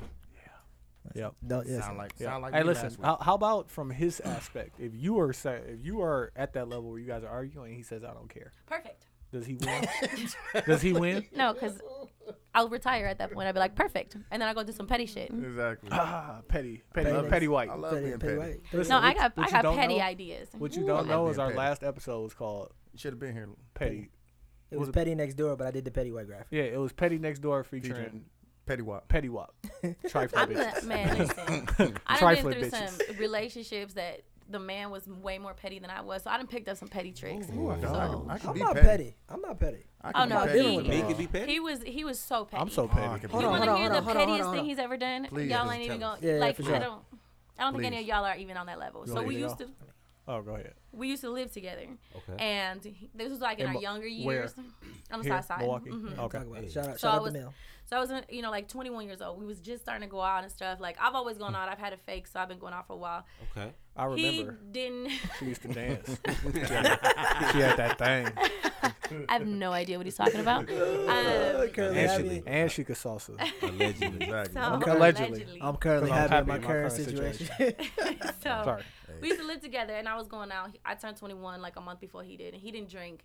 [SPEAKER 4] Yep.
[SPEAKER 1] No, yes.
[SPEAKER 3] Sound like,
[SPEAKER 4] Yeah.
[SPEAKER 3] sound like
[SPEAKER 4] hey,
[SPEAKER 3] me
[SPEAKER 4] listen.
[SPEAKER 3] last week.
[SPEAKER 4] How, how about from his aspect? If you are say, if you are at that level where you guys are arguing, and he says, "I don't care,"
[SPEAKER 2] Perfect.
[SPEAKER 4] does he win? does he win?
[SPEAKER 2] No, because I'll retire at that point. I'd be like, perfect. And then I go do some petty shit. No,
[SPEAKER 3] Exactly.
[SPEAKER 4] Ah, petty, petty,
[SPEAKER 1] Love it.
[SPEAKER 4] petty white.
[SPEAKER 3] I love
[SPEAKER 1] Petty
[SPEAKER 3] being petty.
[SPEAKER 1] White.
[SPEAKER 4] Listen,
[SPEAKER 2] I
[SPEAKER 4] what-
[SPEAKER 2] got
[SPEAKER 4] what
[SPEAKER 2] I
[SPEAKER 4] you
[SPEAKER 2] got
[SPEAKER 4] don't
[SPEAKER 2] petty
[SPEAKER 4] know-
[SPEAKER 2] ideas.
[SPEAKER 4] What you don't
[SPEAKER 3] I
[SPEAKER 4] know
[SPEAKER 3] love
[SPEAKER 4] is
[SPEAKER 3] being
[SPEAKER 4] our
[SPEAKER 3] petty.
[SPEAKER 4] last episode was called
[SPEAKER 3] Should have been here.
[SPEAKER 4] "Petty."
[SPEAKER 1] It was
[SPEAKER 4] Was it-
[SPEAKER 1] Petty Next Door, but I did the Petty White graphic.
[SPEAKER 4] Yeah, it was "Petty Next Door" featuring,
[SPEAKER 3] Featuring Petty Wop.
[SPEAKER 4] Petty Wop. Trifling
[SPEAKER 2] I'm not,
[SPEAKER 4] bitches.
[SPEAKER 2] man, listen. I done been
[SPEAKER 4] Trifling
[SPEAKER 2] through
[SPEAKER 4] bitches.
[SPEAKER 2] some relationships that the man was way more petty than I was. So I done picked up some petty tricks.
[SPEAKER 3] Ooh, I, can, I, can, I can
[SPEAKER 1] I'm
[SPEAKER 3] be
[SPEAKER 1] not
[SPEAKER 3] petty.
[SPEAKER 1] petty. I'm not petty.
[SPEAKER 3] I
[SPEAKER 2] Oh
[SPEAKER 3] can
[SPEAKER 2] no,
[SPEAKER 3] be
[SPEAKER 1] dealing
[SPEAKER 3] petty.
[SPEAKER 1] with
[SPEAKER 5] Me
[SPEAKER 2] he
[SPEAKER 5] can be petty.
[SPEAKER 2] he was he was so petty.
[SPEAKER 4] I'm so
[SPEAKER 3] Oh, I
[SPEAKER 4] petty.
[SPEAKER 3] can be
[SPEAKER 1] Hold
[SPEAKER 2] You
[SPEAKER 1] on,
[SPEAKER 2] want
[SPEAKER 3] petty.
[SPEAKER 2] to
[SPEAKER 1] hold
[SPEAKER 2] hear
[SPEAKER 1] on,
[SPEAKER 2] the
[SPEAKER 1] hold on,
[SPEAKER 2] pettiest
[SPEAKER 1] hold on.
[SPEAKER 2] thing he's ever done?
[SPEAKER 3] Please,
[SPEAKER 2] y'all
[SPEAKER 3] just
[SPEAKER 2] ain't even
[SPEAKER 3] tell
[SPEAKER 2] going.
[SPEAKER 1] us. Yeah, yeah,
[SPEAKER 2] like
[SPEAKER 1] for
[SPEAKER 2] I
[SPEAKER 1] sure.
[SPEAKER 2] don't. I don't think any of
[SPEAKER 3] Please.
[SPEAKER 2] y'all are even on that level. So
[SPEAKER 4] Please.
[SPEAKER 2] we used to
[SPEAKER 4] Oh, go ahead.
[SPEAKER 2] we used to live together,
[SPEAKER 5] Okay.
[SPEAKER 2] and he- this was like in,
[SPEAKER 4] In
[SPEAKER 2] our
[SPEAKER 4] Mo-
[SPEAKER 2] younger
[SPEAKER 4] where?
[SPEAKER 2] years on the
[SPEAKER 4] Here,
[SPEAKER 2] south side.
[SPEAKER 4] Milwaukee.
[SPEAKER 3] Mm-hmm.
[SPEAKER 2] Mhm.
[SPEAKER 4] Okay.
[SPEAKER 1] Talk about
[SPEAKER 5] Hey.
[SPEAKER 1] it. Shout out,
[SPEAKER 2] So
[SPEAKER 1] shout
[SPEAKER 2] I
[SPEAKER 1] out
[SPEAKER 2] was-
[SPEAKER 1] the mail.
[SPEAKER 2] So I was, in- you know, like 21 years old. We was just starting to go out and stuff. Like I've always gone out. I've had a fake, so I've been going out for a while.
[SPEAKER 5] Okay.
[SPEAKER 4] I
[SPEAKER 2] He
[SPEAKER 4] remember
[SPEAKER 2] didn't.
[SPEAKER 4] she used to dance. she had that thing.
[SPEAKER 2] I have no idea what he's talking about. Um,
[SPEAKER 1] currently
[SPEAKER 4] And
[SPEAKER 1] happy.
[SPEAKER 4] she, and she could salsa.
[SPEAKER 5] Allegedly.
[SPEAKER 3] Exactly.
[SPEAKER 2] so
[SPEAKER 4] Allegedly.
[SPEAKER 1] I'm currently
[SPEAKER 4] 'Cause I'm
[SPEAKER 1] happy in
[SPEAKER 4] happy
[SPEAKER 1] my
[SPEAKER 4] in my
[SPEAKER 1] current
[SPEAKER 4] current
[SPEAKER 1] situation.
[SPEAKER 2] so
[SPEAKER 4] Sorry.
[SPEAKER 2] we used to live together and I was going out. He- I turned 21 like a month before he did and he didn't drink.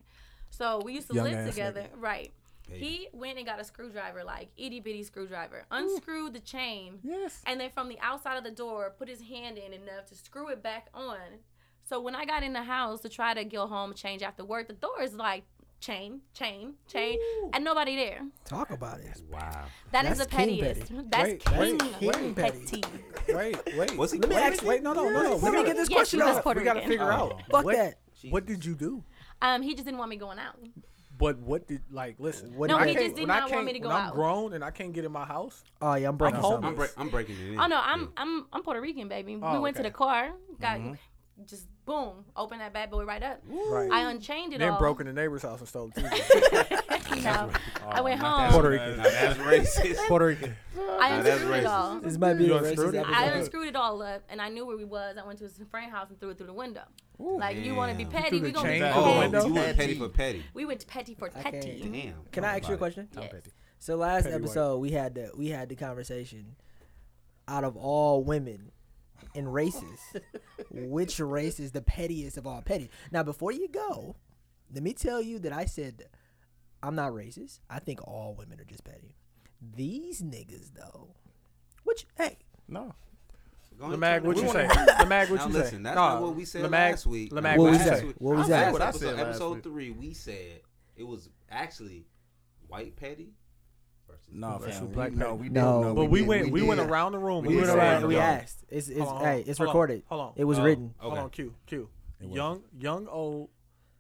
[SPEAKER 2] So we used to
[SPEAKER 4] Young
[SPEAKER 2] live
[SPEAKER 4] ass
[SPEAKER 2] together. Right.
[SPEAKER 5] Hey.
[SPEAKER 2] He went and got a screwdriver, like itty bitty screwdriver, unscrewed the chain,
[SPEAKER 3] Yes.
[SPEAKER 2] and then from the outside of the door, put his hand in enough to screw it back on. So when I got in the house to try to go home, change after work, the door is like chain, chain, chain, and nobody there.
[SPEAKER 1] Talk about it.
[SPEAKER 5] Wow.
[SPEAKER 2] That's
[SPEAKER 1] That's
[SPEAKER 2] the
[SPEAKER 1] king
[SPEAKER 2] pettiest.
[SPEAKER 1] petty.
[SPEAKER 2] That's
[SPEAKER 4] Wait,
[SPEAKER 2] king,
[SPEAKER 4] wait,
[SPEAKER 1] king petty.
[SPEAKER 2] petty.
[SPEAKER 4] Wait, wait.
[SPEAKER 5] Was he
[SPEAKER 1] Let me
[SPEAKER 5] Puerto
[SPEAKER 1] ask.
[SPEAKER 5] Rican?
[SPEAKER 1] Wait, no, no, no.
[SPEAKER 4] Yeah,
[SPEAKER 1] Let me
[SPEAKER 4] no.
[SPEAKER 1] get this
[SPEAKER 2] Yeah,
[SPEAKER 1] question
[SPEAKER 2] she was
[SPEAKER 1] out.
[SPEAKER 2] Puerto
[SPEAKER 4] we gotta
[SPEAKER 2] Rican.
[SPEAKER 4] figure out
[SPEAKER 1] Fuck
[SPEAKER 4] what,
[SPEAKER 1] that.
[SPEAKER 4] What did you do?
[SPEAKER 2] Um, he just didn't want me going out.
[SPEAKER 4] But what did like listen? When
[SPEAKER 1] No,
[SPEAKER 4] I
[SPEAKER 1] he
[SPEAKER 4] can't-
[SPEAKER 2] just did
[SPEAKER 4] when I
[SPEAKER 2] not want
[SPEAKER 4] can't-
[SPEAKER 2] me to go
[SPEAKER 4] when I'm
[SPEAKER 2] out.
[SPEAKER 4] grown and I can't get in my house.
[SPEAKER 1] Oh yeah, I'm breaking
[SPEAKER 4] I'm
[SPEAKER 1] something.
[SPEAKER 5] I'm,
[SPEAKER 4] homeless.
[SPEAKER 5] bre- I'm breaking it in.
[SPEAKER 2] Oh no, I'm I'm I'm Puerto Rican, baby. we
[SPEAKER 4] Oh,
[SPEAKER 2] went
[SPEAKER 4] okay. Mm-hmm.
[SPEAKER 2] to the car, got just boom, open that bad boy right up.
[SPEAKER 4] Right.
[SPEAKER 2] I unchained it
[SPEAKER 4] then
[SPEAKER 2] all.
[SPEAKER 4] broke in the neighbor's house and stole two.
[SPEAKER 2] no. I went home.
[SPEAKER 3] not that
[SPEAKER 4] Puerto
[SPEAKER 3] bad.
[SPEAKER 5] Now, Oh, that's racist.
[SPEAKER 4] Puerto Rican.
[SPEAKER 2] I
[SPEAKER 5] Nah, that's
[SPEAKER 2] unscrewed it
[SPEAKER 5] racist.
[SPEAKER 2] all.
[SPEAKER 1] This might be
[SPEAKER 4] You
[SPEAKER 1] a
[SPEAKER 4] unscrewed
[SPEAKER 1] racist
[SPEAKER 4] it?
[SPEAKER 2] I
[SPEAKER 1] episode.
[SPEAKER 2] unscrewed it all up, and I knew where we was. I went to his friend's house and threw it through the window. like you want to be
[SPEAKER 5] damn.
[SPEAKER 2] petty, we
[SPEAKER 4] Threw the
[SPEAKER 2] gonna be
[SPEAKER 4] chain through the
[SPEAKER 2] petty.
[SPEAKER 4] window?
[SPEAKER 5] Oh, you went petty
[SPEAKER 3] Petty.
[SPEAKER 5] for petty.
[SPEAKER 2] We went petty for
[SPEAKER 1] I
[SPEAKER 2] petty.
[SPEAKER 1] can't.
[SPEAKER 5] Damn.
[SPEAKER 1] Can I
[SPEAKER 5] talk
[SPEAKER 1] ask you a
[SPEAKER 5] about it.
[SPEAKER 1] question?
[SPEAKER 3] I'm
[SPEAKER 2] Yes.
[SPEAKER 3] petty.
[SPEAKER 1] So last
[SPEAKER 4] Petty white.
[SPEAKER 1] episode we had the we had the conversation. Out of all women and races, which race is the pettiest of all petty? Now before you go, let me tell you that I said I'm not racist. I think all women are just petty. These niggas though, which hey,
[SPEAKER 3] No.
[SPEAKER 5] Go ahead,
[SPEAKER 4] The mag,
[SPEAKER 5] turn
[SPEAKER 4] what
[SPEAKER 5] it
[SPEAKER 4] you
[SPEAKER 5] on.
[SPEAKER 4] say?
[SPEAKER 5] We wanna-
[SPEAKER 4] The mag, what
[SPEAKER 5] now
[SPEAKER 4] you say?
[SPEAKER 5] listen, that's not what we said last week.
[SPEAKER 4] Lamag,
[SPEAKER 1] What
[SPEAKER 4] what
[SPEAKER 1] we
[SPEAKER 4] you
[SPEAKER 1] said?
[SPEAKER 4] say?
[SPEAKER 5] Last week-
[SPEAKER 1] What was
[SPEAKER 5] I
[SPEAKER 1] that?
[SPEAKER 5] said
[SPEAKER 3] What I
[SPEAKER 5] episode-
[SPEAKER 3] said last
[SPEAKER 5] episode
[SPEAKER 3] week.
[SPEAKER 5] three, we said it was actually white petty versus
[SPEAKER 3] No,
[SPEAKER 4] Versus
[SPEAKER 3] fam.
[SPEAKER 4] black
[SPEAKER 3] We, no,
[SPEAKER 4] petty.
[SPEAKER 3] we
[SPEAKER 1] No.
[SPEAKER 3] didn't know.
[SPEAKER 4] But we
[SPEAKER 3] did,
[SPEAKER 4] went, we went
[SPEAKER 3] did.
[SPEAKER 4] around the room.
[SPEAKER 5] We
[SPEAKER 1] we
[SPEAKER 5] did
[SPEAKER 1] went
[SPEAKER 5] say
[SPEAKER 1] around.
[SPEAKER 5] it,
[SPEAKER 1] We
[SPEAKER 5] y'all.
[SPEAKER 1] asked. It's, it's
[SPEAKER 4] Hold on,
[SPEAKER 1] hey, it's
[SPEAKER 4] hold on,
[SPEAKER 1] recorded.
[SPEAKER 4] hold on.
[SPEAKER 1] It was
[SPEAKER 5] Oh,
[SPEAKER 1] written.
[SPEAKER 4] Hold
[SPEAKER 5] okay.
[SPEAKER 4] on, Q, Q.
[SPEAKER 3] It
[SPEAKER 4] Young, young, old,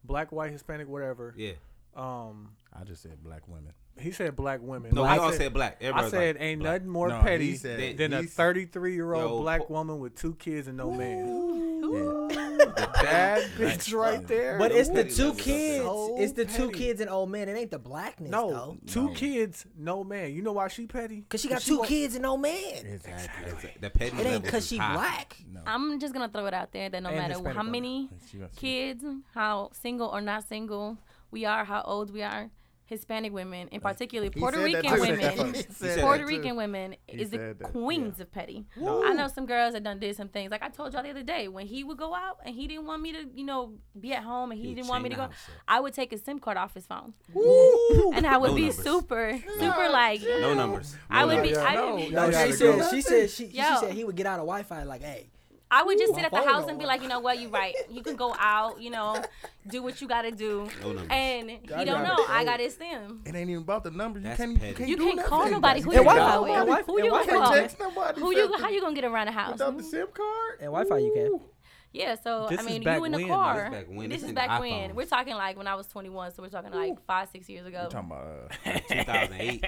[SPEAKER 4] black, white, Hispanic, whatever.
[SPEAKER 5] Yeah.
[SPEAKER 4] Um,
[SPEAKER 3] I just said black women.
[SPEAKER 4] he said black women.
[SPEAKER 5] No,
[SPEAKER 4] I
[SPEAKER 5] we all said black.
[SPEAKER 4] I
[SPEAKER 5] Everybody's
[SPEAKER 4] said
[SPEAKER 5] like,
[SPEAKER 4] ain't
[SPEAKER 5] black.
[SPEAKER 4] nothing more
[SPEAKER 3] No,
[SPEAKER 4] petty
[SPEAKER 3] he said-
[SPEAKER 4] than a
[SPEAKER 5] he-
[SPEAKER 4] 33 year
[SPEAKER 5] Yo,
[SPEAKER 4] old black
[SPEAKER 5] po-
[SPEAKER 4] woman with two kids and no man.
[SPEAKER 2] Ooh.
[SPEAKER 4] That
[SPEAKER 3] Right.
[SPEAKER 4] bitch right there.
[SPEAKER 1] But
[SPEAKER 5] the
[SPEAKER 1] it's the
[SPEAKER 5] petty
[SPEAKER 1] two
[SPEAKER 5] levels up there.
[SPEAKER 1] kids.
[SPEAKER 4] So
[SPEAKER 1] it's the two
[SPEAKER 4] petty.
[SPEAKER 1] kids and old man. It ain't the blackness
[SPEAKER 4] no,
[SPEAKER 1] though.
[SPEAKER 4] two
[SPEAKER 3] No.
[SPEAKER 4] kids, no man. You know why she petty?
[SPEAKER 1] Cause she got two
[SPEAKER 4] want-
[SPEAKER 1] kids and old man.
[SPEAKER 3] Exactly.
[SPEAKER 5] The petty
[SPEAKER 1] It ain't
[SPEAKER 5] levels
[SPEAKER 1] cause
[SPEAKER 5] is
[SPEAKER 1] she
[SPEAKER 5] high.
[SPEAKER 1] black.
[SPEAKER 3] No.
[SPEAKER 2] I'm just gonna throw it out there that no
[SPEAKER 4] And
[SPEAKER 2] matter
[SPEAKER 4] Hispanic
[SPEAKER 2] how
[SPEAKER 4] women.
[SPEAKER 2] many
[SPEAKER 3] She- she-
[SPEAKER 2] kids, how single or not single we are, how old we are, Hispanic women, and particularly
[SPEAKER 3] He
[SPEAKER 2] Puerto
[SPEAKER 3] said that
[SPEAKER 2] Rican
[SPEAKER 3] too.
[SPEAKER 2] women,
[SPEAKER 3] He said that
[SPEAKER 2] Puerto
[SPEAKER 3] too.
[SPEAKER 2] Rican women
[SPEAKER 3] He
[SPEAKER 2] is the
[SPEAKER 3] said that,
[SPEAKER 2] queens of petty. I know some girls that done did some things. Like I told y'all the other day, when he would go out and he didn't want me to, you know, be at home and he,
[SPEAKER 5] would
[SPEAKER 2] didn't want me to
[SPEAKER 5] chain
[SPEAKER 2] go,
[SPEAKER 5] the house up.
[SPEAKER 2] I would take his SIM card off his phone,
[SPEAKER 1] Woo!
[SPEAKER 2] and I would
[SPEAKER 5] No
[SPEAKER 2] be
[SPEAKER 5] numbers.
[SPEAKER 2] super, super like.
[SPEAKER 5] No numbers.
[SPEAKER 2] I
[SPEAKER 5] No
[SPEAKER 2] would be.
[SPEAKER 5] numbers.
[SPEAKER 2] I,
[SPEAKER 4] no,
[SPEAKER 2] didn't-
[SPEAKER 4] no,
[SPEAKER 1] No,
[SPEAKER 4] Y'all
[SPEAKER 1] she
[SPEAKER 4] gotta
[SPEAKER 1] said.
[SPEAKER 4] go.
[SPEAKER 1] She said she, she
[SPEAKER 2] Yo.
[SPEAKER 1] said he would get out of Wi-Fi like, hey,
[SPEAKER 2] I would just sit
[SPEAKER 1] my
[SPEAKER 2] at the
[SPEAKER 1] phone
[SPEAKER 2] house
[SPEAKER 1] don't
[SPEAKER 2] and be
[SPEAKER 1] work.
[SPEAKER 2] like, you know what, you right. You can go out, you know, do what you gotta do.
[SPEAKER 5] No numbers.
[SPEAKER 2] And he
[SPEAKER 4] Y'all
[SPEAKER 2] don't
[SPEAKER 4] gotta
[SPEAKER 2] know. I
[SPEAKER 4] go.
[SPEAKER 2] got his sim.
[SPEAKER 3] It ain't even about the number. You
[SPEAKER 5] That's
[SPEAKER 3] can't.
[SPEAKER 5] petty.
[SPEAKER 3] You can't,
[SPEAKER 2] You
[SPEAKER 3] do
[SPEAKER 2] can't call
[SPEAKER 3] nothing.
[SPEAKER 2] nobody who
[SPEAKER 1] And
[SPEAKER 2] you
[SPEAKER 1] why-
[SPEAKER 2] know
[SPEAKER 1] and why-
[SPEAKER 2] it. Who
[SPEAKER 1] and
[SPEAKER 2] you
[SPEAKER 1] why
[SPEAKER 2] gonna
[SPEAKER 1] can't
[SPEAKER 2] call?
[SPEAKER 1] text
[SPEAKER 3] nobody.
[SPEAKER 2] Who you? How you Mm-hmm. gonna get around the house?
[SPEAKER 3] Without the SIM card?
[SPEAKER 1] and Wi-Fi you can.
[SPEAKER 2] Yeah, so
[SPEAKER 4] This
[SPEAKER 2] I
[SPEAKER 4] is
[SPEAKER 2] mean,
[SPEAKER 4] back
[SPEAKER 2] you in the
[SPEAKER 4] when.
[SPEAKER 2] car.
[SPEAKER 5] This is back when.
[SPEAKER 2] This
[SPEAKER 5] This
[SPEAKER 2] is
[SPEAKER 5] ain't
[SPEAKER 2] back
[SPEAKER 5] the
[SPEAKER 2] when.
[SPEAKER 5] iPhones.
[SPEAKER 2] We're talking like when I was 21, so we're talking like five, six years ago.
[SPEAKER 3] I'm talking about. Uh,
[SPEAKER 5] 2008.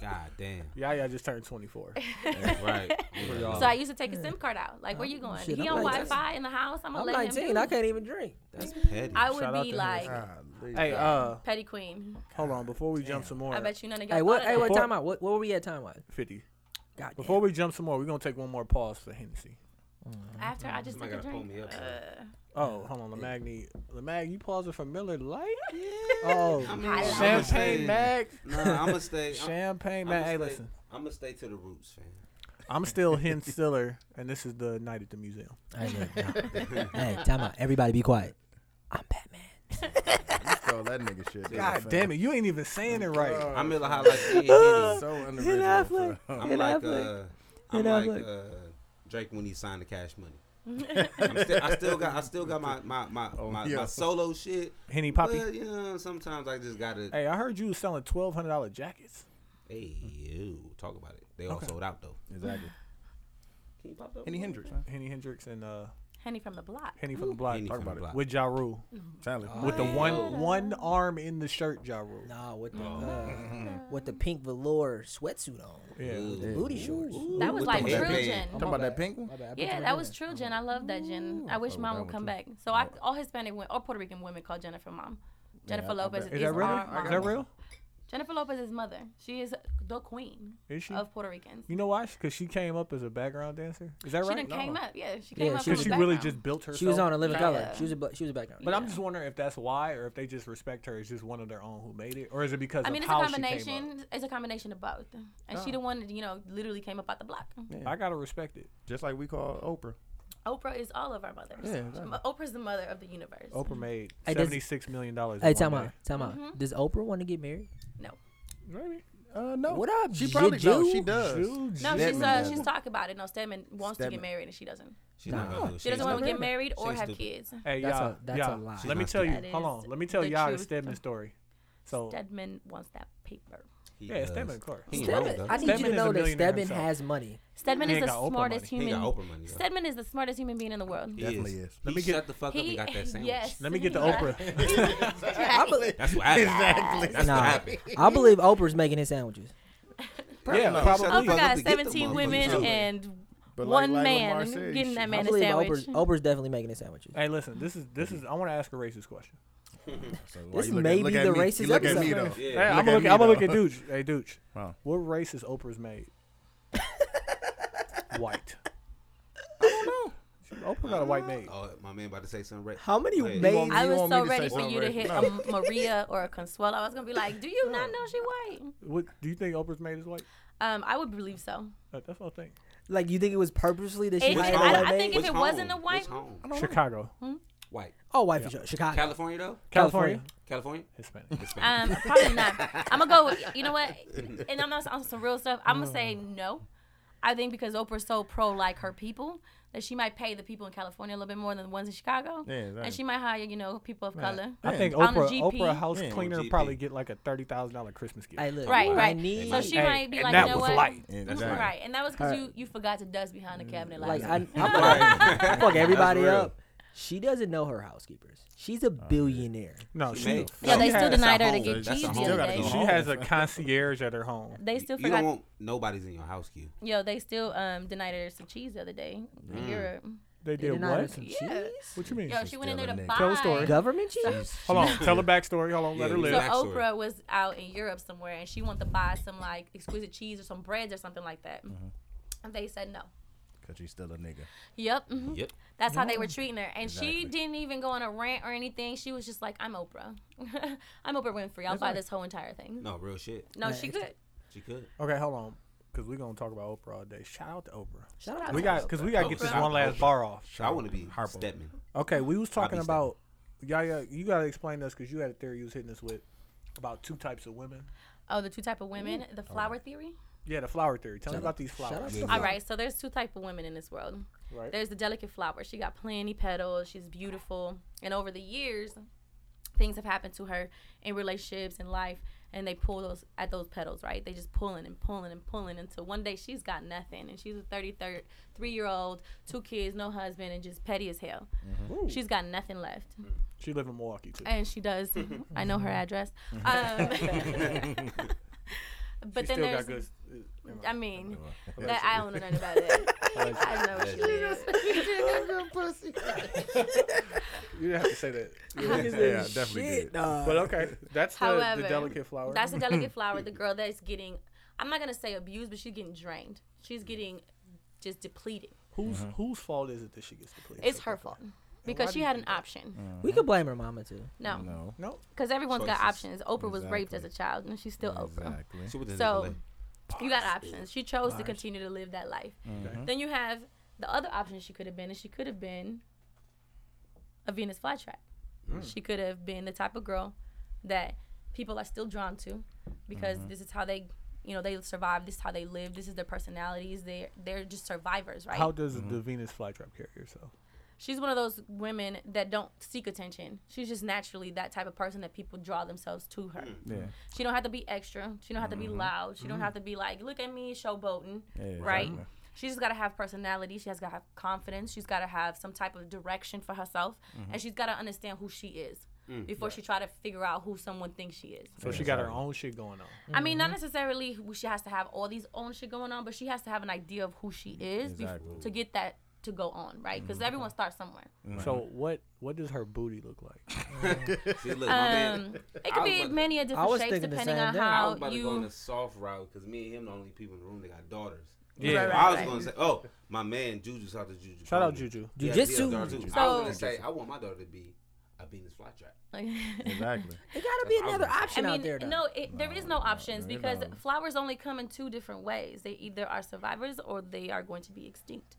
[SPEAKER 5] God damn.
[SPEAKER 4] Yeah, yeah, just turned 24.
[SPEAKER 5] That's right.
[SPEAKER 2] So I used to take his SIM card out. Like, where you going?
[SPEAKER 1] shit,
[SPEAKER 2] he
[SPEAKER 1] I'm
[SPEAKER 2] on
[SPEAKER 1] like,
[SPEAKER 2] Wi Fi in the house. I'm gonna
[SPEAKER 1] I'm
[SPEAKER 2] let
[SPEAKER 1] 19.
[SPEAKER 2] him. do
[SPEAKER 1] I
[SPEAKER 2] it.
[SPEAKER 1] can't even drink.
[SPEAKER 5] That's petty.
[SPEAKER 2] I would
[SPEAKER 4] Shout out
[SPEAKER 2] be
[SPEAKER 4] to him.
[SPEAKER 2] like
[SPEAKER 3] golly.
[SPEAKER 4] hey, uh,
[SPEAKER 2] petty queen.
[SPEAKER 4] hold on. Before we jump some more,
[SPEAKER 2] I bet you none of y'all.
[SPEAKER 1] Hey, what?
[SPEAKER 2] thought of
[SPEAKER 1] Hey, what
[SPEAKER 4] Before-
[SPEAKER 1] time out? What? What were we at time wise?
[SPEAKER 4] 50.
[SPEAKER 1] God damn.
[SPEAKER 4] Before we jump some more, we're gonna take one more pause for Hennessy.
[SPEAKER 2] that. After I just took
[SPEAKER 5] Somebody
[SPEAKER 2] a
[SPEAKER 5] gotta pull
[SPEAKER 2] drink.
[SPEAKER 5] me up.
[SPEAKER 2] Uh,
[SPEAKER 4] Oh, hold on, Lamag need Lamag. You pausing for Miller Light? Oh,
[SPEAKER 5] I mean,
[SPEAKER 2] Highlight.
[SPEAKER 5] I'ma
[SPEAKER 4] champagne
[SPEAKER 5] stay-
[SPEAKER 4] mag,
[SPEAKER 5] Nah, I'm gonna stay.
[SPEAKER 4] champagne
[SPEAKER 5] I'm,
[SPEAKER 4] mag.
[SPEAKER 5] I'm
[SPEAKER 4] Hey,
[SPEAKER 5] gonna stay,
[SPEAKER 4] listen,
[SPEAKER 5] I'm gonna stay to the roots, fam.
[SPEAKER 4] I'm still Hen Stiller, and this is the night at the museum.
[SPEAKER 1] hey, time out. Everybody, be quiet. I'm Batman.
[SPEAKER 3] You stole that nigga shit. Uh,
[SPEAKER 4] God damn it, you ain't even saying it right.
[SPEAKER 5] I'm in the highlight. and Henny.
[SPEAKER 3] So unoriginal.
[SPEAKER 1] Affleck.
[SPEAKER 3] bro.
[SPEAKER 5] I'm
[SPEAKER 1] Ben
[SPEAKER 5] like,
[SPEAKER 1] Affleck.
[SPEAKER 5] uh,
[SPEAKER 1] Ben
[SPEAKER 5] I'm like
[SPEAKER 1] Affleck.
[SPEAKER 5] uh, Drake when he signed the Cash Money. I'm still, I still got, I still got my my my,
[SPEAKER 3] Oh,
[SPEAKER 5] my,
[SPEAKER 3] yeah.
[SPEAKER 5] my solo shit.
[SPEAKER 4] Henny Poppy.
[SPEAKER 5] But you know, sometimes I just gotta. Hey,
[SPEAKER 4] Hey, I heard you was selling twelve hundred dollar jackets.
[SPEAKER 5] ew, talk about it. They all
[SPEAKER 4] Okay.
[SPEAKER 5] sold out though.
[SPEAKER 3] Exactly.
[SPEAKER 5] Can you pop that?
[SPEAKER 3] Any
[SPEAKER 5] one?
[SPEAKER 3] Hendrix, man.
[SPEAKER 4] Henny Hendrix and uh,
[SPEAKER 2] Henny from the block.
[SPEAKER 4] Henny from the block
[SPEAKER 5] Henny
[SPEAKER 3] Talk
[SPEAKER 5] from the
[SPEAKER 3] about it.
[SPEAKER 5] block.
[SPEAKER 4] with Ja Rule.
[SPEAKER 1] Mm-hmm.
[SPEAKER 3] Tyler.
[SPEAKER 4] with the
[SPEAKER 2] yeah.
[SPEAKER 4] one one arm in the shirt Ja Rule.
[SPEAKER 1] Nah, with the uh, with the pink velour sweatsuit on,
[SPEAKER 4] Yeah.
[SPEAKER 5] Ooh.
[SPEAKER 1] booty shorts.
[SPEAKER 2] That was
[SPEAKER 5] With
[SPEAKER 2] like
[SPEAKER 5] the
[SPEAKER 2] Trojan.
[SPEAKER 5] headband.
[SPEAKER 3] Talking about that pink one.
[SPEAKER 1] My bad, I put
[SPEAKER 2] Yeah,
[SPEAKER 1] you
[SPEAKER 2] that
[SPEAKER 1] in
[SPEAKER 2] was
[SPEAKER 1] there.
[SPEAKER 2] true, Jen. I love that Jen. I wish
[SPEAKER 3] fuck
[SPEAKER 4] oh,
[SPEAKER 3] with
[SPEAKER 2] mom
[SPEAKER 3] that
[SPEAKER 2] would
[SPEAKER 3] one
[SPEAKER 2] come
[SPEAKER 3] too.
[SPEAKER 2] back. So I, all Hispanic women, all Puerto Rican women call Jennifer mom. Jennifer
[SPEAKER 3] I- I
[SPEAKER 2] Lopez
[SPEAKER 3] bet.
[SPEAKER 4] Is
[SPEAKER 2] is,
[SPEAKER 4] that
[SPEAKER 2] our
[SPEAKER 4] real?
[SPEAKER 2] mom.
[SPEAKER 4] Is that real?
[SPEAKER 2] Jennifer Lopez is mother. She is the queen
[SPEAKER 4] Is she?
[SPEAKER 2] of Puerto Ricans.
[SPEAKER 4] You know why? Because she came up as a background dancer. Is that
[SPEAKER 2] She
[SPEAKER 4] right?
[SPEAKER 2] done came up. Yeah, she
[SPEAKER 1] Yeah,
[SPEAKER 2] came up.
[SPEAKER 1] she
[SPEAKER 4] So
[SPEAKER 2] from
[SPEAKER 1] was
[SPEAKER 4] she
[SPEAKER 2] the
[SPEAKER 4] really
[SPEAKER 2] background.
[SPEAKER 4] just built herself.
[SPEAKER 1] She was on a living
[SPEAKER 2] Yeah.
[SPEAKER 1] color. She was a bu- she was a background.
[SPEAKER 4] But I'm
[SPEAKER 2] Yeah.
[SPEAKER 4] just wondering if that's why, or if they just respect her as just one of their own who made it, or is it because
[SPEAKER 2] I mean, it's
[SPEAKER 4] of
[SPEAKER 2] a
[SPEAKER 4] how she came Oh.
[SPEAKER 2] combination. It's a combination of both. And she the one that you know literally came up out the block.
[SPEAKER 4] up? I gotta respect it.
[SPEAKER 3] Just like we call Oprah.
[SPEAKER 2] Oprah is all of our mothers.
[SPEAKER 3] Yeah, exactly.
[SPEAKER 2] Mo- Oprah's the mother of the universe.
[SPEAKER 4] Oprah made
[SPEAKER 1] Hey, does-
[SPEAKER 4] seventy six million dollars.
[SPEAKER 1] Hey, time out, time out.
[SPEAKER 2] Mm-hmm.
[SPEAKER 1] Does Oprah want to get married?
[SPEAKER 2] No,
[SPEAKER 4] Maybe.
[SPEAKER 3] Uh, no.
[SPEAKER 1] What up,
[SPEAKER 3] She probably no.
[SPEAKER 1] Juju?
[SPEAKER 3] She does.
[SPEAKER 2] no,
[SPEAKER 3] Stedman
[SPEAKER 2] she's uh,
[SPEAKER 3] does.
[SPEAKER 2] she's talking about it. No, Stedman wants to
[SPEAKER 3] Stedman.
[SPEAKER 2] get married and she doesn't.
[SPEAKER 5] She's not gonna do it.
[SPEAKER 2] She doesn't want to
[SPEAKER 5] She's
[SPEAKER 2] get married or
[SPEAKER 5] She's
[SPEAKER 2] have
[SPEAKER 5] stupid.
[SPEAKER 2] kids.
[SPEAKER 4] Hey,
[SPEAKER 1] That's
[SPEAKER 4] y'all.
[SPEAKER 1] a- that's a
[SPEAKER 4] y'all,
[SPEAKER 1] lie.
[SPEAKER 4] Let me
[SPEAKER 5] She's
[SPEAKER 4] tell you.
[SPEAKER 2] not
[SPEAKER 4] Hold
[SPEAKER 2] stupid.
[SPEAKER 4] on. Let me
[SPEAKER 2] That
[SPEAKER 4] tell
[SPEAKER 2] is
[SPEAKER 4] y'all
[SPEAKER 2] the
[SPEAKER 4] the
[SPEAKER 2] truth.
[SPEAKER 4] Stedman story.
[SPEAKER 5] Oh.
[SPEAKER 4] So
[SPEAKER 2] Stedman wants that paper.
[SPEAKER 5] He
[SPEAKER 4] yeah,
[SPEAKER 5] does.
[SPEAKER 4] Stedman, of course.
[SPEAKER 5] He ain't wrong,
[SPEAKER 1] Stedman,
[SPEAKER 5] though.
[SPEAKER 1] I need you
[SPEAKER 4] Stedman
[SPEAKER 1] to
[SPEAKER 4] is
[SPEAKER 1] know
[SPEAKER 4] a
[SPEAKER 1] that
[SPEAKER 4] millionaire
[SPEAKER 1] Stedman
[SPEAKER 4] himself.
[SPEAKER 1] has money.
[SPEAKER 2] Stedman
[SPEAKER 4] He
[SPEAKER 2] is
[SPEAKER 4] ain't
[SPEAKER 2] the
[SPEAKER 4] got Oprah
[SPEAKER 2] smartest
[SPEAKER 5] He
[SPEAKER 2] human.
[SPEAKER 5] got Oprah money. though.
[SPEAKER 2] Stedman is the smartest human being in the world.
[SPEAKER 5] He
[SPEAKER 3] Definitely is.
[SPEAKER 5] Let me get shut the fuck up and got that sandwich.
[SPEAKER 2] Yes.
[SPEAKER 4] Let me get the
[SPEAKER 2] He-
[SPEAKER 4] Oprah.
[SPEAKER 1] I believe,
[SPEAKER 5] That's what happened. Exactly. That's
[SPEAKER 1] Nah.
[SPEAKER 5] what happened.
[SPEAKER 1] I believe Oprah's making his sandwiches.
[SPEAKER 4] yeah,
[SPEAKER 5] no,
[SPEAKER 4] probably.
[SPEAKER 5] shut
[SPEAKER 2] Oprah
[SPEAKER 5] Oprah got
[SPEAKER 2] got
[SPEAKER 5] to get the
[SPEAKER 2] 17
[SPEAKER 5] motherfucker
[SPEAKER 2] women
[SPEAKER 5] somewhere.
[SPEAKER 2] and
[SPEAKER 3] But like-
[SPEAKER 2] one
[SPEAKER 3] like Lamar
[SPEAKER 2] man
[SPEAKER 3] said,
[SPEAKER 2] getting
[SPEAKER 3] she-
[SPEAKER 2] that
[SPEAKER 3] I
[SPEAKER 1] I
[SPEAKER 2] man a
[SPEAKER 1] believe
[SPEAKER 2] sandwich.
[SPEAKER 1] Oprah's, Oprah's definitely making his sandwiches.
[SPEAKER 4] Hey, listen. This is this is. I want to ask a racist question.
[SPEAKER 3] So why
[SPEAKER 1] This
[SPEAKER 3] you look at-
[SPEAKER 1] may
[SPEAKER 3] look
[SPEAKER 1] be
[SPEAKER 3] at
[SPEAKER 1] the
[SPEAKER 3] me?
[SPEAKER 1] racist
[SPEAKER 3] You look at me
[SPEAKER 1] episode.
[SPEAKER 3] though.
[SPEAKER 5] Yeah.
[SPEAKER 4] Hey, I'm
[SPEAKER 3] at
[SPEAKER 4] gonna look.
[SPEAKER 3] me,
[SPEAKER 4] I'm gonna look
[SPEAKER 3] though.
[SPEAKER 4] at Dooch. Hey, Dooch.
[SPEAKER 3] Wow.
[SPEAKER 4] What race is Oprah's made? white. I don't know. Oprah got a white maid.
[SPEAKER 5] Oh, my man about to say something. Right.
[SPEAKER 1] How many
[SPEAKER 5] Go ahead.
[SPEAKER 1] maids?
[SPEAKER 2] I
[SPEAKER 1] you
[SPEAKER 2] was
[SPEAKER 1] want
[SPEAKER 2] so
[SPEAKER 1] me to say
[SPEAKER 2] ready for
[SPEAKER 3] something?
[SPEAKER 2] you to hit a Maria or a Consuelo. I was gonna be like, "Do you not know she white?"
[SPEAKER 4] What do you think Oprah's maid is white?
[SPEAKER 2] Um, I would believe so.
[SPEAKER 4] Uh, that's what I think.
[SPEAKER 1] Like you think it was purposely that she
[SPEAKER 2] If
[SPEAKER 1] hired
[SPEAKER 2] it-
[SPEAKER 1] a
[SPEAKER 2] I-
[SPEAKER 1] white
[SPEAKER 2] I
[SPEAKER 1] maid?
[SPEAKER 2] think if
[SPEAKER 5] Which
[SPEAKER 2] it
[SPEAKER 5] home?
[SPEAKER 2] wasn't a white-
[SPEAKER 5] Which home?
[SPEAKER 4] Chicago,
[SPEAKER 2] Hmm.
[SPEAKER 5] White.
[SPEAKER 1] oh, white for sure. Chicago,
[SPEAKER 5] California though.
[SPEAKER 4] California,
[SPEAKER 5] California.
[SPEAKER 4] Hispanic.
[SPEAKER 5] Hispanic.
[SPEAKER 2] Um, probably not. I'm gonna go. With, you know what? And I'm not on some real stuff. I'm gonna
[SPEAKER 3] Uh-huh.
[SPEAKER 2] say no. I think because Oprah's so pro like her people that she might pay the people in California a little bit more than the ones in Chicago,
[SPEAKER 3] Yeah, exactly.
[SPEAKER 2] and she might hire you know people of color.
[SPEAKER 4] I think
[SPEAKER 2] On the
[SPEAKER 4] Oprah,
[SPEAKER 2] GP.
[SPEAKER 4] Oprah house
[SPEAKER 3] Yeah.
[SPEAKER 4] cleaner
[SPEAKER 5] GP.
[SPEAKER 4] probably get like a thirty thousand dollar Christmas gift.
[SPEAKER 1] Hey, look,
[SPEAKER 2] Right,
[SPEAKER 1] I
[SPEAKER 2] right.
[SPEAKER 1] need-
[SPEAKER 2] So she
[SPEAKER 4] Hey,
[SPEAKER 2] might be
[SPEAKER 4] and
[SPEAKER 2] like,
[SPEAKER 4] that
[SPEAKER 2] you know
[SPEAKER 4] was
[SPEAKER 2] what?
[SPEAKER 4] light.
[SPEAKER 3] Yeah,
[SPEAKER 2] Mm,
[SPEAKER 3] exactly.
[SPEAKER 2] Right, and that was because
[SPEAKER 1] Her-
[SPEAKER 2] you, you forgot to dust behind the cabinet
[SPEAKER 1] Like
[SPEAKER 2] last
[SPEAKER 1] I, I,
[SPEAKER 2] night.
[SPEAKER 1] fuck, I fuck everybody
[SPEAKER 3] real.
[SPEAKER 1] up. She doesn't know her housekeepers. She's a billionaire.
[SPEAKER 4] No,
[SPEAKER 5] She
[SPEAKER 4] Oh, she
[SPEAKER 5] made-
[SPEAKER 2] Yeah, they
[SPEAKER 4] she
[SPEAKER 2] still
[SPEAKER 4] has-
[SPEAKER 2] denied her to
[SPEAKER 5] home.
[SPEAKER 2] get
[SPEAKER 3] That's a
[SPEAKER 2] cheese the
[SPEAKER 3] home.
[SPEAKER 2] other
[SPEAKER 3] Still gotta
[SPEAKER 2] day.
[SPEAKER 3] go
[SPEAKER 5] Oh.
[SPEAKER 4] She has a concierge at her home.
[SPEAKER 2] They still
[SPEAKER 5] You don't
[SPEAKER 2] forgot.
[SPEAKER 5] want nobody's in your house, Q.
[SPEAKER 2] Yo, they still um denied her some cheese the other day in
[SPEAKER 3] Mm.
[SPEAKER 2] Europe.
[SPEAKER 1] They
[SPEAKER 4] They did
[SPEAKER 1] denied her
[SPEAKER 4] what?
[SPEAKER 1] some
[SPEAKER 2] Yeah.
[SPEAKER 1] cheese?
[SPEAKER 4] What you mean?
[SPEAKER 2] Yo, she went in there to
[SPEAKER 3] still a
[SPEAKER 2] buy.
[SPEAKER 3] nigga.
[SPEAKER 4] Tell the story.
[SPEAKER 1] Government cheese?
[SPEAKER 4] Hold on. Tell the backstory. Hold on.
[SPEAKER 5] Yeah,
[SPEAKER 4] Let her
[SPEAKER 5] we
[SPEAKER 2] So
[SPEAKER 4] live.
[SPEAKER 5] got- Backstory.
[SPEAKER 2] Oprah was out in Europe somewhere, and she wanted to buy some like exquisite cheese or some breads or something like that.
[SPEAKER 3] Mm-hmm.
[SPEAKER 2] And they said no.
[SPEAKER 3] Cause she's still a nigga.
[SPEAKER 2] Yep. mhm.
[SPEAKER 5] Yep.
[SPEAKER 2] That's how they were treating her, and she
[SPEAKER 3] Exactly.
[SPEAKER 2] didn't even go on a rant or anything. She was just like, "I'm Oprah. I'm Oprah Winfrey. I'll buy this whole entire thing."
[SPEAKER 5] No, real shit.
[SPEAKER 2] No,
[SPEAKER 1] Yeah,
[SPEAKER 2] she
[SPEAKER 1] it's-
[SPEAKER 2] could.
[SPEAKER 5] She could.
[SPEAKER 4] Okay, hold on. Cause we're gonna talk about Oprah all day. Shout out to Oprah.
[SPEAKER 1] Shout out
[SPEAKER 4] We
[SPEAKER 1] to
[SPEAKER 4] got because we gotta get this one last bar off.
[SPEAKER 5] I want to be
[SPEAKER 3] Harpo.
[SPEAKER 5] Stepman.
[SPEAKER 4] Okay, we was talking
[SPEAKER 5] Bobby
[SPEAKER 4] about Yaya. You gotta explain this because you had a theory you was hitting us with about two types of women.
[SPEAKER 2] Oh, the two type of women, the flower theory.
[SPEAKER 4] Yeah, the flower theory. Tell me
[SPEAKER 1] Shout
[SPEAKER 4] about
[SPEAKER 1] out-
[SPEAKER 4] these
[SPEAKER 1] shout
[SPEAKER 4] flowers.
[SPEAKER 1] out to-
[SPEAKER 2] All right, so there's two type of women in this world.
[SPEAKER 4] Right.
[SPEAKER 2] There's the delicate flower. She got plenty petals. She's beautiful, and over the years, things have happened to her in relationships and life, and they pull those at those petals, right? They just pulling and pulling and pulling until one day she's got nothing, and she's a 33 year old, two kids, no husband, and just petty as hell.
[SPEAKER 4] Ooh.
[SPEAKER 2] She's got nothing left,
[SPEAKER 4] She live in Milwaukee too.
[SPEAKER 2] and she does. I know her address. Um, but then
[SPEAKER 4] she still
[SPEAKER 2] there's,
[SPEAKER 4] got good. uh,
[SPEAKER 2] I mean,
[SPEAKER 4] Allegedly.
[SPEAKER 2] that I don't know nothing about it.
[SPEAKER 4] Allegedly.
[SPEAKER 2] I know what she is.
[SPEAKER 4] You didn't have to say that.
[SPEAKER 3] Yeah, I definitely
[SPEAKER 1] Shit,
[SPEAKER 3] did.
[SPEAKER 1] dog.
[SPEAKER 4] But okay, that's the,
[SPEAKER 2] However,
[SPEAKER 4] the delicate flower.
[SPEAKER 2] That's a delicate flower. The girl that's getting, I'm not gonna say abused, but she's getting drained. She's getting just depleted.
[SPEAKER 4] whose
[SPEAKER 5] Uh-huh.
[SPEAKER 4] whose fault is it that she gets depleted?
[SPEAKER 2] It's her fault
[SPEAKER 4] why
[SPEAKER 2] because
[SPEAKER 4] do
[SPEAKER 2] she
[SPEAKER 4] you
[SPEAKER 2] had an
[SPEAKER 4] think Mm,
[SPEAKER 2] option.
[SPEAKER 1] We could blame her mama too.
[SPEAKER 2] No,
[SPEAKER 3] No.
[SPEAKER 4] No,
[SPEAKER 2] because everyone's got options.
[SPEAKER 5] Choices.
[SPEAKER 2] Oprah was raped as a
[SPEAKER 3] Exactly.
[SPEAKER 2] child, and she's still Oprah.
[SPEAKER 3] Exactly.
[SPEAKER 5] She was in
[SPEAKER 2] So-
[SPEAKER 5] LA.
[SPEAKER 2] You got options. She chose to continue to live that life.
[SPEAKER 4] Okay.
[SPEAKER 2] Then you have the other option she could have been, and she could have been a Venus flytrap. She could have been the type of girl that people are still drawn to because this is how they, you know, they survive. This is how they live. This is their personalities. They they're just survivors, right?
[SPEAKER 4] how does the Venus flytrap carry herself?
[SPEAKER 2] She's one of those women that don't seek attention. She's just naturally that type of person that people draw themselves to her.
[SPEAKER 3] Yeah.
[SPEAKER 2] She don't have to be extra. She don't have to be loud. She don't have to be like, look at me, showboating,
[SPEAKER 3] Yeah,
[SPEAKER 2] right?
[SPEAKER 3] exactly.
[SPEAKER 2] She just gotta have personality. She has gotta have confidence. She's gotta have some type of direction for herself,
[SPEAKER 5] Mm-hmm.
[SPEAKER 2] and she's gotta understand who she is
[SPEAKER 5] Mm,
[SPEAKER 2] before she try to figure out who someone thinks she is.
[SPEAKER 4] So she got her own shit going on.
[SPEAKER 2] I mean,
[SPEAKER 5] Mm-hmm.
[SPEAKER 2] not necessarily who she has to have all these own shit going on, but she has to have an idea of who she is bef-
[SPEAKER 3] Exactly.
[SPEAKER 2] to get that to go on, right?
[SPEAKER 5] Mm-hmm.
[SPEAKER 2] Because everyone starts somewhere.
[SPEAKER 3] Mm.
[SPEAKER 4] So what what does her booty look like?
[SPEAKER 5] See, look, my
[SPEAKER 2] Um,
[SPEAKER 5] man.
[SPEAKER 2] it
[SPEAKER 5] I
[SPEAKER 2] could
[SPEAKER 5] was
[SPEAKER 2] be
[SPEAKER 5] about to-
[SPEAKER 2] many a
[SPEAKER 1] I
[SPEAKER 2] different
[SPEAKER 1] was
[SPEAKER 2] shapes
[SPEAKER 1] thinking the
[SPEAKER 2] depending
[SPEAKER 1] same
[SPEAKER 2] on
[SPEAKER 1] thing.
[SPEAKER 5] I was
[SPEAKER 2] how
[SPEAKER 5] about to go on
[SPEAKER 2] you.
[SPEAKER 5] the soft route because me and him the only people in the room that got daughters.
[SPEAKER 4] Yeah.
[SPEAKER 5] So
[SPEAKER 4] Right,
[SPEAKER 5] I was gonna say, oh, my man Juju, shout out to Juju.
[SPEAKER 4] Shout out
[SPEAKER 5] Coleman.
[SPEAKER 4] Juju.
[SPEAKER 5] Yeah,
[SPEAKER 1] Jujitsu.
[SPEAKER 5] he a daughter too. I was gonna
[SPEAKER 2] So-
[SPEAKER 5] say, I want my daughter to be a Venus flytrap.
[SPEAKER 3] Exactly.
[SPEAKER 1] There gotta be
[SPEAKER 5] That's
[SPEAKER 1] another
[SPEAKER 5] awesome.
[SPEAKER 2] I
[SPEAKER 1] option
[SPEAKER 2] mean,
[SPEAKER 1] out there. Though.
[SPEAKER 2] no, it, there is no options
[SPEAKER 3] there
[SPEAKER 2] because
[SPEAKER 3] don't.
[SPEAKER 2] flowers only come in two different ways. They either are survivors or they are going to be extinct.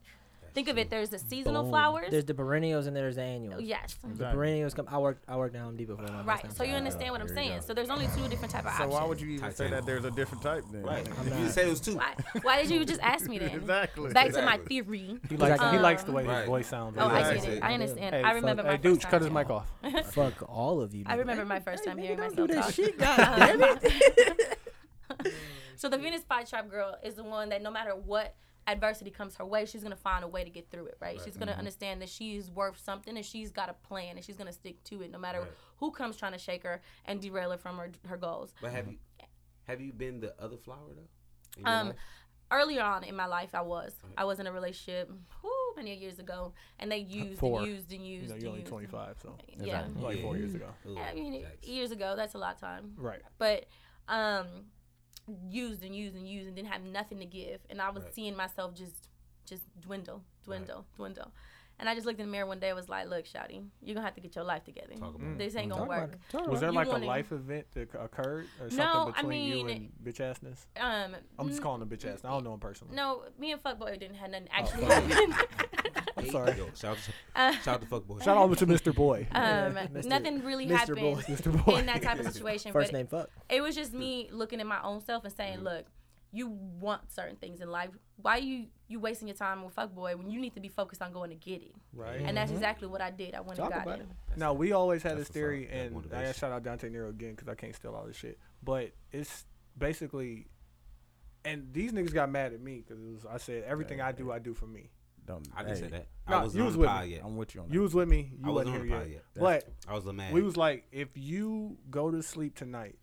[SPEAKER 2] Think of it. There's the seasonal
[SPEAKER 1] Boom.
[SPEAKER 2] flowers.
[SPEAKER 1] There's the perennials and there's the annuals.
[SPEAKER 2] yes.
[SPEAKER 1] The
[SPEAKER 3] Exactly.
[SPEAKER 1] perennials come. I worked. I worked at Home Depot for a long
[SPEAKER 2] Right.
[SPEAKER 1] time.
[SPEAKER 2] So you understand what I'm
[SPEAKER 3] There you
[SPEAKER 2] saying.
[SPEAKER 3] go.
[SPEAKER 2] So there's only two different type of
[SPEAKER 3] So
[SPEAKER 2] options.
[SPEAKER 3] why would you even say that there's a different type then?
[SPEAKER 5] Right.
[SPEAKER 1] I'm
[SPEAKER 5] If you
[SPEAKER 1] not-
[SPEAKER 5] say it was two.
[SPEAKER 2] Why, why did you just ask me then?
[SPEAKER 3] Exactly.
[SPEAKER 2] Back to my
[SPEAKER 5] Exactly.
[SPEAKER 2] theory.
[SPEAKER 4] He likes he
[SPEAKER 1] Um,
[SPEAKER 4] likes the way his
[SPEAKER 5] Right.
[SPEAKER 4] voice sounds.
[SPEAKER 2] Oh, I
[SPEAKER 5] Exactly.
[SPEAKER 2] get it. I understand.
[SPEAKER 4] Hey,
[SPEAKER 2] I remember
[SPEAKER 4] fuck-
[SPEAKER 2] my
[SPEAKER 4] hey, dude,
[SPEAKER 2] first time.
[SPEAKER 4] cut his mic off.
[SPEAKER 1] Fuck all of you.
[SPEAKER 2] I
[SPEAKER 1] niggas.
[SPEAKER 2] remember my first time hearing
[SPEAKER 1] Don't
[SPEAKER 2] myself
[SPEAKER 1] do that
[SPEAKER 2] talk.
[SPEAKER 1] shit. God damn it.
[SPEAKER 2] So the Venus flytrap girl is the one that no matter what adversity comes her way, she's gonna find a way to get through it, right? She's
[SPEAKER 5] Mm-hmm.
[SPEAKER 2] gonna understand that she's worth something and she's got a plan and she's gonna stick to it no matter
[SPEAKER 5] Right.
[SPEAKER 2] who comes trying to shake her and derail her from her, her goals.
[SPEAKER 5] But
[SPEAKER 4] Mm-hmm.
[SPEAKER 5] have you have you been the other flower though? In your
[SPEAKER 2] Um,
[SPEAKER 5] life?
[SPEAKER 2] Earlier on in my life, I was I was in a relationship. Whoo, company years ago, and they used
[SPEAKER 4] Four.
[SPEAKER 2] and used and used.
[SPEAKER 4] You know,
[SPEAKER 2] and
[SPEAKER 4] you're only
[SPEAKER 2] used.
[SPEAKER 4] 25, so
[SPEAKER 2] Yeah.
[SPEAKER 3] Exactly.
[SPEAKER 4] like four
[SPEAKER 5] Yeah.
[SPEAKER 4] years ago.
[SPEAKER 5] Ooh,
[SPEAKER 2] I mean,
[SPEAKER 5] yikes.
[SPEAKER 2] years ago, that's a lot of time.
[SPEAKER 4] Right.
[SPEAKER 2] But um, used and used and used and didn't have nothing to give, and I was
[SPEAKER 5] Right.
[SPEAKER 2] seeing myself just just dwindle,
[SPEAKER 5] Right.
[SPEAKER 2] dwindle, dwindle. And I just looked in the mirror one day. and was like, "Look, Shouty, you're gonna have to get your life together.
[SPEAKER 5] Talk
[SPEAKER 1] Mm,
[SPEAKER 5] about
[SPEAKER 4] Mm.
[SPEAKER 2] This ain't gonna
[SPEAKER 1] Talk about
[SPEAKER 2] work."
[SPEAKER 1] it. Talk
[SPEAKER 4] Was
[SPEAKER 1] about
[SPEAKER 4] there
[SPEAKER 2] Oh, You
[SPEAKER 4] like a
[SPEAKER 2] wanna-
[SPEAKER 4] life event that c- occurred or
[SPEAKER 2] No,
[SPEAKER 4] something
[SPEAKER 2] I
[SPEAKER 4] between you and
[SPEAKER 2] mean-
[SPEAKER 4] bitch assness?
[SPEAKER 2] Um,
[SPEAKER 4] I'm just
[SPEAKER 2] mm,
[SPEAKER 4] calling him bitch ass. I don't know him personally.
[SPEAKER 2] No, me and fuckboy didn't have
[SPEAKER 5] Oh,
[SPEAKER 2] nothing actually.
[SPEAKER 5] fuck.
[SPEAKER 2] happen.
[SPEAKER 4] I'm
[SPEAKER 5] Hey,
[SPEAKER 4] sorry.
[SPEAKER 5] Yo, shout,
[SPEAKER 2] Uh,
[SPEAKER 5] shout out to fuckboy.
[SPEAKER 4] Shout out to Mr. Boy.
[SPEAKER 2] um,
[SPEAKER 1] Mr.
[SPEAKER 2] nothing really
[SPEAKER 1] Mr.
[SPEAKER 2] happened
[SPEAKER 1] Boy.
[SPEAKER 4] Mr. Boy.
[SPEAKER 2] in that type of situation.
[SPEAKER 1] First
[SPEAKER 2] but
[SPEAKER 1] name fuck.
[SPEAKER 2] it was just me looking at my own self and saying, "Look, you want certain things in life. Why you you wasting your time with fuckboy when you need to be focused on going to get it?"
[SPEAKER 4] Right.
[SPEAKER 2] And that's exactly what I did. I went
[SPEAKER 1] Mm-hmm. Talk
[SPEAKER 2] and got
[SPEAKER 1] about
[SPEAKER 2] it.
[SPEAKER 1] it.
[SPEAKER 4] Now we always had this
[SPEAKER 5] That's what's up.
[SPEAKER 4] theory,
[SPEAKER 5] That
[SPEAKER 4] and I gotta
[SPEAKER 5] motivation.
[SPEAKER 4] shout out Dante Nero again because I can't steal all this shit. But it's basically, and these niggas got mad at me because I said everything I do, I do for me.
[SPEAKER 3] Don't.
[SPEAKER 5] I didn't
[SPEAKER 3] hey,
[SPEAKER 5] say that.
[SPEAKER 4] Nah,
[SPEAKER 5] I was
[SPEAKER 4] you
[SPEAKER 5] on
[SPEAKER 4] was
[SPEAKER 5] the
[SPEAKER 4] with
[SPEAKER 5] pod
[SPEAKER 4] me.
[SPEAKER 5] yet.
[SPEAKER 3] I'm with you on that.
[SPEAKER 4] You was with me. You
[SPEAKER 5] I wasn't
[SPEAKER 4] wasn't
[SPEAKER 5] on
[SPEAKER 4] here
[SPEAKER 5] the pod
[SPEAKER 4] yet.
[SPEAKER 5] yet.
[SPEAKER 4] But
[SPEAKER 5] I was a man.
[SPEAKER 4] we was like, if you go to sleep tonight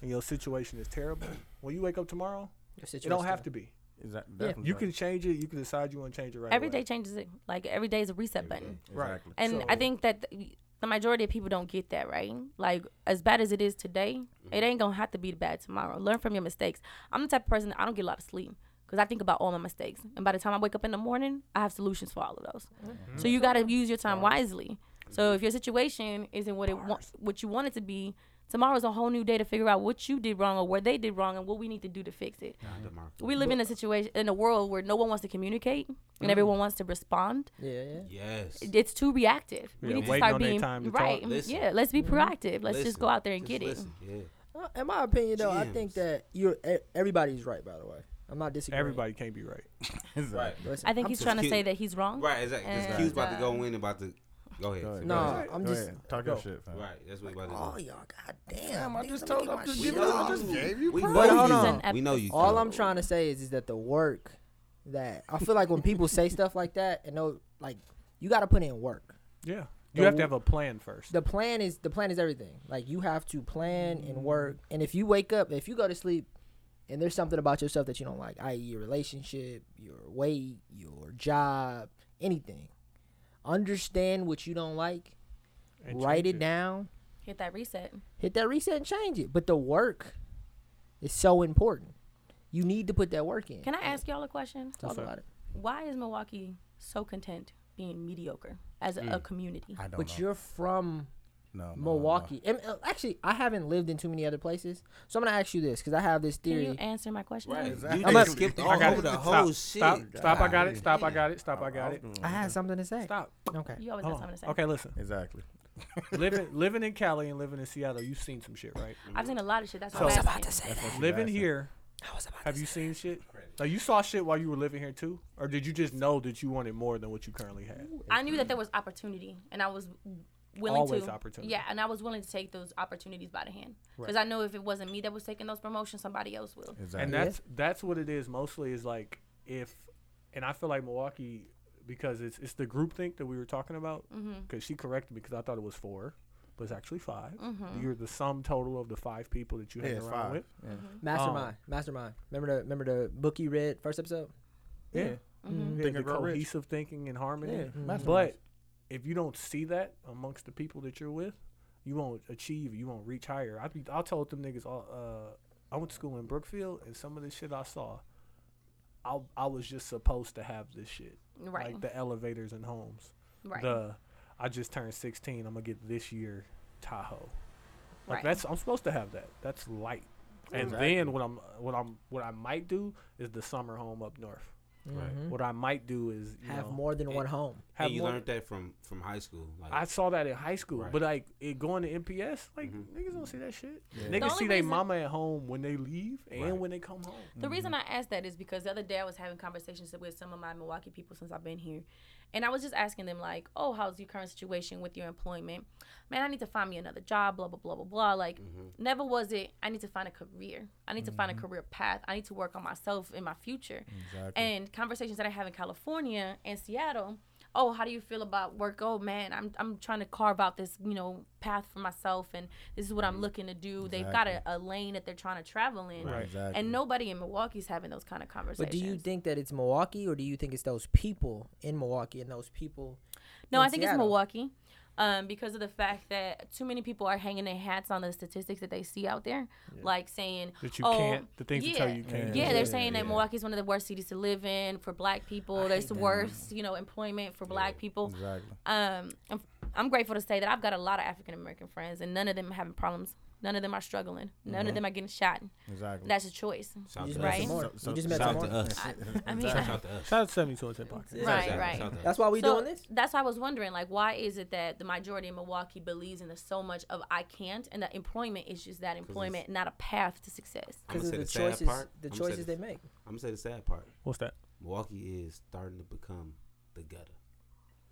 [SPEAKER 4] and your situation is terrible, when you wake up tomorrow, it don't have to be.
[SPEAKER 3] Exactly.
[SPEAKER 1] Yeah.
[SPEAKER 3] definitely
[SPEAKER 4] You
[SPEAKER 3] right.
[SPEAKER 4] can change it. You can decide you want to change it right
[SPEAKER 2] Every
[SPEAKER 4] away.
[SPEAKER 2] day changes it. Like every day is a reset button.
[SPEAKER 4] Right.
[SPEAKER 3] Exactly.
[SPEAKER 2] And
[SPEAKER 4] So-
[SPEAKER 2] I think that th- the majority of people don't get that, right? Like, as bad as it is today, it ain't gonna have to be bad tomorrow. Learn from your mistakes. I'm the type of person that I don't get a lot of sleep because I think about all my mistakes. And by the time I wake up in the morning, I have solutions for all of those. So you gotta use your time wisely. So if your situation isn't what it wa- what you want it to be, tomorrow's a whole new day to figure out what you did wrong or where they did wrong and what we need to do to fix it.
[SPEAKER 5] Nah, the mark.
[SPEAKER 2] We live in a situation in a world where no one wants to communicate and everyone wants to respond
[SPEAKER 1] Yeah, yeah.
[SPEAKER 5] Yes.
[SPEAKER 2] it's too reactive.
[SPEAKER 4] Yeah,
[SPEAKER 2] we need to
[SPEAKER 4] waiting
[SPEAKER 2] start
[SPEAKER 4] on their
[SPEAKER 2] being
[SPEAKER 4] time to talk.
[SPEAKER 2] right.
[SPEAKER 5] Listen. Mm-hmm.
[SPEAKER 2] Yeah, let's be proactive. Let's just
[SPEAKER 5] Listen.
[SPEAKER 2] go out there and
[SPEAKER 5] Just
[SPEAKER 2] get
[SPEAKER 5] listen. Yeah.
[SPEAKER 1] Uh, In my opinion, though, I think
[SPEAKER 5] Gems.
[SPEAKER 1] that you're e- everybody's right. By the way, I'm not disagreeing.
[SPEAKER 4] Everybody can't be right.
[SPEAKER 5] Right.
[SPEAKER 1] Listen,
[SPEAKER 2] it. I think
[SPEAKER 5] I'm
[SPEAKER 2] he's
[SPEAKER 5] just
[SPEAKER 2] trying to say
[SPEAKER 5] kidding.
[SPEAKER 2] that he's wrong.
[SPEAKER 5] Right. Exactly. Because
[SPEAKER 2] And,
[SPEAKER 5] Q's about to
[SPEAKER 2] uh,
[SPEAKER 5] go in and about to go ahead.
[SPEAKER 3] Go ahead,
[SPEAKER 1] No,
[SPEAKER 3] go ahead,
[SPEAKER 1] I'm
[SPEAKER 3] go
[SPEAKER 1] just-
[SPEAKER 3] ahead. talk your
[SPEAKER 1] go.
[SPEAKER 3] shit. fam.
[SPEAKER 5] Right. That's what he about to do.
[SPEAKER 1] oh y'all, goddamn.
[SPEAKER 3] I
[SPEAKER 1] nigga,
[SPEAKER 3] just
[SPEAKER 1] let me
[SPEAKER 3] told
[SPEAKER 1] get my
[SPEAKER 3] you, I
[SPEAKER 1] shit
[SPEAKER 3] just give you-
[SPEAKER 1] off.
[SPEAKER 3] I just gave you.
[SPEAKER 5] We
[SPEAKER 3] props.
[SPEAKER 5] know
[SPEAKER 1] But
[SPEAKER 5] you
[SPEAKER 1] hold
[SPEAKER 5] do.
[SPEAKER 2] on.
[SPEAKER 5] We know you.
[SPEAKER 1] All
[SPEAKER 5] do.
[SPEAKER 1] I'm trying to say is, is that the work that I feel like when people say stuff like that and know like you got to put in work.
[SPEAKER 4] Yeah.
[SPEAKER 1] The
[SPEAKER 4] You have to
[SPEAKER 1] wo-
[SPEAKER 4] have a plan first.
[SPEAKER 1] The plan is the plan is everything. Like you have to plan and work. And if you wake up, if you go to sleep, and there's something about yourself that you don't like, i.e., your relationship, your weight, your job, anything, understand what you don't like,
[SPEAKER 4] and
[SPEAKER 1] write
[SPEAKER 4] change
[SPEAKER 1] it down,
[SPEAKER 2] Hit that reset.
[SPEAKER 1] hit that reset and change it. But the work is so important. You need to put that work in.
[SPEAKER 2] Can I ask y'all a question?
[SPEAKER 1] talk
[SPEAKER 4] What's up?
[SPEAKER 1] about it?
[SPEAKER 2] Why is Milwaukee so content being mediocre as a,
[SPEAKER 4] Mm.
[SPEAKER 2] a community?
[SPEAKER 3] I don't
[SPEAKER 1] But
[SPEAKER 3] know.
[SPEAKER 1] you're from
[SPEAKER 3] No, no, no, no.
[SPEAKER 1] Milwaukee. And, uh, actually, I haven't lived in too many other places, so I'm gonna ask you this because I have this
[SPEAKER 2] Can you
[SPEAKER 1] theory.
[SPEAKER 2] answer my question?
[SPEAKER 5] Right.
[SPEAKER 3] Exactly.
[SPEAKER 5] You
[SPEAKER 3] I'm
[SPEAKER 5] just
[SPEAKER 3] about-
[SPEAKER 5] skipped
[SPEAKER 3] I
[SPEAKER 5] all
[SPEAKER 4] got
[SPEAKER 5] over
[SPEAKER 4] it.
[SPEAKER 5] the
[SPEAKER 4] Stop,
[SPEAKER 5] whole
[SPEAKER 4] Stop.
[SPEAKER 5] shit.
[SPEAKER 4] Stop. I got it.
[SPEAKER 5] God
[SPEAKER 4] Stop. I
[SPEAKER 5] damn.
[SPEAKER 4] got it. Stop. I
[SPEAKER 3] I
[SPEAKER 4] got
[SPEAKER 3] was
[SPEAKER 4] it.
[SPEAKER 3] doing-
[SPEAKER 1] I had something to say.
[SPEAKER 4] Stop.
[SPEAKER 1] Okay.
[SPEAKER 2] You always have
[SPEAKER 4] Hold on.
[SPEAKER 2] something to say.
[SPEAKER 4] Okay, listen.
[SPEAKER 3] Exactly.
[SPEAKER 4] living living in Cali and living in Seattle, you've seen some shit, right?
[SPEAKER 2] I've seen a lot of shit. That's
[SPEAKER 4] So-
[SPEAKER 2] what I'm
[SPEAKER 1] about to
[SPEAKER 2] asking.
[SPEAKER 1] say that.
[SPEAKER 4] living
[SPEAKER 3] asking.
[SPEAKER 4] here,
[SPEAKER 1] I was about
[SPEAKER 4] have
[SPEAKER 1] to
[SPEAKER 4] you
[SPEAKER 1] say
[SPEAKER 4] seen shit? Now you saw shit while you were living here too, or did you just know that you wanted more than what you currently had?
[SPEAKER 2] I knew that there was opportunity, and I was willing
[SPEAKER 4] Always
[SPEAKER 2] to.
[SPEAKER 4] opportunity.
[SPEAKER 2] Yeah, and I was willing to take those opportunities by the hand because I know if it wasn't me that was taking those promotions, somebody else will.
[SPEAKER 3] Exactly.
[SPEAKER 4] And
[SPEAKER 1] Yeah.
[SPEAKER 4] that's that's what it is mostly is like if, and I feel like Milwaukee because it's it's the groupthink that we were talking about.
[SPEAKER 2] Mm-hmm.
[SPEAKER 4] Because she corrected me because I thought it was four, but it's actually 5
[SPEAKER 2] Mm-hmm.
[SPEAKER 4] you You're the sum total of the five people that you
[SPEAKER 3] Yeah,
[SPEAKER 4] hang
[SPEAKER 3] it's
[SPEAKER 4] around
[SPEAKER 3] five.
[SPEAKER 4] with.
[SPEAKER 3] Yeah.
[SPEAKER 1] Mastermind.
[SPEAKER 5] Oh.
[SPEAKER 1] Mastermind. Remember the remember the book you read first episode?
[SPEAKER 4] Yeah.
[SPEAKER 3] Mm-hmm. Think
[SPEAKER 4] Yeah,
[SPEAKER 3] and
[SPEAKER 4] the
[SPEAKER 3] grow rich. Mm-hmm.
[SPEAKER 4] cohesive thinking and harmony.
[SPEAKER 3] Yeah, masterminds.
[SPEAKER 4] But if you don't see that amongst the people that you're with, you won't achieve. You won't reach higher. I be, I told them niggas. all, Uh, I went to school in Brookfield, and some of the shit I saw, I I was just supposed to have this shit.
[SPEAKER 2] Right.
[SPEAKER 4] Like the elevators and homes.
[SPEAKER 2] Right.
[SPEAKER 4] The I just turned 16. I'm gonna get this year Tahoe. Like
[SPEAKER 2] Right.
[SPEAKER 4] that's I'm supposed to have that. That's light. And then what I'm what I'm what I might do is the summer home up north.
[SPEAKER 5] Right.
[SPEAKER 2] Mm-hmm.
[SPEAKER 4] What I might do is you
[SPEAKER 1] Have
[SPEAKER 4] know,
[SPEAKER 1] more than one home.
[SPEAKER 4] Have
[SPEAKER 5] and you
[SPEAKER 4] more-
[SPEAKER 5] learned that from from high school. Like,
[SPEAKER 4] I saw that in high school,
[SPEAKER 5] Right.
[SPEAKER 4] but like it going to MPS, like niggas don't see that shit.
[SPEAKER 2] The
[SPEAKER 4] Niggas
[SPEAKER 2] only
[SPEAKER 4] see they
[SPEAKER 2] reason-
[SPEAKER 4] mama at home when they leave and
[SPEAKER 5] Right.
[SPEAKER 4] when they come home.
[SPEAKER 2] The reason I asked that is because the other day I was having conversations with some of my Milwaukee people since I've been here. And I was just asking them, like, oh, how's your current situation with your employment? Man, I need to find me another job, blah, blah, blah, blah, blah. Like, never was it, I need to find a career. I need to find a career path. I need to work on myself in my future.
[SPEAKER 3] Exactly.
[SPEAKER 2] And conversations that I have in California and Seattle, oh, how do you feel about work? Oh man, I'm I'm trying to carve out this you know path for myself, and this is what I'm looking to do. They've got a,
[SPEAKER 3] Exactly.
[SPEAKER 2] a lane that they're trying to travel in,
[SPEAKER 4] Right.
[SPEAKER 3] Exactly.
[SPEAKER 2] and nobody in Milwaukee's having those kind of conversations.
[SPEAKER 1] But do you think that it's Milwaukee, or do you think it's those people in Milwaukee and those people?
[SPEAKER 2] No,
[SPEAKER 1] in
[SPEAKER 2] I think it's
[SPEAKER 1] Seattle?
[SPEAKER 2] Milwaukee, um, because of the fact that too many people are hanging their hats on the statistics that they see out there, like saying
[SPEAKER 4] That you
[SPEAKER 2] oh,
[SPEAKER 4] can't. The things that tell you you can't.
[SPEAKER 2] Yeah,
[SPEAKER 3] do.
[SPEAKER 2] they're
[SPEAKER 3] Yeah,
[SPEAKER 2] saying that
[SPEAKER 3] yeah.
[SPEAKER 2] Milwaukee's one of the worst cities to live in for Black people.
[SPEAKER 1] I
[SPEAKER 2] There's
[SPEAKER 1] hate
[SPEAKER 2] the
[SPEAKER 1] that.
[SPEAKER 2] worst, you know, employment for Black people.
[SPEAKER 3] Exactly.
[SPEAKER 2] Um, I'm, I'm grateful to say that I've got a lot of African American friends, and none of them having problems. None of them are struggling. None
[SPEAKER 1] Mm-hmm.
[SPEAKER 2] of them are getting shot.
[SPEAKER 3] Exactly.
[SPEAKER 2] That's a choice.
[SPEAKER 5] Shout
[SPEAKER 1] You
[SPEAKER 5] out
[SPEAKER 1] just
[SPEAKER 5] to
[SPEAKER 1] met
[SPEAKER 2] Right.
[SPEAKER 1] some
[SPEAKER 5] us.
[SPEAKER 1] more.
[SPEAKER 3] So- so-
[SPEAKER 1] you just met
[SPEAKER 5] Shout
[SPEAKER 1] some
[SPEAKER 5] out to
[SPEAKER 1] more.
[SPEAKER 5] us.
[SPEAKER 2] I, I mean,
[SPEAKER 5] Shout out to us.
[SPEAKER 4] Shout out to 72 and 10 Pockets.
[SPEAKER 1] That's it.
[SPEAKER 2] Right,
[SPEAKER 5] Shout out-
[SPEAKER 2] right.
[SPEAKER 5] shout out to us.
[SPEAKER 1] That's why we
[SPEAKER 2] So,
[SPEAKER 1] doing this.
[SPEAKER 2] That's why I was wondering, like, why is it that the majority of Milwaukee believes in the so much of I can't, and that employment is just that employment, not a path to success.
[SPEAKER 5] I'm
[SPEAKER 1] Because
[SPEAKER 5] gonna
[SPEAKER 1] of
[SPEAKER 5] say
[SPEAKER 1] the
[SPEAKER 5] sad
[SPEAKER 1] choices,
[SPEAKER 5] part.
[SPEAKER 1] the
[SPEAKER 5] I'm gonna say
[SPEAKER 1] choices
[SPEAKER 5] the-
[SPEAKER 1] they make.
[SPEAKER 5] I'm gonna say the sad part.
[SPEAKER 4] What's that?
[SPEAKER 5] Milwaukee is starting to become the gutter.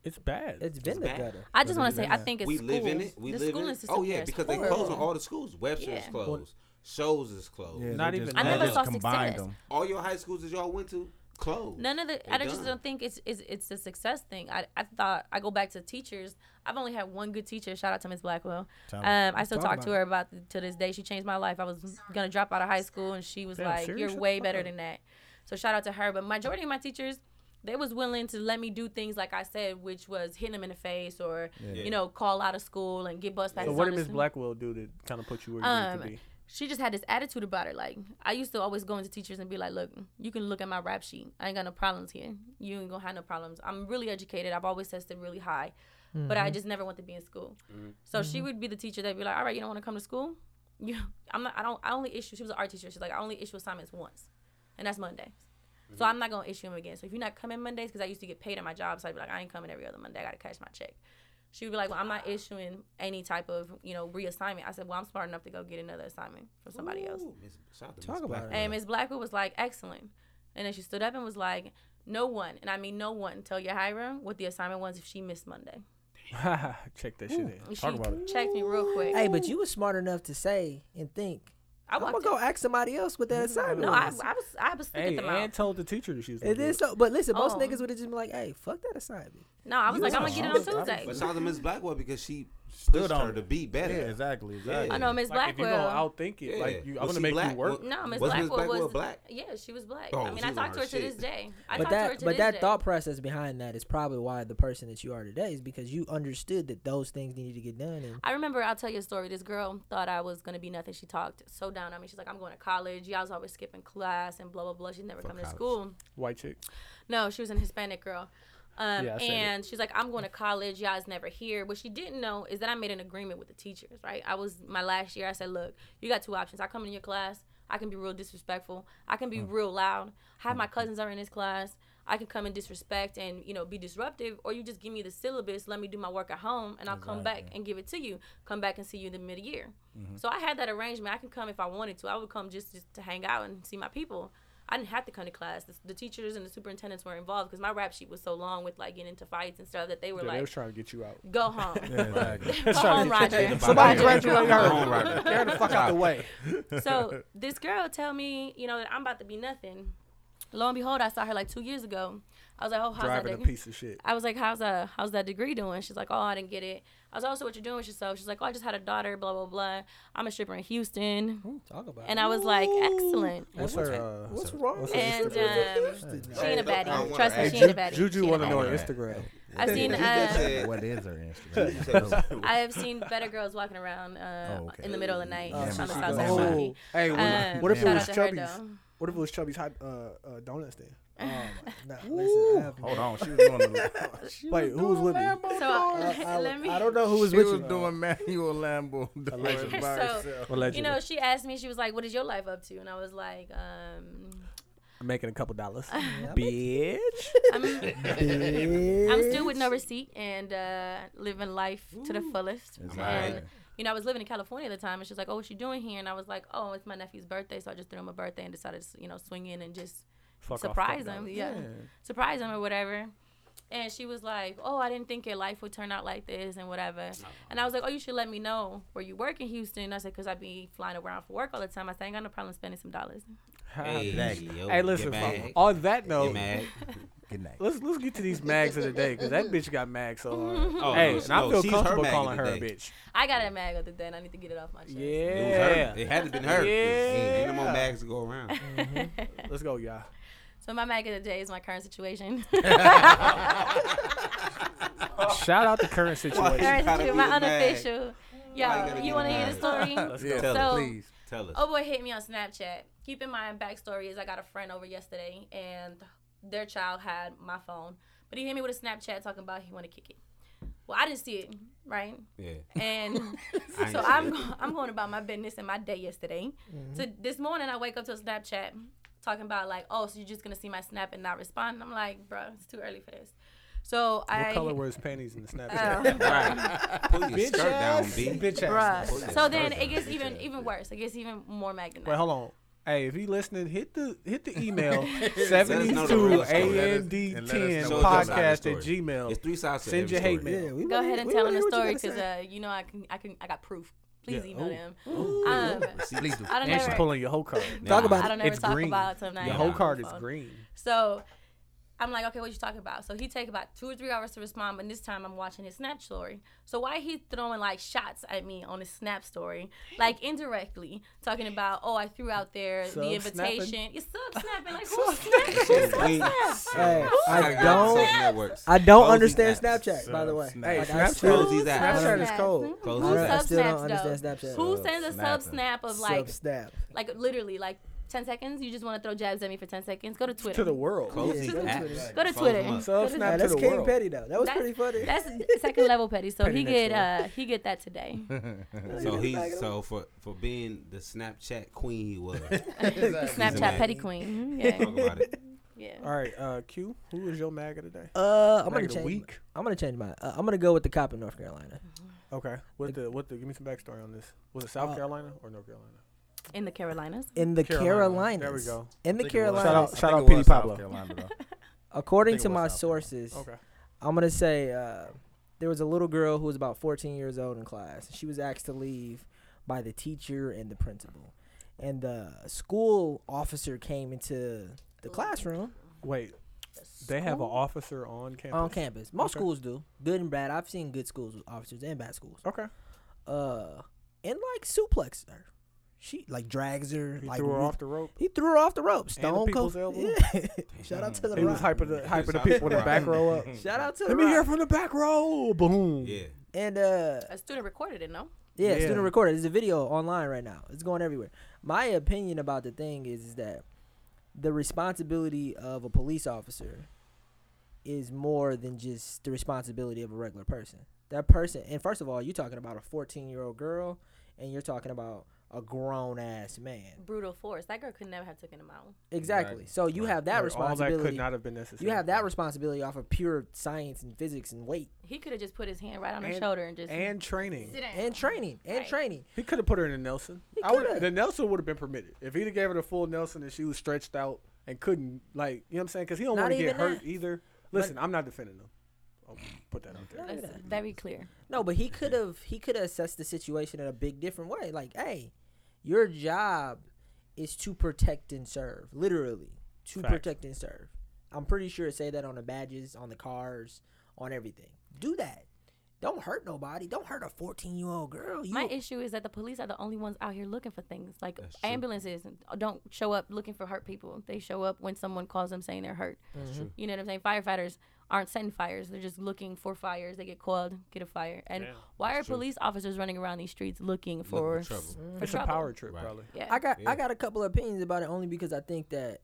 [SPEAKER 4] It's bad.
[SPEAKER 1] It's been
[SPEAKER 5] It's
[SPEAKER 1] the
[SPEAKER 5] bad.
[SPEAKER 1] gutter.
[SPEAKER 2] I just
[SPEAKER 3] Doesn't
[SPEAKER 2] want
[SPEAKER 3] do
[SPEAKER 2] to say,
[SPEAKER 3] that.
[SPEAKER 2] I think it's
[SPEAKER 5] we
[SPEAKER 2] schools.
[SPEAKER 5] live in it. We
[SPEAKER 2] the
[SPEAKER 5] live in
[SPEAKER 2] schooling
[SPEAKER 5] it.
[SPEAKER 2] system
[SPEAKER 5] Oh
[SPEAKER 2] here
[SPEAKER 5] yeah,
[SPEAKER 2] is
[SPEAKER 5] because they
[SPEAKER 2] horrible.
[SPEAKER 5] closing all the schools. Webster is
[SPEAKER 2] Yeah.
[SPEAKER 5] closed. Shows is closed.
[SPEAKER 3] Yeah,
[SPEAKER 4] Not
[SPEAKER 3] they
[SPEAKER 4] even
[SPEAKER 3] just-
[SPEAKER 2] I
[SPEAKER 3] they
[SPEAKER 2] never
[SPEAKER 3] just
[SPEAKER 2] saw
[SPEAKER 3] combined
[SPEAKER 2] success.
[SPEAKER 3] 'em.
[SPEAKER 5] All your high schools that y'all went to closed.
[SPEAKER 2] None of the.
[SPEAKER 5] They
[SPEAKER 2] I just
[SPEAKER 5] done.
[SPEAKER 2] don't think it's, it's it's a success thing. I, I thought I go back to teachers. I've only had one good teacher. Shout out to Miss Blackwell.
[SPEAKER 3] Tell
[SPEAKER 2] Um,
[SPEAKER 3] 'em.
[SPEAKER 2] I still
[SPEAKER 1] Talk
[SPEAKER 2] talk to
[SPEAKER 1] about
[SPEAKER 2] her about th- to this day. She changed my life. I was gonna drop out of high school, and she was
[SPEAKER 4] Damn,
[SPEAKER 2] like,
[SPEAKER 4] serious?
[SPEAKER 2] "You're
[SPEAKER 4] Shut the
[SPEAKER 2] way
[SPEAKER 4] fuck
[SPEAKER 2] better
[SPEAKER 4] up."
[SPEAKER 2] than that." So shout out to her. But majority of my teachers, they was willing to let me do things like I said, which was hit them in the face or you know call out of school and get bus passes.
[SPEAKER 4] So what
[SPEAKER 2] on
[SPEAKER 4] did
[SPEAKER 2] the
[SPEAKER 4] Miss
[SPEAKER 2] sn-
[SPEAKER 4] Blackwell do to kind of put you where you need to
[SPEAKER 2] Um,
[SPEAKER 4] be?
[SPEAKER 2] she just had this attitude about it. Like I used to always go into teachers and be like, "Look, you can look at my rap sheet. I ain't got no problems here. You ain't gonna have no problems. I'm really educated. I've always tested really high, but I just never want to be in school. So she would be the teacher that'd be like, "All right, you don't want to come to school. You, I'm not. I don't. I only issue. She was an art teacher. She's like, I only issue assignments once, and that's Mondays. So I'm not gonna issue them again. So if you're not coming Mondays, because I used to get paid at my job, so I'd be like, I ain't coming every other Monday. I gotta cash my check. She would be like, Well, I'm not issuing any type of, you know, reassignment. I said, Well, I'm smart enough to go get another assignment from somebody else.
[SPEAKER 5] Ooh, Miss- shout out to
[SPEAKER 1] Talk about
[SPEAKER 5] Miss
[SPEAKER 1] it.
[SPEAKER 5] Blackwell.
[SPEAKER 2] And Miss Blackwood was like, Excellent. And then she stood up and was like, No one, and I mean no one, tell Yahira what the assignment was if she missed Monday.
[SPEAKER 4] Check that shit in.
[SPEAKER 2] And
[SPEAKER 3] Talk
[SPEAKER 2] she
[SPEAKER 3] about it.
[SPEAKER 2] checked me real quick.
[SPEAKER 1] Hey, but you were smart enough to say and think.
[SPEAKER 2] I
[SPEAKER 1] I'm gonna
[SPEAKER 2] walked
[SPEAKER 1] go
[SPEAKER 2] in.
[SPEAKER 1] ask somebody else what that assignment.
[SPEAKER 2] No, I, I
[SPEAKER 1] was.
[SPEAKER 2] was I was
[SPEAKER 4] Hey,
[SPEAKER 2] thinking them
[SPEAKER 4] and
[SPEAKER 2] out.
[SPEAKER 4] told the teacher that she was.
[SPEAKER 1] It is so, but listen, most
[SPEAKER 2] Oh.
[SPEAKER 1] niggas would have just been like, "Hey, fuck that assignment."
[SPEAKER 2] No, I was
[SPEAKER 1] You
[SPEAKER 2] like, I'm
[SPEAKER 1] was
[SPEAKER 2] gonna get it
[SPEAKER 1] wrong.
[SPEAKER 2] on Tuesday.
[SPEAKER 5] But shout out to Miss Blackwell because she
[SPEAKER 3] Stood
[SPEAKER 5] pushed
[SPEAKER 3] on
[SPEAKER 5] her to
[SPEAKER 3] it.
[SPEAKER 5] be
[SPEAKER 3] Yeah,
[SPEAKER 5] better.
[SPEAKER 3] exactly. Exactly.
[SPEAKER 2] I know Miss
[SPEAKER 4] Like, if you're
[SPEAKER 2] Blackwell.
[SPEAKER 4] gonna outthink it,
[SPEAKER 5] Yeah.
[SPEAKER 4] like you, I'm gonna
[SPEAKER 5] Was she
[SPEAKER 4] make
[SPEAKER 5] black?
[SPEAKER 4] you work.
[SPEAKER 5] What-
[SPEAKER 2] No, Miss
[SPEAKER 5] Was Miss
[SPEAKER 2] Blackwell,
[SPEAKER 5] Blackwell
[SPEAKER 2] was
[SPEAKER 5] black?
[SPEAKER 2] Yeah, she was black.
[SPEAKER 5] Oh,
[SPEAKER 2] I mean,
[SPEAKER 5] she
[SPEAKER 2] I
[SPEAKER 5] was
[SPEAKER 2] talked to
[SPEAKER 5] on
[SPEAKER 2] her to
[SPEAKER 5] shit.
[SPEAKER 2] this day. I
[SPEAKER 1] but
[SPEAKER 2] talked to her
[SPEAKER 1] that,
[SPEAKER 2] to
[SPEAKER 1] but
[SPEAKER 2] this
[SPEAKER 1] that
[SPEAKER 2] day.
[SPEAKER 1] thought process behind that is probably why the person that you are today is because you understood that those things needed to get done. And
[SPEAKER 2] I remember I'll tell you a story. This girl thought I was gonna be nothing. She talked so down on me. She's like, I'm going to college. Y'all's always skipping class and blah blah blah. She's never
[SPEAKER 5] Fuck
[SPEAKER 2] come to
[SPEAKER 5] college.
[SPEAKER 2] school.
[SPEAKER 4] White chick.
[SPEAKER 2] No, she was an Hispanic girl. Um,
[SPEAKER 4] Yeah, I said it.
[SPEAKER 2] and she's like, I'm going to college. Y'all's never here. What she didn't know is that I made an agreement with the teachers, right? I was, my last year, I said, look, you got two options. I come in your class. I can be real disrespectful. I can be
[SPEAKER 4] Hmm.
[SPEAKER 2] real loud. Half my cousins are in this class. I can come and disrespect and, you know, be disruptive. Or you just give me the syllabus. Let me do my work at home and I'll come back and give it to you. Come back and see you in the mid-year.
[SPEAKER 4] Mm-hmm.
[SPEAKER 2] So I had that arrangement. I can come if I wanted to. I would come just, just to hang out and see my people. I didn't have to come to class. The, the teachers and the superintendents were involved because my rap sheet was so long with like getting into fights and stuff that they were
[SPEAKER 4] Yeah, they was
[SPEAKER 2] like,
[SPEAKER 4] trying to get you out.
[SPEAKER 2] "Go home,
[SPEAKER 3] Yeah, exactly.
[SPEAKER 2] go home, Roger."
[SPEAKER 4] Somebody
[SPEAKER 2] Roger, go
[SPEAKER 4] graduated
[SPEAKER 2] home."
[SPEAKER 4] her.
[SPEAKER 5] Home, Roger.
[SPEAKER 4] Get her the fuck out the way.
[SPEAKER 2] So this girl tell me, you know, that I'm about to be nothing. Lo and behold, I saw her like two years ago. I was like, "Oh, how's
[SPEAKER 4] Driving a
[SPEAKER 2] that?" degree?
[SPEAKER 4] piece of shit.
[SPEAKER 2] I was like, "How's that? How's that degree doing?" She's like, "Oh, I didn't get it." I was also, "What you're doing with yourself?" She's like, "Oh, I just had a daughter. Blah blah blah. I'm a stripper in Houston."
[SPEAKER 1] talk about
[SPEAKER 2] And I was like, "Excellent."
[SPEAKER 4] What's her? Uh,
[SPEAKER 1] What's wrong?
[SPEAKER 4] what's
[SPEAKER 1] with
[SPEAKER 4] her
[SPEAKER 2] And
[SPEAKER 4] Instagram?
[SPEAKER 2] um, she ain't a
[SPEAKER 5] Hey, I
[SPEAKER 2] baddie.
[SPEAKER 5] wanna
[SPEAKER 2] Trust me,
[SPEAKER 5] ask
[SPEAKER 2] she
[SPEAKER 5] you-
[SPEAKER 2] ain't a baddie. She
[SPEAKER 4] Juju
[SPEAKER 2] ain't a
[SPEAKER 4] want to know
[SPEAKER 2] baddie.
[SPEAKER 4] her Instagram.
[SPEAKER 2] I've seen. Uh,
[SPEAKER 3] what is her Instagram?
[SPEAKER 2] I have seen better girls walking around uh,
[SPEAKER 3] Oh, okay.
[SPEAKER 2] in the middle of the night
[SPEAKER 3] Oh,
[SPEAKER 2] on
[SPEAKER 3] so
[SPEAKER 2] the
[SPEAKER 3] she
[SPEAKER 2] south side
[SPEAKER 3] goes-
[SPEAKER 2] of Milwaukee.
[SPEAKER 4] hey,
[SPEAKER 2] Um,
[SPEAKER 4] what if it
[SPEAKER 2] shout
[SPEAKER 4] was
[SPEAKER 2] out to her,
[SPEAKER 4] Chubby's?
[SPEAKER 2] though.
[SPEAKER 4] What if it was Chubby's hot uh, uh, donuts then?
[SPEAKER 1] Oh my, nah, listen, I have
[SPEAKER 3] Hold on, she was doing. The, she
[SPEAKER 4] Wait, who was with me?
[SPEAKER 2] So
[SPEAKER 1] I,
[SPEAKER 2] let me.
[SPEAKER 1] I don't know who was
[SPEAKER 3] she
[SPEAKER 1] with
[SPEAKER 3] was
[SPEAKER 1] you. uh,
[SPEAKER 3] doing Manuel Lambo doing it by
[SPEAKER 2] So,
[SPEAKER 3] herself.
[SPEAKER 2] You know, she asked me. She was like, "What is your life up to?" And I was like, um,
[SPEAKER 4] I'm making a couple dollars.
[SPEAKER 1] yeah,
[SPEAKER 4] Bitch.
[SPEAKER 2] "I'm,
[SPEAKER 1] bitch.
[SPEAKER 2] I'm still with no receipt and uh, living life to the fullest."
[SPEAKER 3] It's
[SPEAKER 5] I'm
[SPEAKER 2] And
[SPEAKER 5] alright.
[SPEAKER 2] you know, I was living in California at the time, and she was like, "Oh, what you doing here?" And I was like, "Oh, it's my nephew's birthday, so I just threw him a birthday and decided to, you know, swing in and just
[SPEAKER 4] Fuck off,
[SPEAKER 2] surprise
[SPEAKER 4] couple
[SPEAKER 2] him,
[SPEAKER 4] dollars.
[SPEAKER 2] yeah. surprise him or whatever." And she was like, "Oh, I didn't think your life would turn out like this and whatever." And I was like, "Oh, you should let me know where you work in Houston." And I said, "Cause I be flying around for work all the time. I said, I ain't got no problem spending some dollars."
[SPEAKER 4] Ha, bitch.
[SPEAKER 5] Exactly. yo.
[SPEAKER 4] Hey, listen.
[SPEAKER 5] Get
[SPEAKER 4] fuck-
[SPEAKER 5] mad.
[SPEAKER 4] On that
[SPEAKER 5] Get
[SPEAKER 4] note,
[SPEAKER 5] mad.
[SPEAKER 3] Good night.
[SPEAKER 4] Let's let's get to these mags of the day because that bitch got magged so hard.
[SPEAKER 5] Oh,
[SPEAKER 4] hey,
[SPEAKER 5] no,
[SPEAKER 4] and I
[SPEAKER 5] no,
[SPEAKER 4] feel
[SPEAKER 5] she's her
[SPEAKER 4] comfortable
[SPEAKER 5] mag of
[SPEAKER 4] calling
[SPEAKER 5] the
[SPEAKER 4] her a
[SPEAKER 5] day.
[SPEAKER 4] bitch.
[SPEAKER 2] I got a mag of the day, and I need to get it off my chest.
[SPEAKER 5] It, was her.
[SPEAKER 4] Yeah.
[SPEAKER 5] it had to been her. 'cause Ain't no more
[SPEAKER 4] Yeah.
[SPEAKER 5] mags to go around.
[SPEAKER 4] Let's go, y'all.
[SPEAKER 2] So my mag of the day is my current situation.
[SPEAKER 4] Shout out the current situation.
[SPEAKER 5] Why?
[SPEAKER 2] Current
[SPEAKER 5] gotta be
[SPEAKER 2] situ-
[SPEAKER 5] the
[SPEAKER 2] my
[SPEAKER 5] mag?
[SPEAKER 2] unofficial.
[SPEAKER 5] gotta
[SPEAKER 2] Yo,
[SPEAKER 5] be
[SPEAKER 2] you
[SPEAKER 5] the
[SPEAKER 2] want to hear the
[SPEAKER 5] mag?
[SPEAKER 2] story?
[SPEAKER 4] Let's
[SPEAKER 3] Yeah,
[SPEAKER 4] go.
[SPEAKER 5] Tell
[SPEAKER 2] So-
[SPEAKER 5] us, please. Tell us.
[SPEAKER 2] Oh boy hit me on Snapchat. Keep in mind backstory is I got a friend over yesterday and their child had my phone. But he hit me with a Snapchat talking about he wanna kick it. Well I didn't see it, right?
[SPEAKER 5] Yeah.
[SPEAKER 2] And
[SPEAKER 5] I
[SPEAKER 2] so
[SPEAKER 5] ain't
[SPEAKER 2] I'm
[SPEAKER 5] see Mm-hmm.
[SPEAKER 2] I'm going about my business and my day yesterday. So this morning I wake up to a Snapchat talking about like, oh, so you're just gonna see my snap and not respond. And I'm like, bruh, it's too early for this. So I
[SPEAKER 4] What color were his panties in the
[SPEAKER 2] Oh.
[SPEAKER 4] Snapchat? right.
[SPEAKER 5] Pull your skirt down, B.
[SPEAKER 4] Bitch ass.
[SPEAKER 2] bruh.
[SPEAKER 5] that
[SPEAKER 2] So then
[SPEAKER 5] started.
[SPEAKER 2] it gets even
[SPEAKER 5] Yeah.
[SPEAKER 2] even worse. It gets even more magnetic.
[SPEAKER 4] Wait, hold on. Hey, if you listening, hit the hit the email
[SPEAKER 5] us know the real
[SPEAKER 4] seventy-two
[SPEAKER 5] story. Let us-
[SPEAKER 4] and d
[SPEAKER 3] and let
[SPEAKER 4] ten
[SPEAKER 3] us know
[SPEAKER 5] the
[SPEAKER 4] podcast
[SPEAKER 5] side
[SPEAKER 4] at
[SPEAKER 5] of the story. It's
[SPEAKER 4] gmail.
[SPEAKER 5] three sides to
[SPEAKER 4] Send
[SPEAKER 5] every
[SPEAKER 4] your hate
[SPEAKER 5] story.
[SPEAKER 4] mail.
[SPEAKER 1] Yeah, we
[SPEAKER 2] Go
[SPEAKER 1] wanna-
[SPEAKER 2] ahead and
[SPEAKER 1] we
[SPEAKER 2] tell
[SPEAKER 1] wanna
[SPEAKER 2] them the
[SPEAKER 1] hear what you
[SPEAKER 2] story
[SPEAKER 1] gotta
[SPEAKER 2] because
[SPEAKER 1] say.
[SPEAKER 2] uh, you know I can I can I got proof. Please
[SPEAKER 4] Yeah.
[SPEAKER 2] email
[SPEAKER 4] Ooh.
[SPEAKER 2] them. Um,
[SPEAKER 3] Please do.
[SPEAKER 2] I don't
[SPEAKER 4] And she's
[SPEAKER 2] ever
[SPEAKER 4] pulling your whole card.
[SPEAKER 5] Talk
[SPEAKER 2] I
[SPEAKER 5] about
[SPEAKER 2] don't ever
[SPEAKER 4] It's
[SPEAKER 2] talk
[SPEAKER 4] green.
[SPEAKER 2] about something. I
[SPEAKER 4] Your
[SPEAKER 2] ain't
[SPEAKER 4] whole
[SPEAKER 2] got
[SPEAKER 4] card
[SPEAKER 2] on
[SPEAKER 4] is
[SPEAKER 2] my phone.
[SPEAKER 4] green.
[SPEAKER 2] So I'm like, okay, what you talking about? So he take about two or three hours to respond, but this time I'm watching his snap story. So why he throwing like shots at me on his snap story, like indirectly talking about, oh, I threw out there the
[SPEAKER 4] Sub snapping?
[SPEAKER 2] invitation. It's sub snapping. Like who's snapping?
[SPEAKER 5] We-
[SPEAKER 1] Hey,
[SPEAKER 5] gotta
[SPEAKER 1] I
[SPEAKER 5] get on
[SPEAKER 1] don't.
[SPEAKER 5] social networks.
[SPEAKER 1] I don't
[SPEAKER 5] Cozy
[SPEAKER 1] understand
[SPEAKER 5] apps.
[SPEAKER 1] Snapchat, by the way.
[SPEAKER 3] Snapchat.
[SPEAKER 1] Like, I
[SPEAKER 4] Snapchat.
[SPEAKER 1] still-
[SPEAKER 5] Cozy apps.
[SPEAKER 1] I don't-
[SPEAKER 4] Snapchat is cold.
[SPEAKER 5] Cozy
[SPEAKER 2] Who
[SPEAKER 5] apps.
[SPEAKER 1] I
[SPEAKER 2] sub
[SPEAKER 1] still don't
[SPEAKER 2] snaps
[SPEAKER 1] understand
[SPEAKER 2] though?
[SPEAKER 1] Snapchat.
[SPEAKER 2] Who sends a sub
[SPEAKER 3] Sub-snapping.
[SPEAKER 2] snap of like
[SPEAKER 1] Subsnap.
[SPEAKER 2] like literally like 10 seconds you just want to throw jabs at me for 10 seconds go to twitter
[SPEAKER 4] To the world.
[SPEAKER 5] Cozy
[SPEAKER 1] Yeah, go to Twitter.
[SPEAKER 5] apps.
[SPEAKER 2] Go to
[SPEAKER 5] Close
[SPEAKER 2] Twitter.
[SPEAKER 5] them up.
[SPEAKER 4] Sub
[SPEAKER 1] Nah,
[SPEAKER 4] snap to
[SPEAKER 1] that's
[SPEAKER 4] the
[SPEAKER 1] King
[SPEAKER 4] world.
[SPEAKER 1] Petty though. That was
[SPEAKER 2] That's-
[SPEAKER 1] pretty funny.
[SPEAKER 2] that's second level petty so
[SPEAKER 4] Petty
[SPEAKER 2] he
[SPEAKER 4] next
[SPEAKER 2] get
[SPEAKER 4] level.
[SPEAKER 2] uh he get that today
[SPEAKER 5] So
[SPEAKER 1] Back it
[SPEAKER 5] he's
[SPEAKER 1] up.
[SPEAKER 5] so for for being the Snapchat queen he was.
[SPEAKER 2] snapchat
[SPEAKER 5] Exactly.
[SPEAKER 2] petty queen yeah
[SPEAKER 5] Talk about it.
[SPEAKER 2] yeah
[SPEAKER 4] All right, uh, Q. Who is your mag of the day?
[SPEAKER 1] Uh, I'm
[SPEAKER 4] Mag
[SPEAKER 1] gonna
[SPEAKER 4] of the
[SPEAKER 1] change.
[SPEAKER 4] week.
[SPEAKER 1] I'm gonna change mine. Uh, I'm gonna go with the cop in North Carolina.
[SPEAKER 4] Okay. What the what the? Give me some backstory on this. Was it South
[SPEAKER 1] Uh,
[SPEAKER 4] Carolina or North Carolina?
[SPEAKER 2] in the carolinas
[SPEAKER 1] In the
[SPEAKER 4] Carolina.
[SPEAKER 1] Carolinas.
[SPEAKER 4] There we go.
[SPEAKER 1] In the
[SPEAKER 3] Think it was-
[SPEAKER 4] Shout
[SPEAKER 1] Carolinas.
[SPEAKER 4] out- shout
[SPEAKER 3] I think
[SPEAKER 4] out
[SPEAKER 3] it
[SPEAKER 4] Petey
[SPEAKER 3] was South
[SPEAKER 4] Pablo.
[SPEAKER 3] Carolina, though.
[SPEAKER 1] According
[SPEAKER 3] think it
[SPEAKER 1] to
[SPEAKER 3] was
[SPEAKER 1] my
[SPEAKER 3] South Carolina.
[SPEAKER 1] sources,
[SPEAKER 4] Okay.
[SPEAKER 1] I'm gonna say uh, there was a little girl who was about 14 years old in class. She was asked to leave by the teacher and the principal, and the school officer came into the classroom
[SPEAKER 4] Wait. They have an officer on campus.
[SPEAKER 1] on campus. Most
[SPEAKER 4] Okay.
[SPEAKER 1] schools do, good and bad. I've seen good schools with officers and bad schools.
[SPEAKER 4] Okay.
[SPEAKER 1] Uh, and like suplexed her. She like drags her.
[SPEAKER 4] He
[SPEAKER 1] like
[SPEAKER 4] threw her
[SPEAKER 1] with-
[SPEAKER 4] off the rope.
[SPEAKER 1] He threw her off the rope.
[SPEAKER 4] And the
[SPEAKER 1] Stone
[SPEAKER 4] people's
[SPEAKER 1] Cold.
[SPEAKER 4] elbow.
[SPEAKER 1] Yeah. Shout out to the
[SPEAKER 4] He was
[SPEAKER 1] Rock.
[SPEAKER 4] hyping the
[SPEAKER 5] Yeah,
[SPEAKER 4] hyping the
[SPEAKER 5] South
[SPEAKER 4] people in the back
[SPEAKER 5] Carolina.
[SPEAKER 4] row up.
[SPEAKER 1] Shout out to the
[SPEAKER 4] Let me hear
[SPEAKER 1] Rock.
[SPEAKER 4] from the back row. Boom.
[SPEAKER 5] Yeah.
[SPEAKER 1] And uh,
[SPEAKER 2] a student recorded it no
[SPEAKER 1] yeah,
[SPEAKER 4] Yeah.
[SPEAKER 1] student recorded. There's a video online right now. It's going everywhere. My opinion about the thing is, is that the responsibility of a police officer is more than just the responsibility of a regular person. That person, and first of all, you're talking about a 14 year old girl, and you're talking about a grown ass man.
[SPEAKER 2] brutal force that girl could never have taken him out
[SPEAKER 1] Exactly. So you have that
[SPEAKER 4] Like, all
[SPEAKER 1] responsibility.
[SPEAKER 4] that could not have been necessary.
[SPEAKER 1] you have that responsibility off of pure science and physics and weight
[SPEAKER 2] he could have just put his hand right on her
[SPEAKER 4] And-
[SPEAKER 2] shoulder and just
[SPEAKER 4] and training.
[SPEAKER 2] sit down
[SPEAKER 1] and training and
[SPEAKER 2] Right.
[SPEAKER 1] training.
[SPEAKER 4] He could have put her in a Nelson.
[SPEAKER 1] He
[SPEAKER 4] I would.
[SPEAKER 1] coulda.
[SPEAKER 4] The Nelson would have been permitted if he'd have gave her the full Nelson and she was stretched out and couldn't like you know what I'm saying because he don't
[SPEAKER 1] Not
[SPEAKER 4] want to get
[SPEAKER 1] even
[SPEAKER 4] hurt
[SPEAKER 1] that.
[SPEAKER 4] either. Listen, I'm not defending him. I'll put that out there.
[SPEAKER 1] Not even
[SPEAKER 2] That's
[SPEAKER 1] that.
[SPEAKER 2] very clear
[SPEAKER 1] No, but he could have he could have assessed the situation in a big different way. Like, hey, your job is to protect and serve, literally to
[SPEAKER 4] Facts.
[SPEAKER 1] protect and serve. I'm pretty sure it say that on the badges, on the cars, on everything. Do that. Don't hurt nobody. Don't hurt a 14 year old girl. You,
[SPEAKER 2] my issue is that the police are the only ones out here looking for things like
[SPEAKER 5] That's true.
[SPEAKER 2] ambulances don't show up looking for hurt people they show up when someone calls them saying they're hurt
[SPEAKER 5] Mm-hmm.
[SPEAKER 2] you know what i'm saying firefighters aren't setting fires they're just looking for fires they get called get a fire and
[SPEAKER 4] Yeah,
[SPEAKER 2] why are police officers running around these streets looking for
[SPEAKER 5] trouble.
[SPEAKER 2] s- for
[SPEAKER 4] It's
[SPEAKER 2] trouble?
[SPEAKER 4] a power trip,
[SPEAKER 5] Right.
[SPEAKER 4] probably.
[SPEAKER 2] yeah
[SPEAKER 1] I got
[SPEAKER 5] Yeah.
[SPEAKER 1] I got a couple of opinions about it only because I think that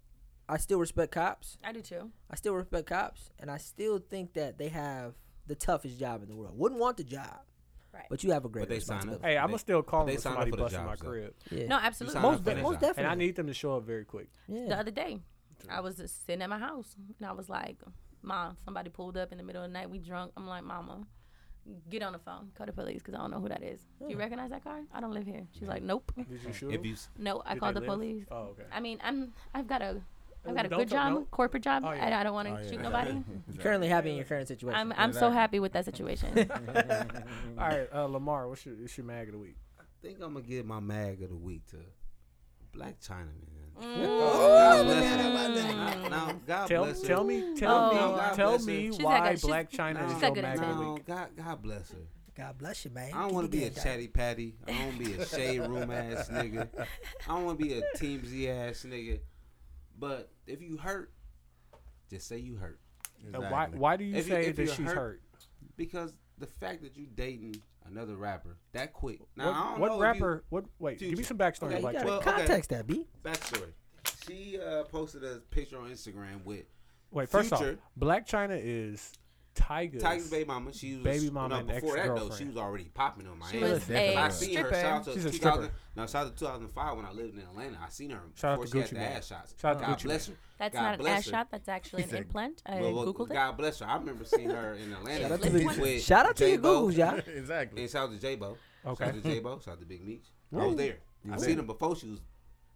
[SPEAKER 1] I still respect cops.
[SPEAKER 2] I do too
[SPEAKER 1] I still respect cops, and I still think that they have the toughest job in the world. Wouldn't want the job,
[SPEAKER 2] Right.
[SPEAKER 1] But you have a great
[SPEAKER 5] But they sign
[SPEAKER 1] responsibility.
[SPEAKER 5] up.
[SPEAKER 4] Hey, I'm
[SPEAKER 5] They-
[SPEAKER 4] gonna still call
[SPEAKER 5] they
[SPEAKER 4] him for
[SPEAKER 5] signed up
[SPEAKER 4] somebody
[SPEAKER 5] for the
[SPEAKER 4] busting my
[SPEAKER 5] jobs, though.
[SPEAKER 4] crib,
[SPEAKER 1] Yeah.
[SPEAKER 2] no absolutely
[SPEAKER 5] signed up
[SPEAKER 1] most,
[SPEAKER 5] for
[SPEAKER 1] de-
[SPEAKER 5] that
[SPEAKER 1] most
[SPEAKER 5] job.
[SPEAKER 1] definitely.
[SPEAKER 4] and I need them to show up very quick.
[SPEAKER 1] yeah.
[SPEAKER 2] the other day i was just sitting at my house and i was like mom somebody pulled up in the middle of the night we drunk i'm like mama get on the phone call the police because i don't know who that is do you recognize that car i don't live here she's like nope
[SPEAKER 4] Did you shoot
[SPEAKER 5] If
[SPEAKER 4] him?
[SPEAKER 5] you
[SPEAKER 2] no i
[SPEAKER 4] Did
[SPEAKER 2] called
[SPEAKER 4] they
[SPEAKER 2] the
[SPEAKER 4] live?
[SPEAKER 2] police
[SPEAKER 4] Oh, okay.
[SPEAKER 2] i mean i'm i've got a I've got a
[SPEAKER 4] Don't
[SPEAKER 2] good
[SPEAKER 4] tell-
[SPEAKER 2] job,
[SPEAKER 4] no.
[SPEAKER 2] corporate job,
[SPEAKER 4] Oh, yeah.
[SPEAKER 2] and I don't want to
[SPEAKER 3] Oh, yeah.
[SPEAKER 2] shoot nobody.
[SPEAKER 1] currently happy in your current situation.
[SPEAKER 2] I'm I'm so
[SPEAKER 3] Exactly.
[SPEAKER 2] happy with that situation.
[SPEAKER 4] All right, uh, Lamar, what's your, what's your mag of the week?
[SPEAKER 5] I think I'm gonna give my mag of the week to Black Chinaman.
[SPEAKER 2] Mm.
[SPEAKER 5] God bless
[SPEAKER 1] Mm.
[SPEAKER 5] her. No, God
[SPEAKER 4] Tell,
[SPEAKER 5] bless her.
[SPEAKER 4] tell me, tell
[SPEAKER 2] Oh.
[SPEAKER 4] me,
[SPEAKER 2] No,
[SPEAKER 5] God
[SPEAKER 4] tell
[SPEAKER 5] bless her.
[SPEAKER 4] me
[SPEAKER 5] She's
[SPEAKER 2] like
[SPEAKER 4] why
[SPEAKER 2] a- she's-
[SPEAKER 4] Black China
[SPEAKER 5] No,
[SPEAKER 4] is
[SPEAKER 2] got
[SPEAKER 4] your
[SPEAKER 2] good at
[SPEAKER 4] mag of the
[SPEAKER 5] no,
[SPEAKER 4] week.
[SPEAKER 5] God, God bless her.
[SPEAKER 1] God bless you, man.
[SPEAKER 5] I don't want to be a
[SPEAKER 1] chat.
[SPEAKER 5] chatty patty. I don't want to be a shade room ass nigga. I don't want to be a team Z ass nigga. But if you hurt, just say you hurt.
[SPEAKER 4] And why, why do you
[SPEAKER 5] If you-
[SPEAKER 4] say
[SPEAKER 5] if
[SPEAKER 4] that
[SPEAKER 5] you're
[SPEAKER 4] she's
[SPEAKER 5] hurt-
[SPEAKER 4] hurt?
[SPEAKER 5] Because the fact that you dating another rapper that quick. Now I
[SPEAKER 4] What,
[SPEAKER 5] don't
[SPEAKER 4] what
[SPEAKER 5] know if you-
[SPEAKER 4] rapper? what? Wait, give me
[SPEAKER 5] Future.
[SPEAKER 4] some backstory.
[SPEAKER 5] Okay,
[SPEAKER 4] on
[SPEAKER 5] you
[SPEAKER 4] Black
[SPEAKER 5] got
[SPEAKER 4] China.
[SPEAKER 5] Well, okay.
[SPEAKER 1] Context that, B.
[SPEAKER 5] backstory. She uh, posted a picture on Instagram with
[SPEAKER 4] Wait, first off,
[SPEAKER 5] Future.
[SPEAKER 4] Black China is Tiger's.
[SPEAKER 5] Tiger's baby mama. She was
[SPEAKER 4] Baby mama
[SPEAKER 5] No,
[SPEAKER 4] and
[SPEAKER 5] before that though, she
[SPEAKER 4] ex-girlfriend.
[SPEAKER 5] was already popping on Miami.
[SPEAKER 2] She was
[SPEAKER 3] Definitely.
[SPEAKER 2] a
[SPEAKER 5] I seen her.
[SPEAKER 2] stripper.
[SPEAKER 5] Shout out to
[SPEAKER 4] She's a
[SPEAKER 5] 2000.
[SPEAKER 4] stripper.
[SPEAKER 5] No, shout out to 2005 when I lived in Atlanta. I seen her
[SPEAKER 4] Shout out
[SPEAKER 5] before
[SPEAKER 4] to
[SPEAKER 5] she had
[SPEAKER 4] Gucci
[SPEAKER 5] the
[SPEAKER 4] Mane.
[SPEAKER 5] ass shots.
[SPEAKER 4] Shout out to
[SPEAKER 5] God
[SPEAKER 4] Gucci
[SPEAKER 5] bless her.
[SPEAKER 2] That's
[SPEAKER 5] God
[SPEAKER 2] not an
[SPEAKER 5] bless
[SPEAKER 2] ass
[SPEAKER 5] her.
[SPEAKER 2] shot. That's actually an
[SPEAKER 3] said-
[SPEAKER 2] implant. I
[SPEAKER 5] Well, well,
[SPEAKER 2] Uh, googled it.
[SPEAKER 5] God bless her. I remember seeing her in Atlanta.
[SPEAKER 1] Shout out to
[SPEAKER 2] Let's
[SPEAKER 1] the-
[SPEAKER 2] one-
[SPEAKER 5] with
[SPEAKER 1] Shout out to your
[SPEAKER 5] J-Bo.
[SPEAKER 1] Googles, y'all.
[SPEAKER 3] exactly.
[SPEAKER 5] And shout out to J Bo.
[SPEAKER 4] Okay.
[SPEAKER 5] Shout out to J Bo. Shout out to Big Meech. I was there. I
[SPEAKER 3] there.
[SPEAKER 5] seen her before she was.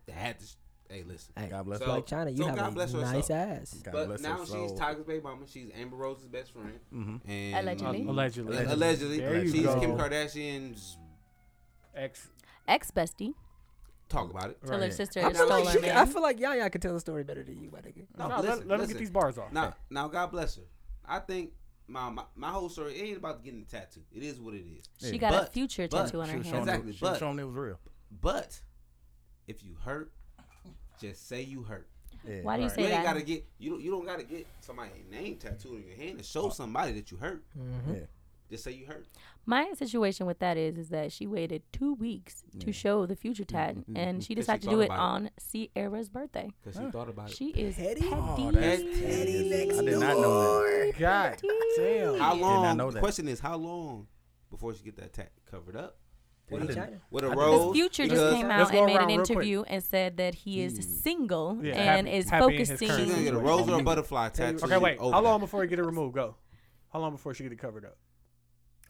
[SPEAKER 5] That had to. sh- Hey, listen.
[SPEAKER 1] Hey,
[SPEAKER 3] Oh, God bless
[SPEAKER 5] So-
[SPEAKER 3] her.
[SPEAKER 1] Black China, you
[SPEAKER 5] so
[SPEAKER 1] have
[SPEAKER 5] God
[SPEAKER 1] a
[SPEAKER 5] bless her
[SPEAKER 1] nice
[SPEAKER 5] soul.
[SPEAKER 1] ass.
[SPEAKER 3] God
[SPEAKER 5] But
[SPEAKER 3] bless her
[SPEAKER 5] now she's
[SPEAKER 3] soul.
[SPEAKER 5] Tiger's baby mama. She's Amber Rose's best friend.
[SPEAKER 4] Mm-hmm.
[SPEAKER 5] And
[SPEAKER 2] Allegedly.
[SPEAKER 5] um,
[SPEAKER 4] Allegedly.
[SPEAKER 5] alle- Allegedly.
[SPEAKER 4] There you
[SPEAKER 5] She's
[SPEAKER 4] go.
[SPEAKER 5] Kim Kardashian's.
[SPEAKER 4] Ex.
[SPEAKER 2] Ex bestie
[SPEAKER 5] Talk about it.
[SPEAKER 2] till her
[SPEAKER 4] Right.
[SPEAKER 2] sister
[SPEAKER 1] I
[SPEAKER 2] is
[SPEAKER 1] feel, like
[SPEAKER 2] stolen.
[SPEAKER 1] she, I
[SPEAKER 2] man.
[SPEAKER 1] feel like Yaya could tell the story better than you, my nigga.
[SPEAKER 5] No,
[SPEAKER 4] No, let,
[SPEAKER 5] listen,
[SPEAKER 4] let him
[SPEAKER 5] listen.
[SPEAKER 4] get these bars off.
[SPEAKER 5] Now, now, God bless her. I think my, my my whole story it ain't about getting a tattoo. It is what it is.
[SPEAKER 2] She
[SPEAKER 3] Yeah.
[SPEAKER 2] got a
[SPEAKER 5] But-
[SPEAKER 2] future
[SPEAKER 5] but
[SPEAKER 2] tattoo on
[SPEAKER 3] She
[SPEAKER 2] her
[SPEAKER 3] was
[SPEAKER 2] hand.
[SPEAKER 3] showing
[SPEAKER 5] Exactly,
[SPEAKER 3] it- she was
[SPEAKER 5] but-
[SPEAKER 3] showing it was real.
[SPEAKER 5] But if you hurt, just say you hurt.
[SPEAKER 3] Yeah.
[SPEAKER 2] Why do you
[SPEAKER 5] You
[SPEAKER 2] say
[SPEAKER 5] ain't gotta
[SPEAKER 2] that?
[SPEAKER 5] get you don't you don't gotta get somebody name tattooed on your hand to show somebody that you hurt.
[SPEAKER 3] Yeah.
[SPEAKER 5] Just say you hurt.
[SPEAKER 2] My situation with that is, is that she waited two weeks to show the future tat, and she decided to
[SPEAKER 5] thought
[SPEAKER 2] do it
[SPEAKER 5] about it. Uh,
[SPEAKER 2] on Sierra's birthday.
[SPEAKER 5] Cause she thought about
[SPEAKER 2] She is petty.
[SPEAKER 1] Petty?
[SPEAKER 3] Oh, that's petty. I did not know that.
[SPEAKER 4] God damn.
[SPEAKER 5] How
[SPEAKER 3] Did not
[SPEAKER 5] long?
[SPEAKER 3] know
[SPEAKER 5] The
[SPEAKER 3] that.
[SPEAKER 5] question is how long before she get that tat covered up
[SPEAKER 1] What
[SPEAKER 3] I
[SPEAKER 1] in
[SPEAKER 3] didn't-
[SPEAKER 1] China?
[SPEAKER 5] with a
[SPEAKER 3] I
[SPEAKER 5] rose?
[SPEAKER 3] Because-
[SPEAKER 2] His future just
[SPEAKER 5] because
[SPEAKER 2] came
[SPEAKER 4] Let's
[SPEAKER 2] out
[SPEAKER 4] go
[SPEAKER 2] and made
[SPEAKER 4] around
[SPEAKER 2] an
[SPEAKER 4] real quick.
[SPEAKER 2] interview and said that he is single
[SPEAKER 4] Yeah,
[SPEAKER 2] and
[SPEAKER 4] happy-
[SPEAKER 2] is
[SPEAKER 4] happy in his
[SPEAKER 2] focusing.
[SPEAKER 4] current
[SPEAKER 5] She's gonna get a rose or a butterfly tattoo.
[SPEAKER 4] Okay, wait.
[SPEAKER 5] over
[SPEAKER 4] How long
[SPEAKER 5] that.
[SPEAKER 4] before you get it removed? Go. How long before she get it covered up?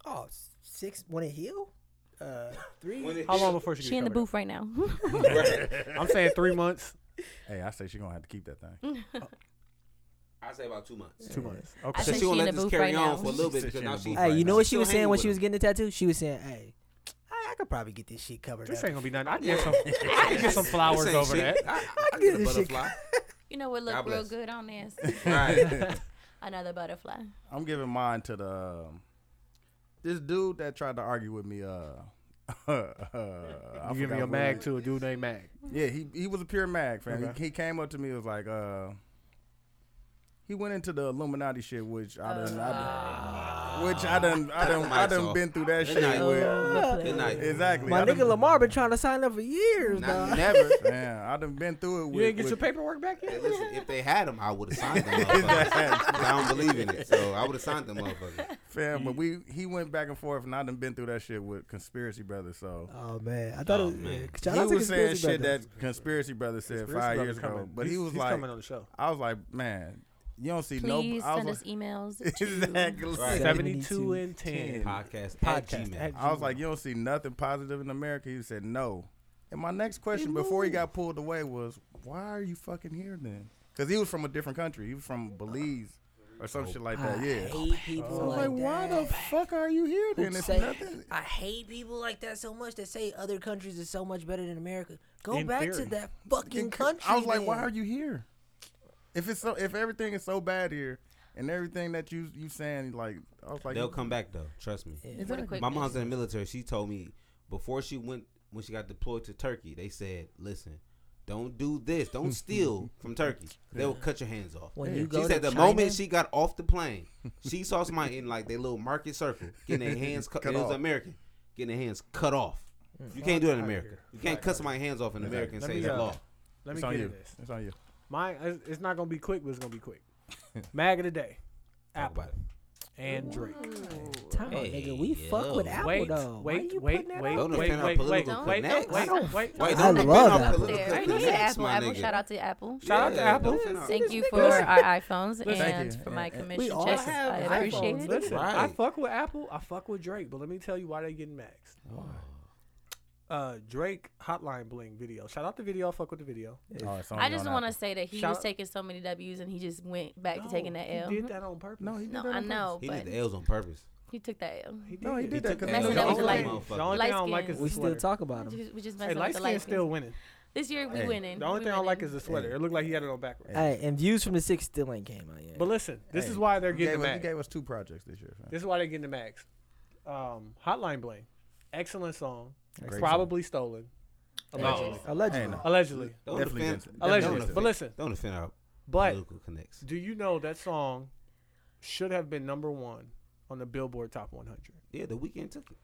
[SPEAKER 1] Oh, s- six when it heal? Uh, three.
[SPEAKER 5] When it-
[SPEAKER 4] How long before she get
[SPEAKER 2] She in the
[SPEAKER 4] covered up?
[SPEAKER 2] booth right now.
[SPEAKER 4] I'm saying three months,
[SPEAKER 3] Hey, I say she's gonna have to keep that thing.
[SPEAKER 5] I say about two months.
[SPEAKER 4] two months.
[SPEAKER 2] I
[SPEAKER 4] Okay.
[SPEAKER 5] So
[SPEAKER 2] think
[SPEAKER 5] she won't
[SPEAKER 2] she in
[SPEAKER 5] let
[SPEAKER 2] the
[SPEAKER 5] this
[SPEAKER 2] booth
[SPEAKER 5] carry
[SPEAKER 2] right
[SPEAKER 5] on
[SPEAKER 2] now.
[SPEAKER 5] for a little bit
[SPEAKER 3] She
[SPEAKER 5] because
[SPEAKER 3] said
[SPEAKER 5] now
[SPEAKER 3] she in
[SPEAKER 5] she's
[SPEAKER 3] the
[SPEAKER 1] hey, you know what she
[SPEAKER 5] Still
[SPEAKER 1] was saying
[SPEAKER 5] hanging
[SPEAKER 1] when
[SPEAKER 5] with
[SPEAKER 1] she was
[SPEAKER 5] him.
[SPEAKER 1] getting the tattoo? She was saying, "Hey, I, I could probably get this shit covered
[SPEAKER 4] This
[SPEAKER 1] up."
[SPEAKER 4] ain't gonna be nothing. I can get some. I can get some
[SPEAKER 5] This
[SPEAKER 4] flowers
[SPEAKER 5] ain't
[SPEAKER 4] over
[SPEAKER 5] shit.
[SPEAKER 4] that.
[SPEAKER 5] I, I
[SPEAKER 1] give
[SPEAKER 5] get a
[SPEAKER 1] this shit-
[SPEAKER 5] butterfly.
[SPEAKER 2] you know what
[SPEAKER 5] God
[SPEAKER 2] looked real
[SPEAKER 5] bless.
[SPEAKER 2] good on this?
[SPEAKER 5] right.
[SPEAKER 2] Another butterfly.
[SPEAKER 3] I'm giving mine to the um, this dude that tried to argue with me. Uh, I
[SPEAKER 4] You give me
[SPEAKER 3] forgot
[SPEAKER 4] a mag
[SPEAKER 3] what-
[SPEAKER 4] to a dude named Mag.
[SPEAKER 3] Yeah, he he was a pure mag fan.
[SPEAKER 4] Okay.
[SPEAKER 3] He, he came up to me and was like, uh, he went into the Illuminati shit, which I done, I done
[SPEAKER 4] Uh.
[SPEAKER 3] which I done, I done, I
[SPEAKER 5] Lights
[SPEAKER 3] done
[SPEAKER 5] off.
[SPEAKER 3] been through that shit.
[SPEAKER 5] night.
[SPEAKER 3] With,
[SPEAKER 5] Good night.
[SPEAKER 3] exactly,
[SPEAKER 1] My
[SPEAKER 3] I done-
[SPEAKER 1] nigga Lamar been trying to sign up for years,
[SPEAKER 5] Not
[SPEAKER 1] dog.
[SPEAKER 5] never.
[SPEAKER 3] Man, I done been through it. With,
[SPEAKER 4] You didn't get
[SPEAKER 3] with-
[SPEAKER 4] your paperwork back
[SPEAKER 5] Hey,
[SPEAKER 4] yet?
[SPEAKER 5] listen, if they had them, I would have signed them. motherfuckers. I don't believe in it, so I would have signed them, motherfuckers.
[SPEAKER 3] Fam, but we he went back and forth, and I done been through that shit with conspiracy brothers. So
[SPEAKER 1] Oh man, I thought
[SPEAKER 5] Oh,
[SPEAKER 1] it was.
[SPEAKER 5] man.
[SPEAKER 1] Shout
[SPEAKER 3] he
[SPEAKER 1] out to
[SPEAKER 3] was saying
[SPEAKER 1] Conspiracy
[SPEAKER 3] shit
[SPEAKER 1] Brothers.
[SPEAKER 3] that conspiracy brothers said
[SPEAKER 4] Conspiracy
[SPEAKER 3] five
[SPEAKER 4] brother
[SPEAKER 3] years ago.
[SPEAKER 4] coming.
[SPEAKER 3] But
[SPEAKER 4] He's-
[SPEAKER 3] he was
[SPEAKER 4] he's
[SPEAKER 3] like,
[SPEAKER 4] coming on the show.
[SPEAKER 3] I was like, man, you don't see
[SPEAKER 2] Please
[SPEAKER 3] no. I
[SPEAKER 2] send
[SPEAKER 3] was
[SPEAKER 2] us emails.
[SPEAKER 3] like,
[SPEAKER 2] to-
[SPEAKER 3] exactly.
[SPEAKER 5] Right.
[SPEAKER 4] 72 and 10. Podcast
[SPEAKER 5] Podcast, Podcast
[SPEAKER 4] at
[SPEAKER 3] I was like, you don't see nothing positive in America. He said no. And my next question before he got pulled away was, why are you fucking here then? Because he was from a different country. He was from Belize or some shit like that.
[SPEAKER 1] Oh, I
[SPEAKER 3] Yeah.
[SPEAKER 1] hate people
[SPEAKER 3] I was
[SPEAKER 1] like,
[SPEAKER 3] like, why
[SPEAKER 1] that.
[SPEAKER 3] the fuck are you here
[SPEAKER 1] who
[SPEAKER 3] then? It's
[SPEAKER 1] say-
[SPEAKER 3] nothing.
[SPEAKER 1] I hate people like that so much that say other countries are so much better than America. Go
[SPEAKER 4] In
[SPEAKER 1] back to
[SPEAKER 4] theory.
[SPEAKER 1] that fucking country.
[SPEAKER 3] I was like,
[SPEAKER 1] then.
[SPEAKER 3] why are you here? If it's so, if everything is so bad here, and everything that you you saying, like, I was like,
[SPEAKER 5] They'll come back though. Trust me.
[SPEAKER 2] What a quick
[SPEAKER 5] My mom's in the military. She told me before she went when she got deployed to Turkey, they said, "Listen, don't do this. Don't steal from Turkey. They will cut your hands off."
[SPEAKER 1] When you
[SPEAKER 5] she
[SPEAKER 1] go
[SPEAKER 5] said
[SPEAKER 1] to
[SPEAKER 5] the moment
[SPEAKER 1] China-
[SPEAKER 5] she got off the plane, she saw somebody in like their little market circle getting their hands cut.
[SPEAKER 3] Cut
[SPEAKER 5] it was
[SPEAKER 3] off.
[SPEAKER 5] American getting their hands cut off.
[SPEAKER 2] Mm.
[SPEAKER 5] You can't do that in America. You can't cut somebody's hands off in America and
[SPEAKER 4] Let
[SPEAKER 5] say
[SPEAKER 4] me,
[SPEAKER 5] it's
[SPEAKER 4] uh,
[SPEAKER 5] law.
[SPEAKER 4] Let me
[SPEAKER 3] It's
[SPEAKER 4] get
[SPEAKER 3] on
[SPEAKER 4] in
[SPEAKER 3] you.
[SPEAKER 4] this.
[SPEAKER 3] It's on you.
[SPEAKER 4] My, it's- it's not gonna be quick, but it's gonna be quick. Mag of the day,
[SPEAKER 5] Talk
[SPEAKER 4] Apple
[SPEAKER 5] about it.
[SPEAKER 4] and Drake.
[SPEAKER 1] Time, nigga. We
[SPEAKER 5] Hey,
[SPEAKER 1] fuck with
[SPEAKER 5] yo.
[SPEAKER 1] Apple
[SPEAKER 4] Wait,
[SPEAKER 1] though. Why
[SPEAKER 4] wait,
[SPEAKER 1] you
[SPEAKER 4] wait,
[SPEAKER 1] putting that
[SPEAKER 4] wait,
[SPEAKER 1] out
[SPEAKER 5] Don't
[SPEAKER 4] wait,
[SPEAKER 5] offend our
[SPEAKER 4] wait, wait,
[SPEAKER 5] political
[SPEAKER 4] wait,
[SPEAKER 5] connects.
[SPEAKER 4] wait,
[SPEAKER 5] Don't-
[SPEAKER 4] wait. wait.
[SPEAKER 5] Wait, don't
[SPEAKER 1] I
[SPEAKER 5] offend
[SPEAKER 1] love
[SPEAKER 5] our
[SPEAKER 1] Apple.
[SPEAKER 5] political
[SPEAKER 2] There.
[SPEAKER 5] connects,
[SPEAKER 2] Apple,
[SPEAKER 5] my
[SPEAKER 2] Apple.
[SPEAKER 5] nigga.
[SPEAKER 2] Shout out to Apple.
[SPEAKER 4] Shout out to
[SPEAKER 5] Yeah,
[SPEAKER 4] Apple.
[SPEAKER 5] don't offend our-
[SPEAKER 2] Thank you
[SPEAKER 1] nigga
[SPEAKER 2] for
[SPEAKER 1] listen.
[SPEAKER 2] our iPhones and
[SPEAKER 3] Thank you.
[SPEAKER 2] for my
[SPEAKER 3] And- and-
[SPEAKER 1] We
[SPEAKER 2] commission
[SPEAKER 1] all
[SPEAKER 2] checks.
[SPEAKER 1] have
[SPEAKER 2] I
[SPEAKER 1] iPhones.
[SPEAKER 2] appreciate it.
[SPEAKER 4] Listen, I
[SPEAKER 5] Right.
[SPEAKER 4] fuck with Apple. I fuck with Drake, but let me tell you why they getting maxed. Uh, Drake Hotline Bling video. Shout out the video. I fuck with the video.
[SPEAKER 3] Oh, it's
[SPEAKER 2] I
[SPEAKER 3] only
[SPEAKER 2] just
[SPEAKER 3] on
[SPEAKER 2] want to
[SPEAKER 3] Apple.
[SPEAKER 2] say that he
[SPEAKER 4] Shout
[SPEAKER 2] was
[SPEAKER 4] out-
[SPEAKER 2] taking so many W's and he just went back to taking that
[SPEAKER 4] he
[SPEAKER 2] L.
[SPEAKER 4] did that on purpose.
[SPEAKER 3] No, he did
[SPEAKER 2] No,
[SPEAKER 3] that
[SPEAKER 2] I
[SPEAKER 3] on
[SPEAKER 2] know,
[SPEAKER 5] He
[SPEAKER 2] but
[SPEAKER 5] did the L's on purpose.
[SPEAKER 2] he took that L.
[SPEAKER 4] He did,
[SPEAKER 3] No, he did that
[SPEAKER 5] took
[SPEAKER 3] because
[SPEAKER 5] that
[SPEAKER 2] Messing
[SPEAKER 3] the
[SPEAKER 2] up with
[SPEAKER 3] only
[SPEAKER 2] the
[SPEAKER 3] thing-
[SPEAKER 2] light-
[SPEAKER 4] The only
[SPEAKER 2] light
[SPEAKER 4] thing I don't like
[SPEAKER 2] skin.
[SPEAKER 4] is
[SPEAKER 1] We
[SPEAKER 4] the
[SPEAKER 1] still
[SPEAKER 4] sweater.
[SPEAKER 1] talk about
[SPEAKER 2] We
[SPEAKER 1] him.
[SPEAKER 2] just, we just
[SPEAKER 4] Hey,
[SPEAKER 2] messing up
[SPEAKER 4] light
[SPEAKER 2] the
[SPEAKER 4] skin's
[SPEAKER 2] light skin.
[SPEAKER 4] still winning.
[SPEAKER 2] This year we
[SPEAKER 3] Hey,
[SPEAKER 2] winning.
[SPEAKER 4] The only
[SPEAKER 2] We
[SPEAKER 4] thing I like
[SPEAKER 2] winning.
[SPEAKER 4] is the sweater. It looked like he had it on backwards.
[SPEAKER 1] Hey, and views from the six still ain't came out yet.
[SPEAKER 4] But listen, this
[SPEAKER 3] Hey,
[SPEAKER 4] is why they're
[SPEAKER 3] You
[SPEAKER 4] getting
[SPEAKER 3] gave,
[SPEAKER 4] the
[SPEAKER 3] us, you
[SPEAKER 4] max.
[SPEAKER 3] gave us two projects this year. Fam.
[SPEAKER 4] This is why they're getting the max. Um, Hotline Bling, excellent song,
[SPEAKER 3] Great
[SPEAKER 4] probably stolen, allegedly.
[SPEAKER 1] Allegedly.
[SPEAKER 3] Hey,
[SPEAKER 4] Allegedly,
[SPEAKER 5] Don't
[SPEAKER 3] Definitely
[SPEAKER 5] defend-
[SPEAKER 3] didn't-
[SPEAKER 5] don't
[SPEAKER 4] allegedly.
[SPEAKER 5] defend-
[SPEAKER 4] But listen,
[SPEAKER 5] Don't offend our
[SPEAKER 4] but
[SPEAKER 5] political connects.
[SPEAKER 4] do you know that song should have been number one on the Billboard Top 100?
[SPEAKER 5] Yeah, the weekend took it.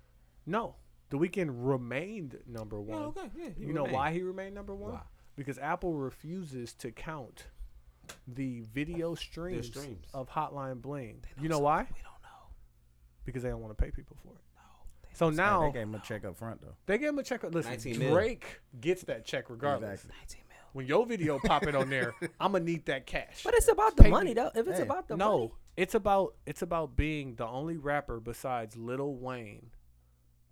[SPEAKER 4] No, The Weeknd remained number one.
[SPEAKER 5] Yeah, okay. Yeah, he
[SPEAKER 4] You know
[SPEAKER 5] remained.
[SPEAKER 4] why he remained number one?
[SPEAKER 5] Why?
[SPEAKER 4] Because Apple refuses to count the video streams,
[SPEAKER 5] streams.
[SPEAKER 4] of Hotline Bling.
[SPEAKER 5] They
[SPEAKER 4] You know
[SPEAKER 5] something
[SPEAKER 4] why?
[SPEAKER 5] We don't know.
[SPEAKER 4] Because they don't want to pay people for it.
[SPEAKER 5] No. They
[SPEAKER 4] So
[SPEAKER 3] Hey,
[SPEAKER 4] now
[SPEAKER 3] they gave him a check up front though.
[SPEAKER 4] they gave him a check. Listen,
[SPEAKER 5] 19 mil.
[SPEAKER 4] Drake gets that check regardless.
[SPEAKER 3] Exactly.
[SPEAKER 5] 19 mil.
[SPEAKER 4] When your video popping on there, I'm gonna need that cash.
[SPEAKER 1] But it's about the
[SPEAKER 4] Pay me.
[SPEAKER 1] money though. If it's
[SPEAKER 3] Hey,
[SPEAKER 1] about the
[SPEAKER 4] no,
[SPEAKER 1] money,
[SPEAKER 4] it's about it's about being the only rapper besides Lil Wayne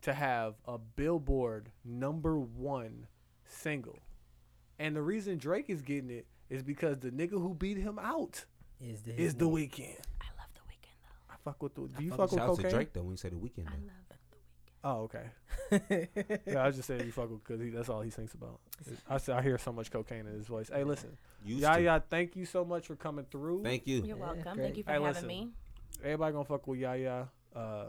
[SPEAKER 4] to have a Billboard number one single, and the reason Drake is getting it is because the nigga who beat him out
[SPEAKER 1] is the
[SPEAKER 4] is The Weeknd.
[SPEAKER 2] I love the weekend though.
[SPEAKER 4] I fuck with the. Do you
[SPEAKER 1] fuck with
[SPEAKER 4] fuck, with
[SPEAKER 5] Shout out
[SPEAKER 4] cocaine?
[SPEAKER 5] to Drake though when you say the weekend.
[SPEAKER 2] I
[SPEAKER 5] Though.
[SPEAKER 2] love the weekend.
[SPEAKER 4] Oh, okay. yeah, I was just saying you fuck with because that's all he sings about. I s- I hear so much cocaine in his voice. Hey, listen,
[SPEAKER 5] Used
[SPEAKER 4] yeah,
[SPEAKER 5] to.
[SPEAKER 4] yeah. Thank you so much for coming through.
[SPEAKER 5] Thank you.
[SPEAKER 2] You're welcome.
[SPEAKER 1] great.
[SPEAKER 2] Thank you for
[SPEAKER 4] Hey,
[SPEAKER 2] having
[SPEAKER 4] listen.
[SPEAKER 2] me.
[SPEAKER 4] Everybody gonna fuck with Yaya. Uh,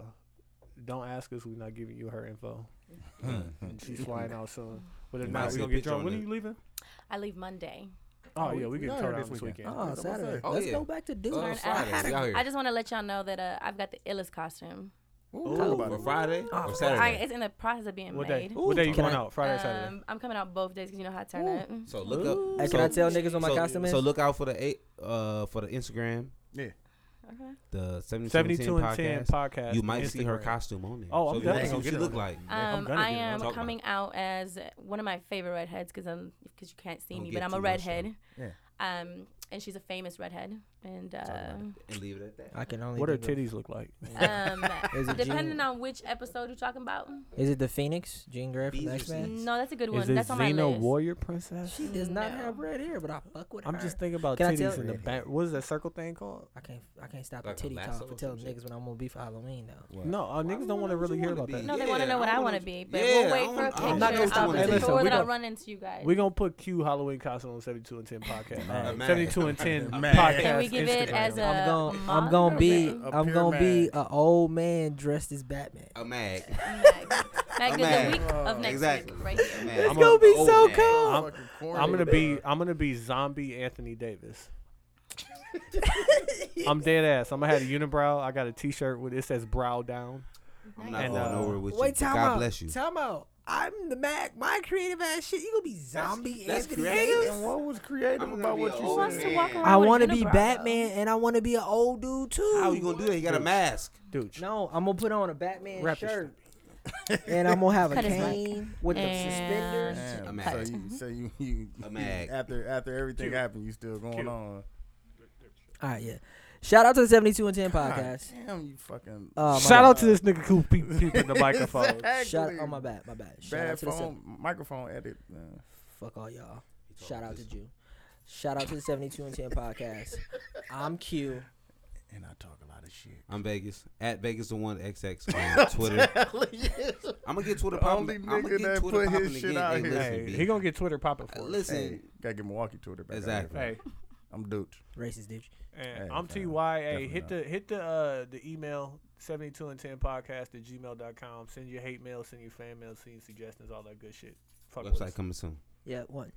[SPEAKER 4] don't ask us. We're not giving you her info. Hmm. and she's flying out soon. But if
[SPEAKER 5] Hmm. You might
[SPEAKER 4] not,
[SPEAKER 5] see
[SPEAKER 4] we
[SPEAKER 5] a
[SPEAKER 4] gonna get
[SPEAKER 5] picture
[SPEAKER 4] drunk.
[SPEAKER 5] on
[SPEAKER 4] When are
[SPEAKER 5] it.
[SPEAKER 4] you leaving?
[SPEAKER 2] I leave Monday.
[SPEAKER 4] Oh,
[SPEAKER 3] Oh,
[SPEAKER 4] yeah,
[SPEAKER 3] we-
[SPEAKER 4] we
[SPEAKER 3] we
[SPEAKER 4] get
[SPEAKER 3] out
[SPEAKER 4] turned
[SPEAKER 3] here
[SPEAKER 4] out
[SPEAKER 3] this
[SPEAKER 4] this
[SPEAKER 3] weekend.
[SPEAKER 4] weekend.
[SPEAKER 1] Oh,
[SPEAKER 3] That's what I'm
[SPEAKER 1] Saturday.
[SPEAKER 3] saying.
[SPEAKER 5] Oh,
[SPEAKER 1] Let's
[SPEAKER 5] yeah.
[SPEAKER 1] go back to dude.
[SPEAKER 5] Oh,
[SPEAKER 2] Learn-
[SPEAKER 5] Friday, we out here.
[SPEAKER 2] I just want to let y'all know that uh, I've got the illest costume.
[SPEAKER 3] Ooh, talk about
[SPEAKER 5] For
[SPEAKER 3] it.
[SPEAKER 5] Friday
[SPEAKER 1] Oh,
[SPEAKER 5] or
[SPEAKER 2] I,
[SPEAKER 5] Saturday.
[SPEAKER 2] it's in the process of being
[SPEAKER 4] What day?
[SPEAKER 2] made.
[SPEAKER 4] What day you
[SPEAKER 5] Can
[SPEAKER 4] going
[SPEAKER 5] I-
[SPEAKER 4] out? Friday, Saturday.
[SPEAKER 2] Um, I'm coming out both days because you know how I turn up.
[SPEAKER 5] so look up.
[SPEAKER 1] Hey,
[SPEAKER 5] so,
[SPEAKER 1] can I tell niggas what my
[SPEAKER 5] so,
[SPEAKER 1] costume is?
[SPEAKER 5] So look out for the eight uh for the Instagram,
[SPEAKER 3] Yeah.
[SPEAKER 2] Okay.
[SPEAKER 5] the 72,
[SPEAKER 4] 72 and 10
[SPEAKER 5] podcast.
[SPEAKER 4] podcast.
[SPEAKER 5] You might see her
[SPEAKER 4] Instagram.
[SPEAKER 5] costume on there.
[SPEAKER 4] Oh, I'm
[SPEAKER 5] so you
[SPEAKER 4] definitely
[SPEAKER 5] might see
[SPEAKER 4] gonna
[SPEAKER 5] what
[SPEAKER 4] get
[SPEAKER 5] she
[SPEAKER 4] it
[SPEAKER 5] look
[SPEAKER 4] on
[SPEAKER 5] like.
[SPEAKER 4] I'm
[SPEAKER 2] Um,
[SPEAKER 4] gonna
[SPEAKER 2] I
[SPEAKER 4] get it.
[SPEAKER 5] Talk
[SPEAKER 2] am
[SPEAKER 5] about
[SPEAKER 2] coming out as one of my favorite redheads because I'm because you can't see
[SPEAKER 5] Don't
[SPEAKER 2] me,
[SPEAKER 5] get
[SPEAKER 2] but I'm a
[SPEAKER 5] too much, though.
[SPEAKER 2] redhead.
[SPEAKER 3] Yeah.
[SPEAKER 2] Um, and she's a famous redhead, and
[SPEAKER 5] Talk about
[SPEAKER 2] uh,
[SPEAKER 5] it. And leave it at that.
[SPEAKER 1] I can only.
[SPEAKER 4] What her
[SPEAKER 1] think of-
[SPEAKER 4] titties look like?
[SPEAKER 2] um,
[SPEAKER 1] Is it
[SPEAKER 2] depending
[SPEAKER 1] Jean-
[SPEAKER 2] on which episode you're talking about.
[SPEAKER 1] Is it the Phoenix, Jean Grey from
[SPEAKER 5] These are
[SPEAKER 1] X Men?
[SPEAKER 5] scenes.
[SPEAKER 2] No, that's a good
[SPEAKER 4] Is
[SPEAKER 2] one.
[SPEAKER 4] it
[SPEAKER 2] That's on my
[SPEAKER 4] Xena
[SPEAKER 2] list.
[SPEAKER 4] Warrior Princess?
[SPEAKER 1] She does not
[SPEAKER 2] No.
[SPEAKER 1] have red hair, but I fuck with
[SPEAKER 4] I'm
[SPEAKER 1] her.
[SPEAKER 4] just thinking about
[SPEAKER 1] Can I
[SPEAKER 4] titties
[SPEAKER 1] tell-
[SPEAKER 4] in the back. What is that circle thing called?
[SPEAKER 1] I can't. I can't stop
[SPEAKER 5] Like
[SPEAKER 1] the
[SPEAKER 5] a
[SPEAKER 1] titty
[SPEAKER 5] lasso
[SPEAKER 1] talk for
[SPEAKER 5] or some
[SPEAKER 1] telling
[SPEAKER 5] shit?
[SPEAKER 1] niggas what I'm gonna be for Halloween though.
[SPEAKER 4] No, uh,
[SPEAKER 5] Why
[SPEAKER 4] niggas don't
[SPEAKER 5] would I
[SPEAKER 4] want to
[SPEAKER 5] know what
[SPEAKER 4] really
[SPEAKER 5] you
[SPEAKER 4] hear
[SPEAKER 5] wanna
[SPEAKER 4] about
[SPEAKER 5] be?
[SPEAKER 4] that.
[SPEAKER 2] No, they want
[SPEAKER 5] Yeah,
[SPEAKER 2] to know what
[SPEAKER 5] I
[SPEAKER 2] I
[SPEAKER 5] wanna
[SPEAKER 2] want to
[SPEAKER 5] do-
[SPEAKER 2] be, but
[SPEAKER 5] Yeah,
[SPEAKER 2] we'll
[SPEAKER 5] I
[SPEAKER 2] wait for a
[SPEAKER 5] wanna- I wanna
[SPEAKER 2] picture
[SPEAKER 4] do something.
[SPEAKER 2] of
[SPEAKER 4] Hey,
[SPEAKER 2] it
[SPEAKER 4] listen,
[SPEAKER 2] before
[SPEAKER 4] we
[SPEAKER 2] that I'll
[SPEAKER 4] gon-
[SPEAKER 2] run into you guys.
[SPEAKER 4] We're going to put Q Halloween costume on 72 and 10 podcast.
[SPEAKER 3] Nah,
[SPEAKER 4] uh,
[SPEAKER 5] man.
[SPEAKER 4] 72 and 10
[SPEAKER 3] Man.
[SPEAKER 4] podcast.
[SPEAKER 2] Can we give it
[SPEAKER 4] Instagram.
[SPEAKER 2] as a?
[SPEAKER 1] I'm gonna. I'm
[SPEAKER 2] homage?
[SPEAKER 1] gonna be.
[SPEAKER 2] Okay.
[SPEAKER 3] A
[SPEAKER 1] I'm
[SPEAKER 3] pure
[SPEAKER 1] gonna be
[SPEAKER 3] man.
[SPEAKER 1] an old man dressed as Batman.
[SPEAKER 5] A mag.
[SPEAKER 2] Mag. Mag
[SPEAKER 5] A
[SPEAKER 2] is
[SPEAKER 5] mag.
[SPEAKER 2] the week of next
[SPEAKER 5] Exactly.
[SPEAKER 2] week, right here.
[SPEAKER 5] Mag.
[SPEAKER 4] I'm
[SPEAKER 5] I'm
[SPEAKER 4] gonna
[SPEAKER 5] a-
[SPEAKER 1] be
[SPEAKER 5] old
[SPEAKER 1] so
[SPEAKER 5] mag.
[SPEAKER 1] cold.
[SPEAKER 4] I'm-
[SPEAKER 3] Fucking corny,
[SPEAKER 4] I'm gonna
[SPEAKER 3] bro.
[SPEAKER 4] be I'm gonna be zombie Anthony Davis. I'm dead ass. I'm gonna have a unibrow. I got a T-shirt with it says brow down.
[SPEAKER 5] I'm not
[SPEAKER 4] And,
[SPEAKER 5] going
[SPEAKER 4] uh,
[SPEAKER 5] nowhere with you.
[SPEAKER 1] Wait,
[SPEAKER 5] but
[SPEAKER 1] time
[SPEAKER 5] God
[SPEAKER 1] out.
[SPEAKER 5] bless you.
[SPEAKER 1] Time out. I'm the Mac. My creative ass shit. You gonna be zombie
[SPEAKER 5] that's
[SPEAKER 1] Anthony
[SPEAKER 5] creative.
[SPEAKER 1] Davis?
[SPEAKER 3] And what was creative
[SPEAKER 5] I'm gonna
[SPEAKER 3] about
[SPEAKER 5] be
[SPEAKER 3] what
[SPEAKER 5] an
[SPEAKER 2] Who
[SPEAKER 3] you
[SPEAKER 5] old
[SPEAKER 2] wants
[SPEAKER 5] man.
[SPEAKER 3] said?
[SPEAKER 2] to walk around
[SPEAKER 1] I
[SPEAKER 2] want to
[SPEAKER 1] be Batman and I want to be an old dude too.
[SPEAKER 5] How you gonna do that? You got a mask.
[SPEAKER 4] Dude,
[SPEAKER 1] No, I'm gonna put on a Batman
[SPEAKER 4] Wrap your
[SPEAKER 1] shirt. and I'm gonna have a
[SPEAKER 2] Cut his mic.
[SPEAKER 1] cane with the suspenders.
[SPEAKER 2] And-
[SPEAKER 5] A
[SPEAKER 3] Damn,
[SPEAKER 5] mag.
[SPEAKER 3] So you, so you, you,
[SPEAKER 5] A mag.
[SPEAKER 3] after after everything happened, you still going
[SPEAKER 4] Cute.
[SPEAKER 3] on.
[SPEAKER 1] All right, yeah. Shout out to the 72 and 10
[SPEAKER 3] God
[SPEAKER 1] podcast.
[SPEAKER 3] damn, you fucking.
[SPEAKER 1] Uh, my
[SPEAKER 4] shout out
[SPEAKER 1] bad.
[SPEAKER 4] to this nigga who peep peeping the microphone.
[SPEAKER 3] Exactly.
[SPEAKER 1] Shout oh my bad, my bad. Shout out
[SPEAKER 3] Bad
[SPEAKER 1] to the se-
[SPEAKER 3] phone, microphone edit. Uh,
[SPEAKER 1] fuck all y'all. Shout out to you. Shout out to the 72 and 10 podcast. I'm Q.
[SPEAKER 3] and I talk a lot of shit.
[SPEAKER 5] I'm Vegas at Vegas the one XX on Twitter. I'm gonna get Twitter popping.
[SPEAKER 3] only nigga
[SPEAKER 5] I'm gonna
[SPEAKER 3] that
[SPEAKER 5] get
[SPEAKER 3] put his
[SPEAKER 5] Twitter popping
[SPEAKER 3] shit
[SPEAKER 5] again.
[SPEAKER 3] out
[SPEAKER 5] Hey,
[SPEAKER 3] here.
[SPEAKER 5] listen,
[SPEAKER 4] Hey,
[SPEAKER 5] B.
[SPEAKER 4] he gonna get Twitter popping for us.
[SPEAKER 5] listen.
[SPEAKER 3] Hey, gotta get Milwaukee Twitter back. out here,
[SPEAKER 5] Exactly.
[SPEAKER 4] Hey,
[SPEAKER 3] I'm dude.
[SPEAKER 1] Racist dude.
[SPEAKER 4] and
[SPEAKER 3] Hey,
[SPEAKER 4] I'm
[SPEAKER 3] fam,
[SPEAKER 4] TY.
[SPEAKER 3] definitely
[SPEAKER 4] Hey, hit
[SPEAKER 3] not.
[SPEAKER 4] the hit the uh, the email 72 and 10 podcast at gmail.com. Send your hate mail, send your fan mail, send your suggestions, all that good shit. Fuck with us.
[SPEAKER 5] Website coming soon.
[SPEAKER 1] Yeah, one.